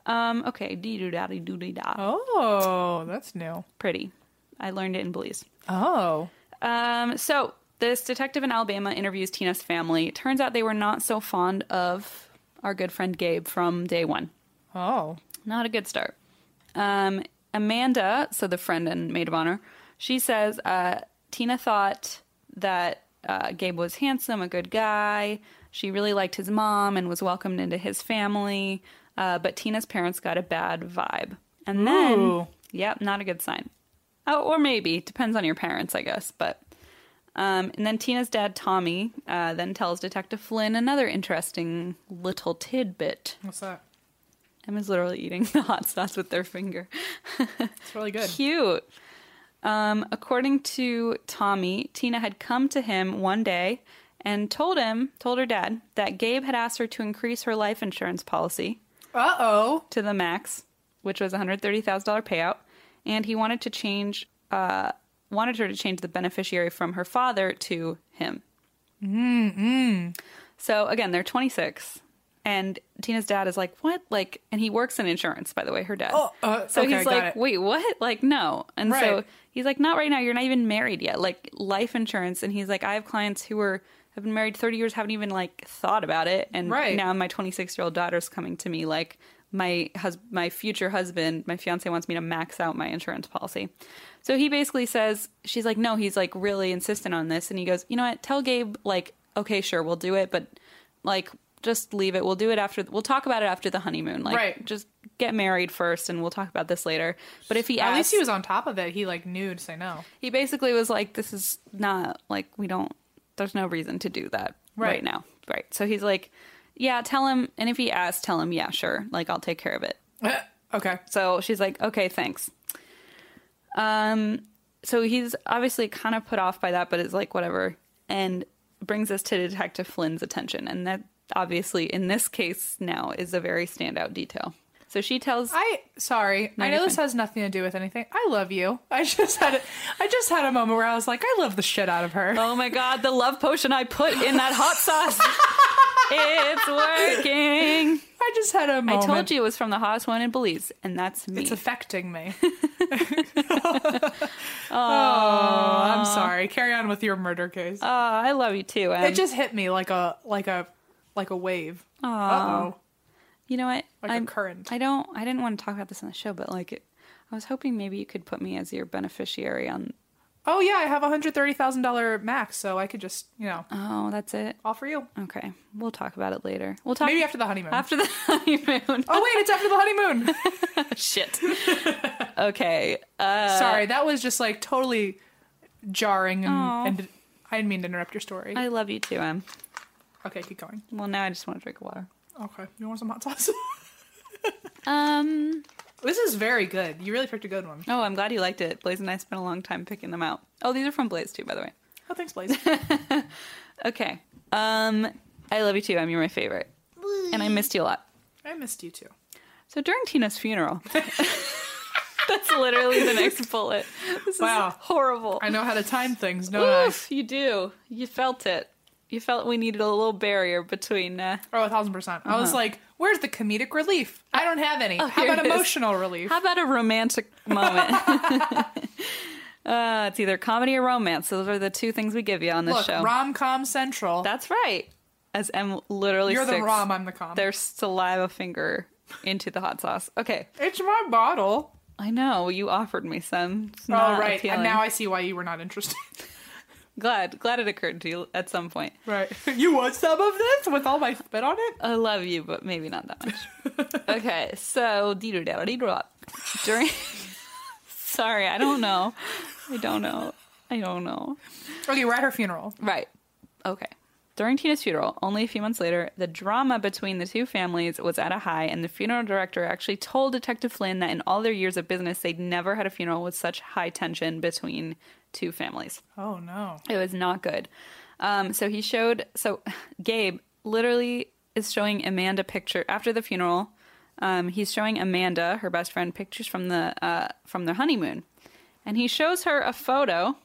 Um okay, dee doo da dee doo dee da.
Oh, that's new.
Pretty. I learned it in Belize.
Oh,
Um, so this detective in Alabama interviews Tina's family. It turns out they were not so fond of our good friend Gabe from day one.
oh,
Not a good start. Um, Amanda, so the friend and maid of honor, she says uh, Tina thought that uh, Gabe was handsome, a good guy. She really liked his mom and was welcomed into his family. Uh, but Tina's parents got a bad vibe. And then,
Ooh.
yep, not a good sign. Oh, or maybe. Depends on your parents, I guess. But. Um, and then Tina's dad, Tommy, uh, then tells Detective Flynn another interesting little tidbit.
what's that?
Emma's literally eating the hot sauce with their finger.
It's really good.
Cute. Um, according to Tommy, Tina had come to him one day and told him, told her dad, that Gabe had asked her to increase her life insurance policy
Uh oh.
to the max, which was $130,000 payout, and he wanted to change, uh, wanted her to change the beneficiary from her father to him.
Mm-hmm.
So again, they're 26. And Tina's dad is like, what? Like, and he works in insurance, by the way, her dad.
Oh, uh,
so
okay,
he's
got
like,
it.
wait, what? Like, no. And so
Right.
he's like, not right now. You're not even married yet. Like, life insurance. And he's like, I have clients who are, have been married 30 years, haven't even like thought about it. And
Right.
now my 26 year old daughter's coming to me like, my hus- my future husband, my fiance wants me to max out my insurance policy. So he basically says, she's like, no, he's like really insistent on this. And he goes, you know what? Tell Gabe, like, okay, sure, we'll do it, but like, just leave it. We'll do it after, we'll talk about it after the honeymoon. Like,
Right.
just get married first and we'll talk about this later. But if he
At least
asks,
he was on top of it. He like knew to say no.
he basically was like, this is not like, we don't, there's no reason to do that right,
Right.
now. Right. So he's like, yeah, tell him. And if he asks, tell him, yeah, sure. Like, I'll take care of it.
okay.
So she's like, okay, thanks. Um, so he's obviously kind of put off by that, but it's like, whatever. And brings us to Detective Flynn's attention. And that obviously, in this case now, is a very standout detail. So she tells,
I sorry. I
you're
know this has nothing to do with anything. I love you. I just had a, I just had a moment where I was like, I love the shit out of her.
oh my God, the love potion I put in that hot sauce. it's working.
I just had a
I
moment.
told you it was from the hottest one in Belize, and that's me.
Oh, It's affecting me. oh, I'm sorry. Carry on with your murder case.
Aw, Ah, I love you too. Em.
it just hit me like a like a like a wave. Uh oh.
You know what?
Like a current.
I don't. I didn't want to talk about this on the show, but like, it, I was hoping maybe you could put me as your beneficiary on.
Oh yeah, I have a hundred thirty thousand dollar max, so I could just you know
Oh, that's it.
offer you.
Okay, we'll talk about it later. We'll talk
Maybe uh, after the honeymoon.
after the honeymoon.
oh wait, it's after the honeymoon.
shit. okay. Uh,
Sorry, that was just like totally jarring, and, and I didn't mean to interrupt your story.
I love you too, Em.
Okay, keep going.
Well, now I just want to drink water.
Okay, you want some hot sauce?
Um.
this is very good. You really picked a good one.
Oh, I'm glad you liked it. Blaze and I spent a long time picking them out. Oh, these are from Blaze too, by the way.
Oh, thanks, Blaze.
Okay. Um, I love you too, Em. You're my favorite, and I missed you a lot.
I missed you too.
So during Tina's funeral, that's literally the next bullet. This
Wow.
is horrible.
I know how to time things, don't I?
Oof, you do. You felt it. you felt we needed a little barrier between. Uh,
Oh, a thousand percent. I was like, where's the comedic relief? I don't have any. How
here
about
it is.
emotional relief?
how about a romantic moment? uh, it's either comedy or romance. Those are the two things we give you on this
Look,
show.
rom com central.
That's right. As M literally
You're the
sticks
rom, I'm the com.
their saliva finger into the hot sauce. Okay,
It's my bottle.
I know you offered me some. It's
oh,
not
right.
appealing.
And now I see why you were not interested.
glad glad it occurred to you at some point.
right. You want some of this with all my spit on it?
I love you, but maybe not that much. okay, so during. Sorry, I don't know. I don't know. I don't know.
Okay, we're at her funeral.
Right. Okay. During Tina's funeral, only a few months later, the drama between the two families was at a high, and the funeral director actually told Detective Flynn that in all their years of business, they'd never had a funeral with such high tension between two families.
Oh, no.
It was not good. Um, so he showed, so Gabe literally is showing Amanda picture after the funeral. Um, he's showing Amanda, her best friend, pictures from the uh, from their honeymoon, and he shows her a photo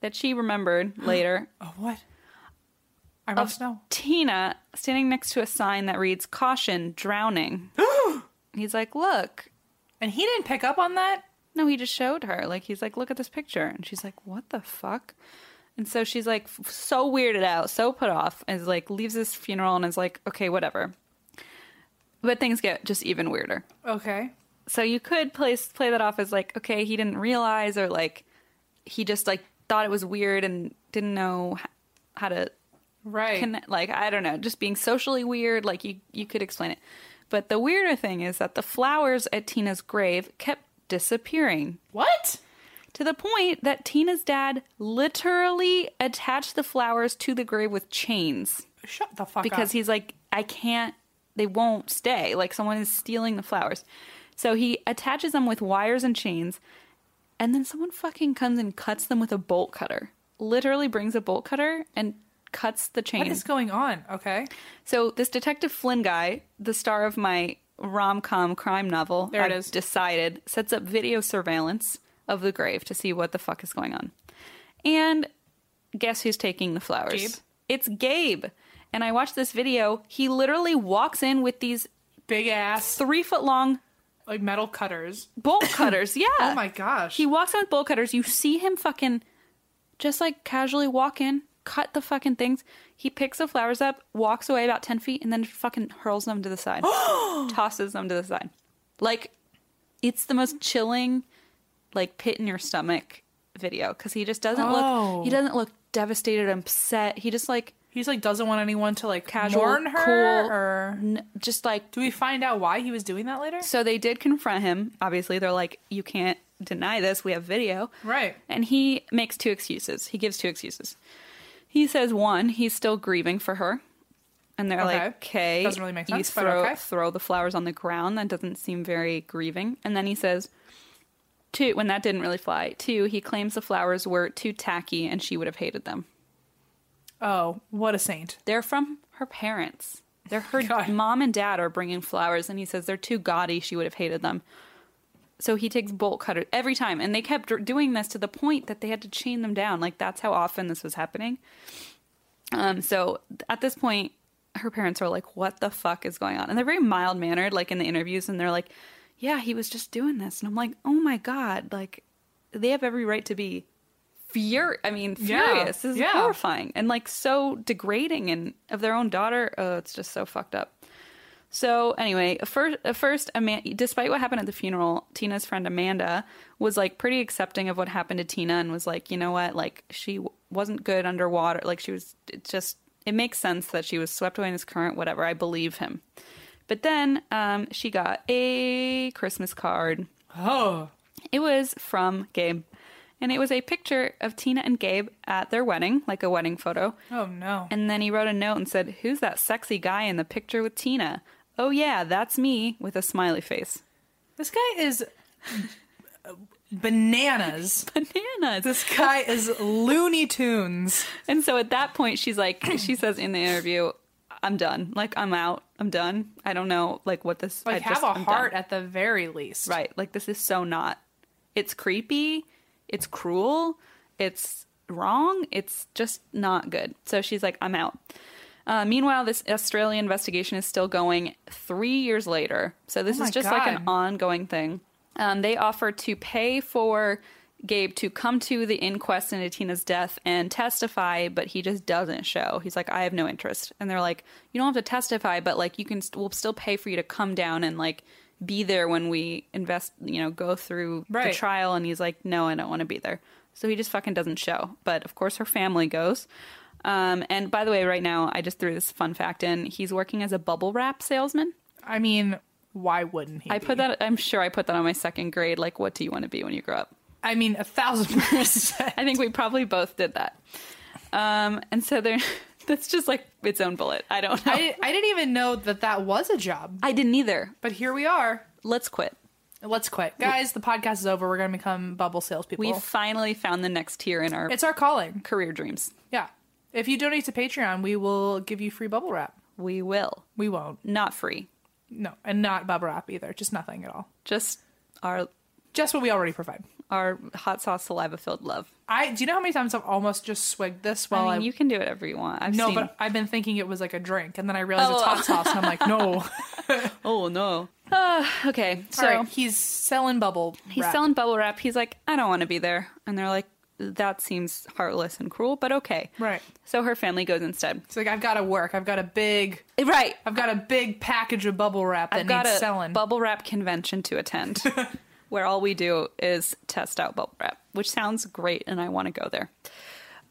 that she remembered later
Oh, what? I must know.
Tina standing next to a sign that reads "Caution, drowning." he's like, "Look."
And he didn't pick up on that?
No, he just showed her. Like he's like, "Look at this picture," and she's like, "What the fuck?" And so she's like, f- so weirded out, so put off, and is like leaves this funeral and is like, "Okay, whatever." But things get just even weirder.
Okay.
So you could place play that off as like, okay, he didn't realize, or like he just like thought it was weird and didn't know h- how to
Right.
connect like i don't know just being socially weird like you you could explain it but the weirder thing is that the flowers at tina's grave kept disappearing
what?
to the point that tina's dad literally attached the flowers to the grave with chains
Shut the fuck
because
up.
he's like i can't they won't stay like someone is stealing the flowers so he attaches them with wires and chains and then someone fucking comes and cuts them with a bolt cutter literally brings a bolt cutter and cuts the chain
What is going on? Okay.
so this Detective Flynn guy, the star of my rom-com crime novel,
There it
I've
is.
decided sets up video surveillance of the grave to see what the fuck is going on. And guess who's taking the flowers?
Gabe?
It's Gabe. And I watched this video. He literally walks in with these
Big ass,
three foot long
like metal cutters.
bolt cutters. Yeah.
Oh my gosh.
He walks in with bolt cutters. You see him fucking just like casually walk in, cut the fucking things. He picks the flowers up, walks away about 10 feet, and then fucking hurls them to the side, tosses them to the side. Like, it's the most chilling, like, pit in your stomach video because he just doesn't
Oh.
look, he doesn't look devastated, upset. He just like
He's like doesn't want anyone to like
casual,
mourn her
cool,
or
n- just like
do we find out why he was doing that later?
So they did confront him. Obviously, they're like, you can't deny this. We have video.
Right.
And he makes two excuses. He gives two excuses. He says, one, he's still grieving for her. And they're
Okay.
like, okay.
Doesn't really make sense,
You
but
throw,
okay.
throw the flowers on the ground. That doesn't seem very grieving. And then he says, two, when that didn't really fly, two, he claims the flowers were too tacky and she would have hated them.
Oh, what a saint.
They're from her parents. They're her
God.
mom and dad are bringing flowers, and he says they're too gaudy. She would have hated them. So he takes bolt cutters every time, and they kept dr- doing this to the point that they had to chain them down. Like that's how often this was happening. Um, so at this point, her parents are like, "What the fuck is going on?" And they're very mild mannered, like in the interviews, and they're like, "Yeah, he was just doing this." And I'm like, "Oh my god!" Like they have every right to be fur. I mean,
Yeah.
furious. This is
Yeah.
horrifying horrifying and like so degrading and of their own daughter. Oh, it's just so fucked up. So anyway, at first, at first, Ama- despite what happened at the funeral, Tina's friend Amanda was like pretty accepting of what happened to Tina and was like, you know what, like she w- wasn't good underwater. Like she was, it just it makes sense that she was swept away in this current. Whatever, I believe him. But then um, she got a Christmas card.
Oh.
It was from Gabe. And it was a picture of Tina and Gabe at their wedding, like a wedding photo.
Oh no.
And then he wrote a note and said, Who's that sexy guy in the picture with Tina? Oh, yeah, that's me, with a smiley face.
This guy is bananas.
Bananas.
This guy is Looney Tunes.
And so at that point, she's like, She says in the interview, I'm done. Like, I'm out. I'm done. I don't know, like, what this.
Like
I
have
just-
a
I'm done."
heart at the very least.
Right. Like this is so not. It's creepy. It's cruel. It's wrong. It's just not good. So she's like, I'm out. Uh, meanwhile, this Australia investigation is still going three years later. So this
Oh my
is just like an
God.
ongoing thing. Um, they offer to pay for Gabe to come to the inquest into Tina's death and testify, but he just doesn't show. He's like, I have no interest. And they're like, you don't have to testify, but like you can, st- we'll still pay for you to come down and like be there when we invest, you know, go through
Right.
the trial. And he's like, no, I don't want to be there. So he just fucking doesn't show. But of course, her family goes. Um, and by the way, right now, I just threw this fun fact in. He's working as a bubble wrap salesman.
I mean, why wouldn't he?
I
be?
put that, I'm sure I put that on my second grade. Like, what do you want to be when you grow up?
I mean, a thousand percent.
I think we probably both did that. Um, and so there, that's just like its own bullet. I don't know. I,
I, I didn't even know that that was a job,
didn't either.
but here we are.
Let's quit.
Let's quit, guys. The podcast is over. We're gonna become bubble salespeople.
We finally found the next tier in our
it's our calling.
career dreams.
Yeah. If you donate to Patreon, we will give you free bubble wrap.
We will.
We won't.
Not free.
No, and not bubble wrap either. Just nothing at all.
Just our
Just what we already provide.
our hot sauce saliva filled love.
I do you know how many times I've almost just swigged this
I
while
mean,
I,
you can do whatever you want. I've
no,
seen.
but I've been thinking it was like a drink, and then I realized it's
Oh.
hot sauce, and I'm like, no.
oh no. Uh, okay, so
So he's selling bubble.
he's
wrap.
selling bubble wrap. He's like, I don't want to be there, and they're like, that seems heartless and cruel, but okay.
Right.
So her family goes instead.
It's like I've got to work. I've got a big.
Right.
I've got a big package of bubble wrap that
I've got
needs
a
selling.
bubble wrap convention to attend, where all we do is test out bubble wrap, which sounds great, and I want to go there.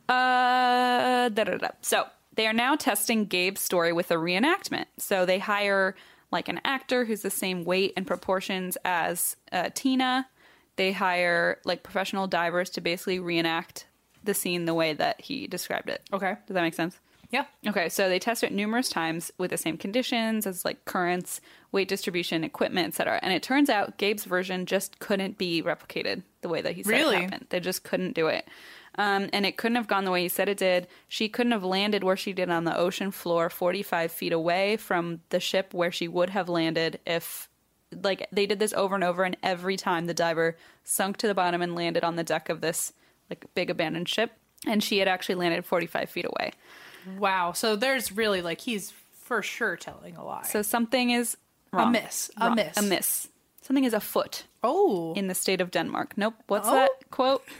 Uh, da, da, da. So they are now testing Gabe's story with a reenactment. So they hire like an actor who's the same weight and proportions as uh, Tina. They hire like professional divers to basically reenact the scene the way that he described it.
Okay.
Does that make sense?
yeah.
Okay, so they test it numerous times with the same conditions as like currents, weight distribution, equipment, etc. And it turns out Gabe's version just couldn't be replicated the way that he said
Really?
it happened. They just couldn't do it. Um, and it couldn't have gone the way he said it did. She couldn't have landed where she did on the ocean floor, 45 feet away from the ship where she would have landed if, like, they did this over and over. And every time the diver sunk to the bottom and landed on the deck of this, like, big abandoned ship. And she had actually landed 45 feet away.
Wow. So there's really like he's for sure telling a lie.
So something is wrong.
miss. A
Wrong.
miss.
A miss. Something is afoot
oh,
in the state of Denmark. Nope. What's
Oh.
that quote?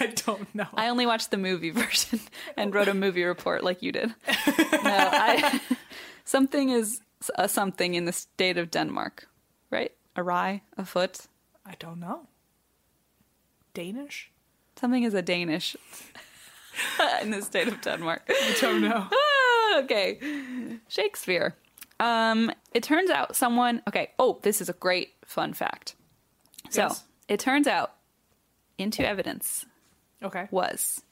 I don't know.
I only watched the movie version and wrote a movie report like you did. No, I, something is a something in the state of Denmark, right? A rye, a foot.
I don't know. Danish?
Something is a Danish in the state of Denmark.
I don't know.
Ah, okay. Shakespeare. Um, it turns out someone. Okay. Oh, this is a great fun fact. So
Yes.
it turns out into evidence
Okay.
was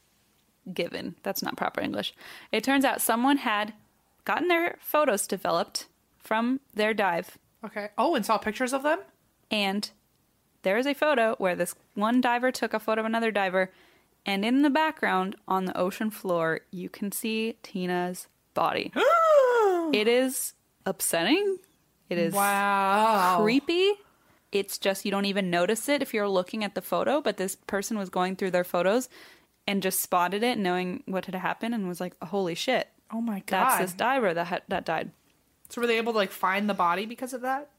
given. That's not proper English. It turns out someone had gotten their photos developed from their dive,
Okay. Oh, and saw pictures of them.
and there is a photo where this one diver took a photo of another diver, and in the background on the ocean floor, you can see Tina's body. It is upsetting. It is
Wow.
creepy. It's just you don't even notice it if you're looking at the photo, but this person was going through their photos and just spotted it knowing what had happened and was like, "Holy shit.
Oh my god.
That's this diver that had, that died."
so were they able to like find the body because of that?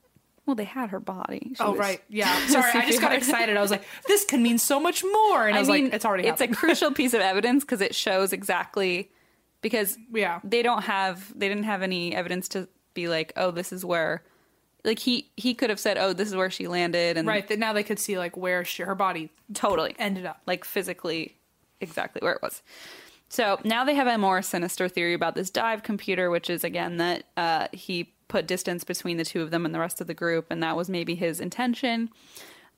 Well, they had her body. She
Oh
was-
right. Yeah. Sorry, I just got excited. I was like, this can mean so much more. And I,
I
was
mean,
like, it's already
it's a
happened.
crucial piece of evidence because it shows exactly because
Yeah.
they don't have they didn't have any evidence to be like, "Oh, this is where." Like he he could have said, "Oh, this is where she landed," and
right. That now they could see like where she, her body
totally
ended up.
like physically exactly where it was. So now they have a more sinister theory about this dive computer, which is again that uh, he put distance between the two of them and the rest of the group, and that was maybe his intention.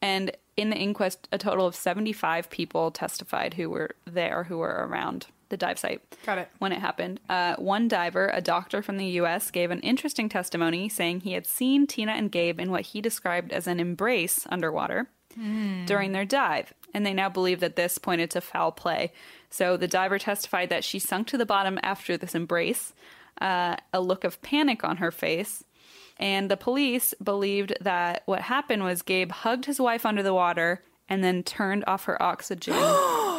And in the inquest, a total of 75 people testified who were there, who were around the dive site.
Got it.
When it happened, uh, one diver, a doctor from the U.S., gave an interesting testimony saying he had seen Tina and Gabe in what he described as an embrace underwater during their dive, and they now believe that this pointed to foul play. So the diver testified that she sunk to the bottom after this embrace, uh, a look of panic on her face. And the police believed that what happened was Gabe hugged his wife under the water and then turned off her oxygen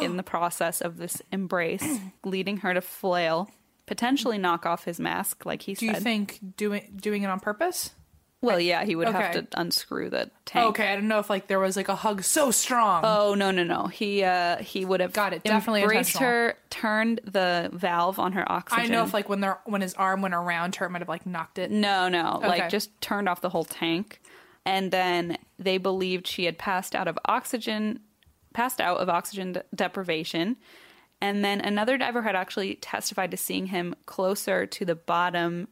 in the process of this embrace, leading her to flail, potentially knock off his mask, like he
Do you
said.
think doing doing it on purpose?
well, yeah, he would have
Okay.
to unscrew the tank.
Okay, I don't know if like there was like a hug so strong.
Oh no no no! He uh he would have
Got it. Definitely
embraced
intentional.
her, turned the valve on her oxygen.
I know if like when their when his arm went around her, it might have like knocked it.
No, no.
Okay.
Like just turned off the whole tank. And then they believed she had passed out of oxygen, passed out of oxygen de- deprivation. And then another diver had actually testified to seeing him closer to the bottom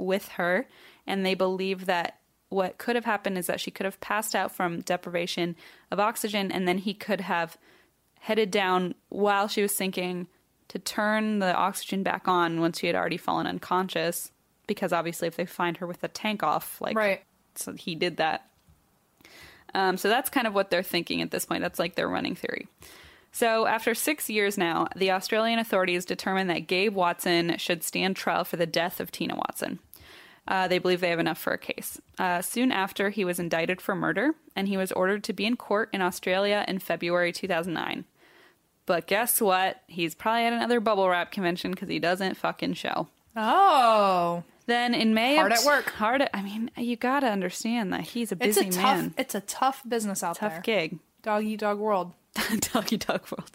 with her. And they believe that what could have happened is that she could have passed out from deprivation of oxygen. And then he could have headed down while she was sinking to turn the oxygen back on once she had already fallen unconscious because obviously if they find her with the tank off like
Right.
so he did that um, so that's kind of what they're thinking at this point that's like their running theory so after six years now the australian authorities determined that gabe watson should stand trial for the death of tina watson uh, they believe they have enough for a case. Uh, soon after, he was indicted for murder and he was ordered to be in court in Australia in February 2009. But guess what? He's probably at another bubble wrap convention because he doesn't fucking show.
Oh,
Then in May,
Hard
of-
at work.
Hard. At, I mean, you gotta understand that he's a
it's
busy
a tough
man.
it's a tough business out
tough
there.
gig.
Dog eat dog world.
Doggy Dog World.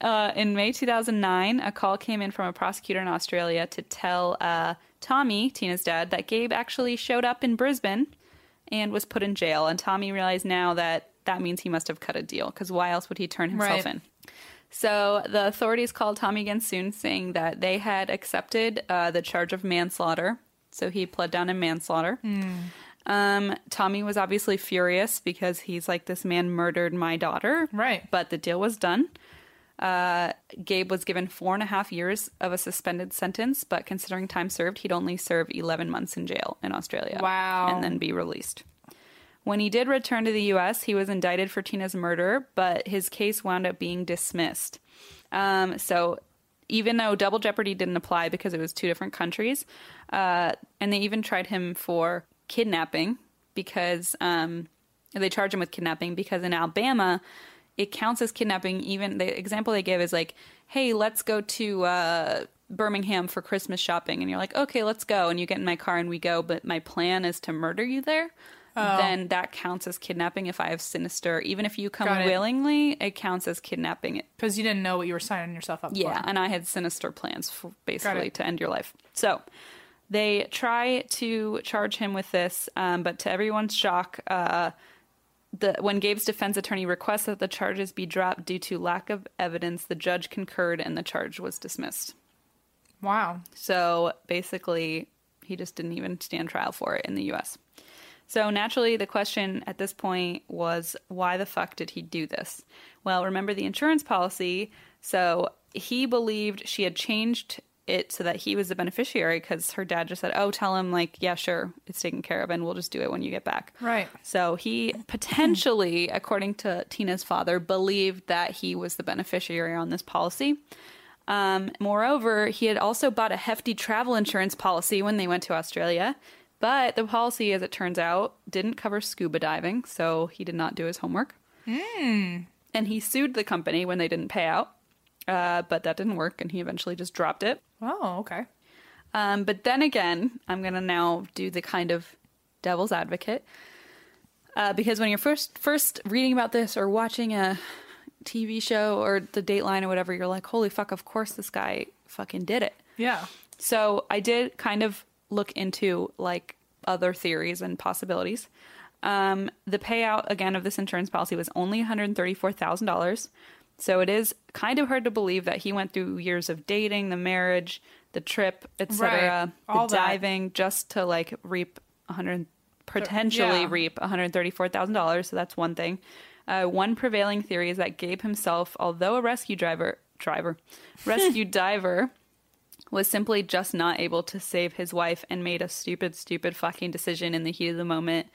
Uh, in May 2009, a call came in from a prosecutor in Australia to tell uh, Tommy, Tina's dad, that Gabe actually showed up in Brisbane and was put in jail. And Tommy realized now that that means he must have cut a deal because why else would he turn himself
Right.
in? So the authorities called Tommy again soon, saying that they had accepted uh, the charge of manslaughter. So he pled down in manslaughter. Um, Tommy was obviously furious because he's like, this man murdered my daughter.
Right.
But the deal was done. Uh, Gabe was given four and a half years of a suspended sentence, but considering time served, he'd only serve 11 months in jail in Australia.
Wow.
And then be released. When he did return to the U.S., he was indicted for Tina's murder, but his case wound up being dismissed. Um, so, even though double jeopardy didn't apply because it was two different countries, uh, and they even tried him for kidnapping because um, they charge him with kidnapping because in Alabama it counts as kidnapping. Even the example they give is like, "Hey, let's go to." Uh, Birmingham for Christmas shopping, and you're like, okay, let's go. And you get in my car and we go, but my plan is to murder you there
Oh.
then that counts as kidnapping if I have sinister. Even if you come
Got it.
willingly, it counts as kidnapping.
Because you didn't know what you were signing yourself up
Yeah,
for.
and I had sinister plans for basically
it.
to end your life. So they try to charge him with this, um, but to everyone's shock, uh, the, when Gabe's defense attorney requests that the charges be dropped due to lack of evidence, the judge concurred and the charge was dismissed.
Wow.
So basically, he just didn't even stand trial for it in the US. So naturally, the question at this point was why the fuck did he do this? Well, remember the insurance policy. So he believed she had changed it so that he was the beneficiary because her dad just said, oh, tell him, like, yeah, sure, it's taken care of and we'll just do it when you get back.
Right.
So he potentially, according to Tina's father, believed that he was the beneficiary on this policy. Um, moreover, he had also bought a hefty travel insurance policy when they went to Australia, but the policy, as it turns out, didn't cover scuba diving, so he did not do his homework. And he sued the company when they didn't pay out, uh, but that didn't work, and he eventually just dropped it.
Oh, okay.
Um, but then again, I'm going to now do the kind of devil's advocate. Uh, because when you're first first reading about this or watching a TV show or the Dateline or whatever, you're like, "Holy fuck! Of course this guy fucking did it."
Yeah.
So I did kind of look into like other theories and possibilities. Um, the payout again of this insurance policy was only one hundred thirty-four thousand dollars, so it is kind of hard to believe that he went through years of dating, the marriage, the trip,
Right.
etc.,
All
the
that.
diving, just to like reap one hundred potentially
yeah.
reap one hundred thirty-four thousand dollars. So that's one thing. Uh, one prevailing theory is that Gabe himself, although a rescue driver, driver, rescue diver was simply just not able to save his wife and made a stupid, stupid fucking decision in the heat of the moment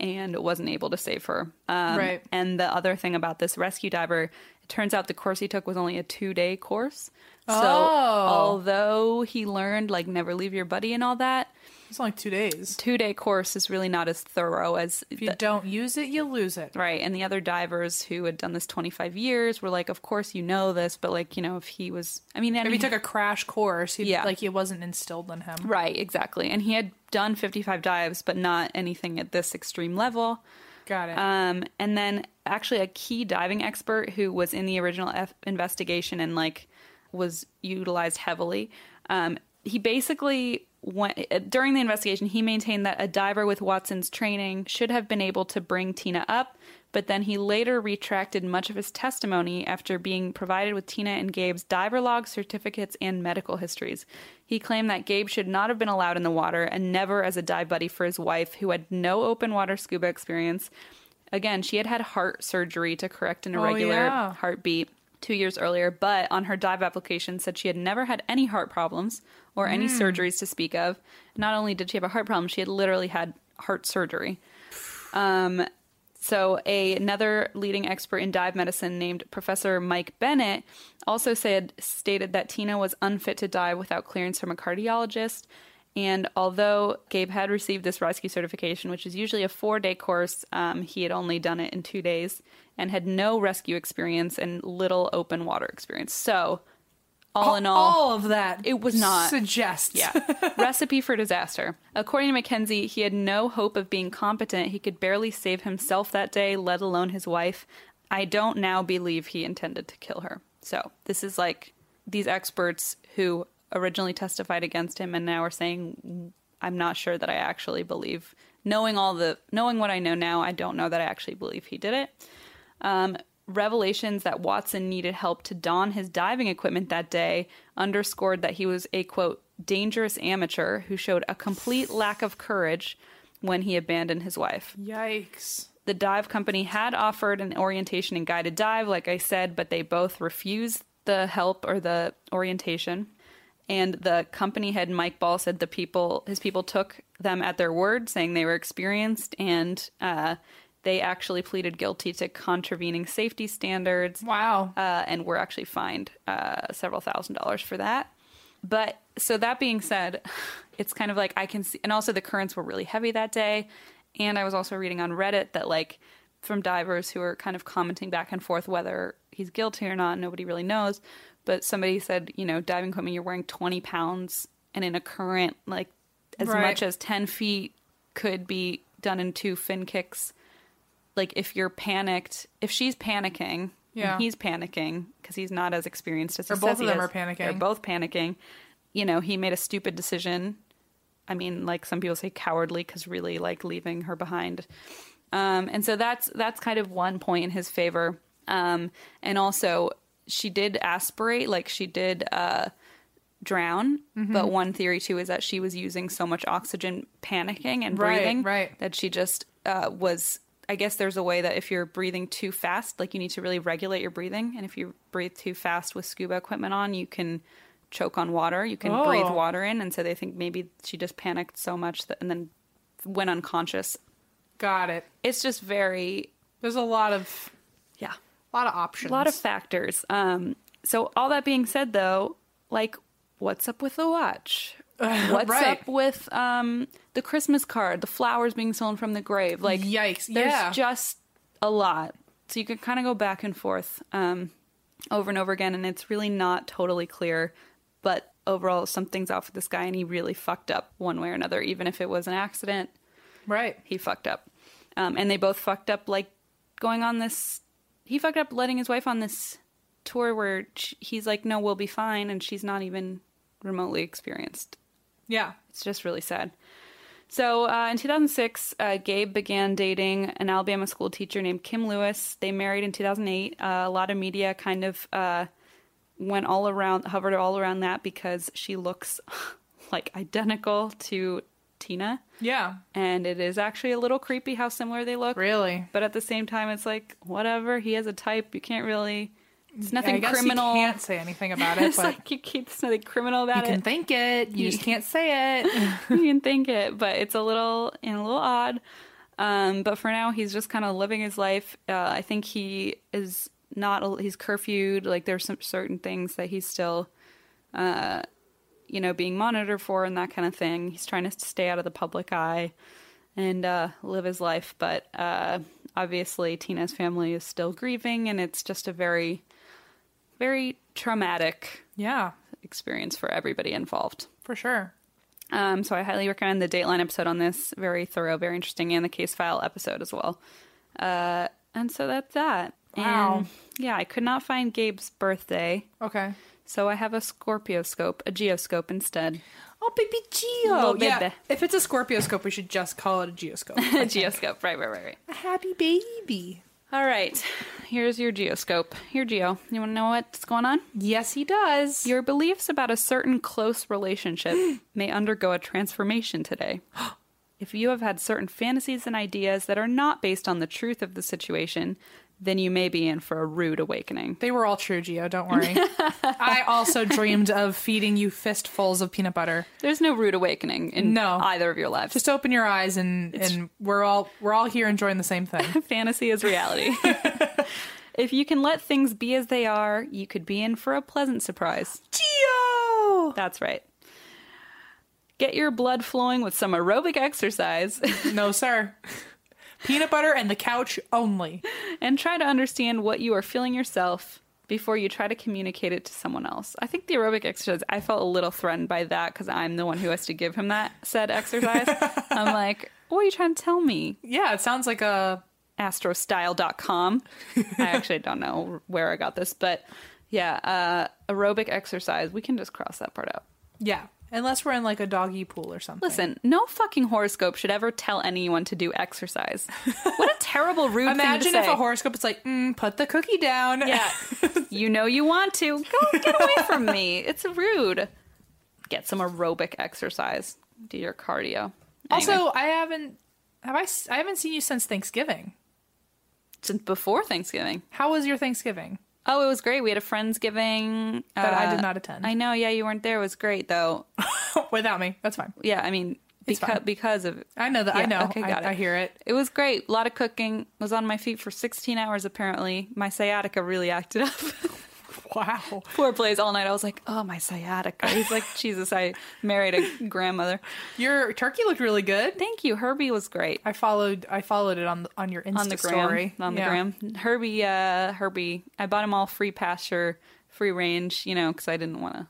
and wasn't able to save her. Um,
Right.
And the other thing about this rescue diver, it turns out the course he took was only a two day course. So
Oh.
although he learned, like, never leave your buddy and all that,
It's only two days.
two day course is really not as thorough as
If you
the-
don't use it, you lose it.
right. And the other divers who had done this 25 years were like, of course you know this, but like you know if he was, I mean, and
If he took a crash course, he
Yeah.
like it wasn't instilled in him.
right exactly, and he had done 55 dives, but not anything at this extreme level.
Got it.
Um, and then actually a key diving expert who was in the original F- investigation and like was utilized heavily. Um, he basically went during the investigation. He maintained that a diver with Watson's training should have been able to bring Tina up, but then he later retracted much of his testimony after being provided with Tina and Gabe's diver log certificates and medical histories. He claimed that Gabe should not have been allowed in the water and never as a dive buddy for his wife, who had no open water scuba experience. Again, she had had heart surgery to correct an irregular
yeah.
heartbeat two years earlier, but on her dive application said she had never had any heart problems or any surgeries to speak of. Not only did she have a heart problem, she had literally had heart surgery. Um, so a, another leading expert in dive medicine named Professor Mike Bennett also said stated that Tina was unfit to dive without clearance from a cardiologist. And although Gabe had received this rescue certification, which is usually a four day course, um, he had only done it in two days and had no rescue experience and little open water experience. So, all in all,
of that
it was not-
suggests.
yeah. Recipe for disaster. According to Mackenzie, he had no hope of being competent. He could barely save himself that day, let alone his wife. I don't now believe he intended to kill her. So, this is like these experts who originally testified against him and now are saying I'm not sure that I actually believe knowing all the knowing what I know now, I don't know that I actually believe he did it um, revelations that Watson needed help to don his diving equipment that day underscored that he was a quote dangerous amateur who showed a complete lack of courage when he abandoned his wife.
Yikes.
The dive company had offered an orientation and guided dive, like I said, but they both refused the help or the orientation. And the company head Mike Ball said the people, his people took them at their word, saying they were experienced, and uh, they actually pleaded guilty to contravening safety standards
Wow.
uh, and were actually fined uh, several thousand dollars for that. But so that being said, it's kind of like I can see, and also the currents were really heavy that day. And I was also reading on Reddit that, like, from divers who are kind of commenting back and forth whether he's guilty or not, nobody really knows. But somebody said, you know, diving equipment, you're wearing 20 pounds, and in a current, like, as
Right.
much as 10 feet could be done in two fin kicks like if you're panicked, if she's panicking,
Yeah.
and he's panicking because he's not as experienced as he
Or both
says he
of them
is.
are panicking.
They're both panicking. You know, he made a stupid decision. I mean, like some people say cowardly because really like leaving her behind. Um, and so that's that's kind of one point in his favor. Um, and also, she did aspirate, like she did uh, drown.
Mm-hmm.
But one theory too is that she was using so much oxygen, panicking and
Right,
breathing,
right.
that she just uh, was i guess there's a way that if you're breathing too fast like you need to really regulate your breathing and if you breathe too fast with scuba equipment on you can choke on water you can breathe
Oh.
water in and so they think maybe she just panicked so much that, and then went unconscious
Got it.
it's just very
There's a lot of
yeah
a lot of options.
a lot of factors um so all that being said though like what's up with the watch what's
Right.
up with um the christmas card the flowers being stolen from the grave like
Yikes.
there's
Yeah.
just a lot so you can kind of go back and forth um over and over again and it's really not totally clear but overall something's off with this guy and he really fucked up one way or another even if it was an accident
right.
he fucked up. Um, and they both fucked up, like going on this. He fucked up letting his wife on this tour where sh he's like, no, we'll be fine. And she's not even remotely experienced.
Yeah.
It's just really sad. So uh, in 2006, uh, Gabe began dating an Alabama school teacher named Kim Lewis. They married in 2008. Uh, a lot of media kind of uh, went all around, hovered all around that because she looks like identical to Tina
Yeah.
and it is actually a little creepy how similar they look.
Really.
But at the same time, it's like whatever. He has a type. You can't really. It's nothing
I guess
criminal.
You can't say anything about it,
it's
but
like you keep there's nothing criminal
you
about
can
it.
think it. You
You-
just can't say it.
you can think it, but it's a little and a little odd. Um, but for now, he's just kind of living his life. Uh, I think he is not. He's curfewed. Like there's some certain things that he's still. Uh, you know, being monitored for and that kind of thing. He's trying to stay out of the public eye and uh, live his life. But uh, obviously, Tina's family is still grieving, and it's just a very, very traumatic
Yeah,
experience for everybody involved.
for sure.
Um, so I highly recommend the Dateline episode on this. Very thorough, very interesting, and the case file episode as well. Uh, and so that's that.
Wow.
And, yeah, I could not find Gabe's birthday,
Okay.
so I have a Scorpio scope, a geoscope instead.
Oh, baby Geo.
Little
Yeah.
baby.
If it's a Scorpioscope, we should just call it a Geoscope.
a geoscope, right, right, right, right.
a happy baby.
All right, here's your geoscope. Here, Geo. You want to know what's going on?
Yes, he does.
Your beliefs about a certain close relationship may undergo a transformation today. If you have had certain fantasies and ideas that are not based on the truth of the situation, then you may be in for a rude awakening.
They were all true, Geo. Don't worry. I also dreamed of feeding you fistfuls of peanut butter.
There's no rude awakening in
No.
either of your lives. Just
Just open your eyes, and and we're all we're all here enjoying the same thing.
fantasy is reality. if you can let things be as they are, you could be in for a pleasant surprise.
Geo.
That's right. Get your blood flowing with some aerobic exercise.
No, sir. Peanut butter and the couch only.
and try to understand what you are feeling yourself before you try to communicate it to someone else. I think the aerobic exercise, I felt a little threatened by that because I'm the one who has to give him that said exercise. I'm like, what are you trying to tell me?
Yeah, it sounds like a
Astrostyle.com. I actually don't know where I got this, but yeah, uh, aerobic exercise, we can just cross that part out.
yeah. Unless we're in like a doggy pool or something.
Listen, no fucking horoscope should ever tell anyone to do exercise. What a terrible rude thing
Imagine
to
if
say.
a horoscope is like, mm, put the cookie down.
Yeah. you know you want to. Go get away from me. It's rude. Get some aerobic exercise. Do your cardio.
Also,
Anyway,
I haven't have I s- I haven't seen you since Thanksgiving.
since before Thanksgiving.
How was your Thanksgiving?
Oh, it was great. We had a Friendsgiving. uh,
That I did not attend.
I know. Yeah, you weren't there. It was great, though.
Without me, that's fine.
Yeah, I mean, because, because of.
I know that. I
Yeah,
know.
okay, got
I,
it.
I hear it.
It was great. A lot of cooking. Was on my feet for 16 hours, apparently. My sciatica really acted up.
Wow.
Poor plays all night. I was like, oh, my sciatica. He's like, Jesus, I married a grandmother.
Your turkey looked really good.
Thank you. Herbie was great.
I followed. I followed it on the, on your Insta
on the gram,
story.
on the
Yeah.
gram. Herbie, uh, Herbie, I bought him all free pasture, free range, you know, because I didn't want to.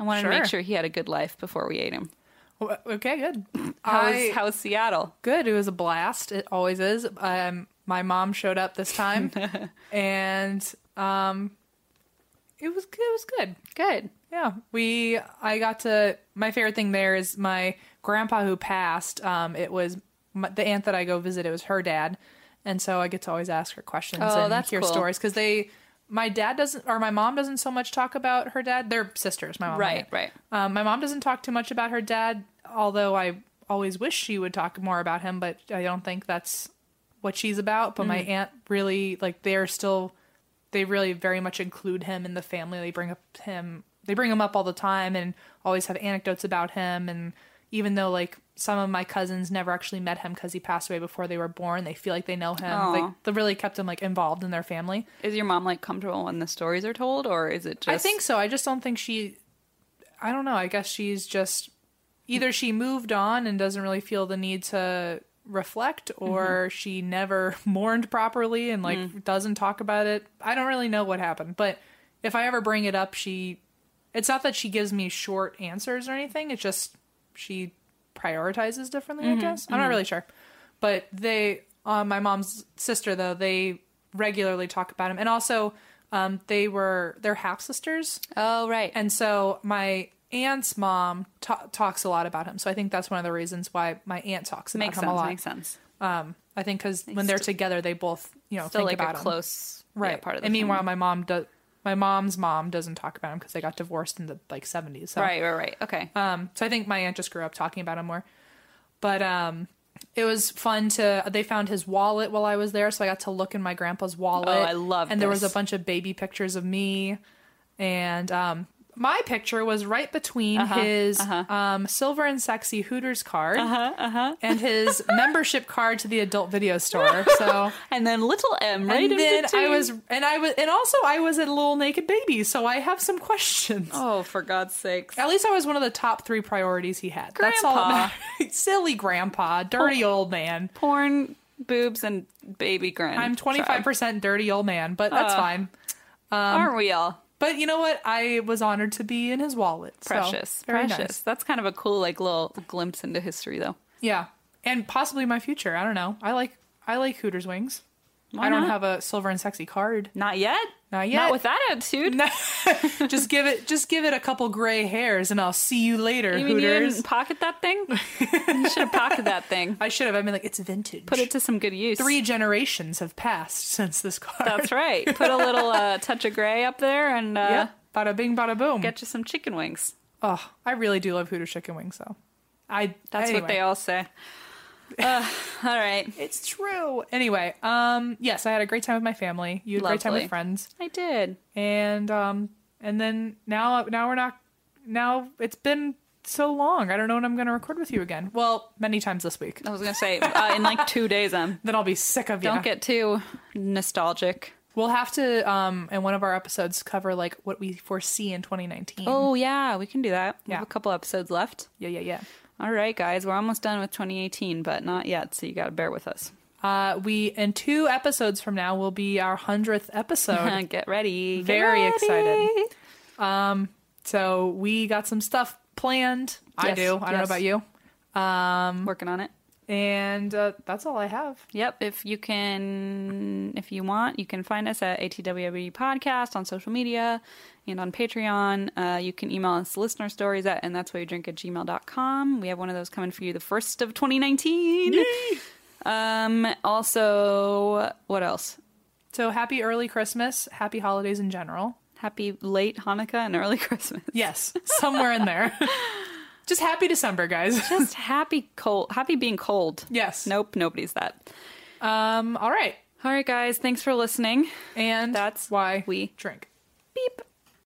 I wanted to make
Sure.
sure he had a good life before we ate him.
Wha- Okay, good.
How was
I-
how was Seattle?
good. It was a blast. It always is. Um, my mom showed up this time, and um, it was it was good.
Good.
Yeah, we. I got to my favorite thing there is my grandpa who passed. Um, it was my, the aunt that I go visit. It was her dad, and so I get to always ask her questions
Oh,
and
that's
hear
cool.
stories because they. My dad doesn't, or my mom doesn't so much talk about her dad. They're sisters, my mom. and
Right,
my
right.
aunt. Um, my mom doesn't talk too much about her dad, although I always wish she would talk more about him, but I don't think that's what she's about. But my aunt really, like, they're still, they really very much include him in the family. They bring up him, they bring him up all the time and always have anecdotes about him. And even though, like, some of my cousins never actually met him because he passed away before they were born, they feel like they know him.
Aw.
Like, they really kept him, like, involved in their family.
Is your mom like comfortable when the stories are told, or is it just?
I think so. I just don't think she. I don't know. I guess she's just either she moved on and doesn't really feel the need to reflect, or she never mourned properly and like doesn't talk about it. I don't really know what happened, but if I ever bring it up, she. It's not that she gives me short answers or anything. It's just she prioritizes differently. I guess I'm not really sure, but they. Uh, my mom's sister though they regularly talk about him, and also um, they were they're half sisters.
Oh, right. And
And so my aunt's mom ta talks a lot about him. So I think that's one of the reasons why my aunt talks about
makes
him
sense.
a lot.
Makes sense.
Um, I think because when they're together, they both you know
Still
think
like
about
a
him.
close yeah,
right
part of the.
And meanwhile,
family.
my mom does. My mom's mom doesn't talk about him because they got divorced in the like seventies. So.
right, right, right. Okay.
Um, so I think my aunt just grew up talking about him more. But um, it was fun to. They found his wallet while I was there, so I got to look in my grandpa's wallet.
Oh, I love
And there was
this.
a bunch of baby pictures of me, and um, My picture was right between
Uh-huh,
his Um, silver and sexy Hooters card
Uh-huh,
and his membership card to the adult video store. So
And then little M right in
and then I
between.
was, and I was, and also I was a little naked baby, so I have some questions.
Oh, for God's sakes.
At least I was one of the top three priorities he had. That's all.
Grandpa. Oh.
That matters. Silly grandpa, dirty old man.
Porn, boobs, and baby grin.
I'm 25 percent dirty old man, but
Uh.
that's fine.
Aren't we all?
But you know what? I was honored to be in his wallet. so,
Precious.
very
precious.
nice.
That's kind of a cool like little glimpse into history though.
Yeah, and possibly my future. I don't know. I like I like Hooters wings.
Why
I don't
not?
have a silver and sexy card.
Not yet.
Not yet.
Not with that attitude.
just give it just give it a couple gray hairs, and I'll see you later,
you mean you
Hooters.
didn't pocket that thing? you should have pocketed that thing.
I should have. I mean, like it's vintage.
Put it to some good use.
Three generations have passed since this card.
That's right. Put a little uh, touch of gray up there and uh,
Yep. Bada bing, bada boom.
get you some chicken wings.
oh, I really do love Hooters chicken wings, though. I.
That's
anyway.
what they all say. Uh, all right.
It's true. Anyway, um, yes, I had a great time with my family. You had a great time
Lovely.
with friends,
I did.
and um, and then now, now we're not. Now it's been so long. I don't know when I'm going to record with you again. Well, many times this week.
I was gonna say uh, in like two days. Um,
Then I'll be sick of you.
don't get too nostalgic.
We'll have to, um, in one of our episodes, cover like what we foresee in 2019.
Oh yeah, we can do that. We have
Yeah.
a couple episodes left.
yeah, yeah, yeah.
All right, guys, we're almost done with 2018, but not yet. So you gotta bear with us.
Uh, we in two episodes from now will be our hundredth episode.
Get ready. Get
Very
ready.
excited. so we got some stuff planned. I
Yes,
do. I don't know
yes.
about you.
I'm working on it.
And uh, that's all I have.
Yep. If you can, if you want, you can find us at ATWWD E Podcast on social media and on Patreon. Uh, you can email us listener stories at and that's why you drink at gmail.com. We have one of those coming for you the first of 2019. Um, also, what else?
So happy early Christmas. Happy holidays in general.
Happy late Hanukkah and early Christmas.
Yes, somewhere in there. Just happy December, guys.
Just happy cold, happy being cold.
Yes.
Nope, nobody's that.
Um. All right.
All right, guys, thanks for listening.
And
That's
why
we-
drink.
Beep.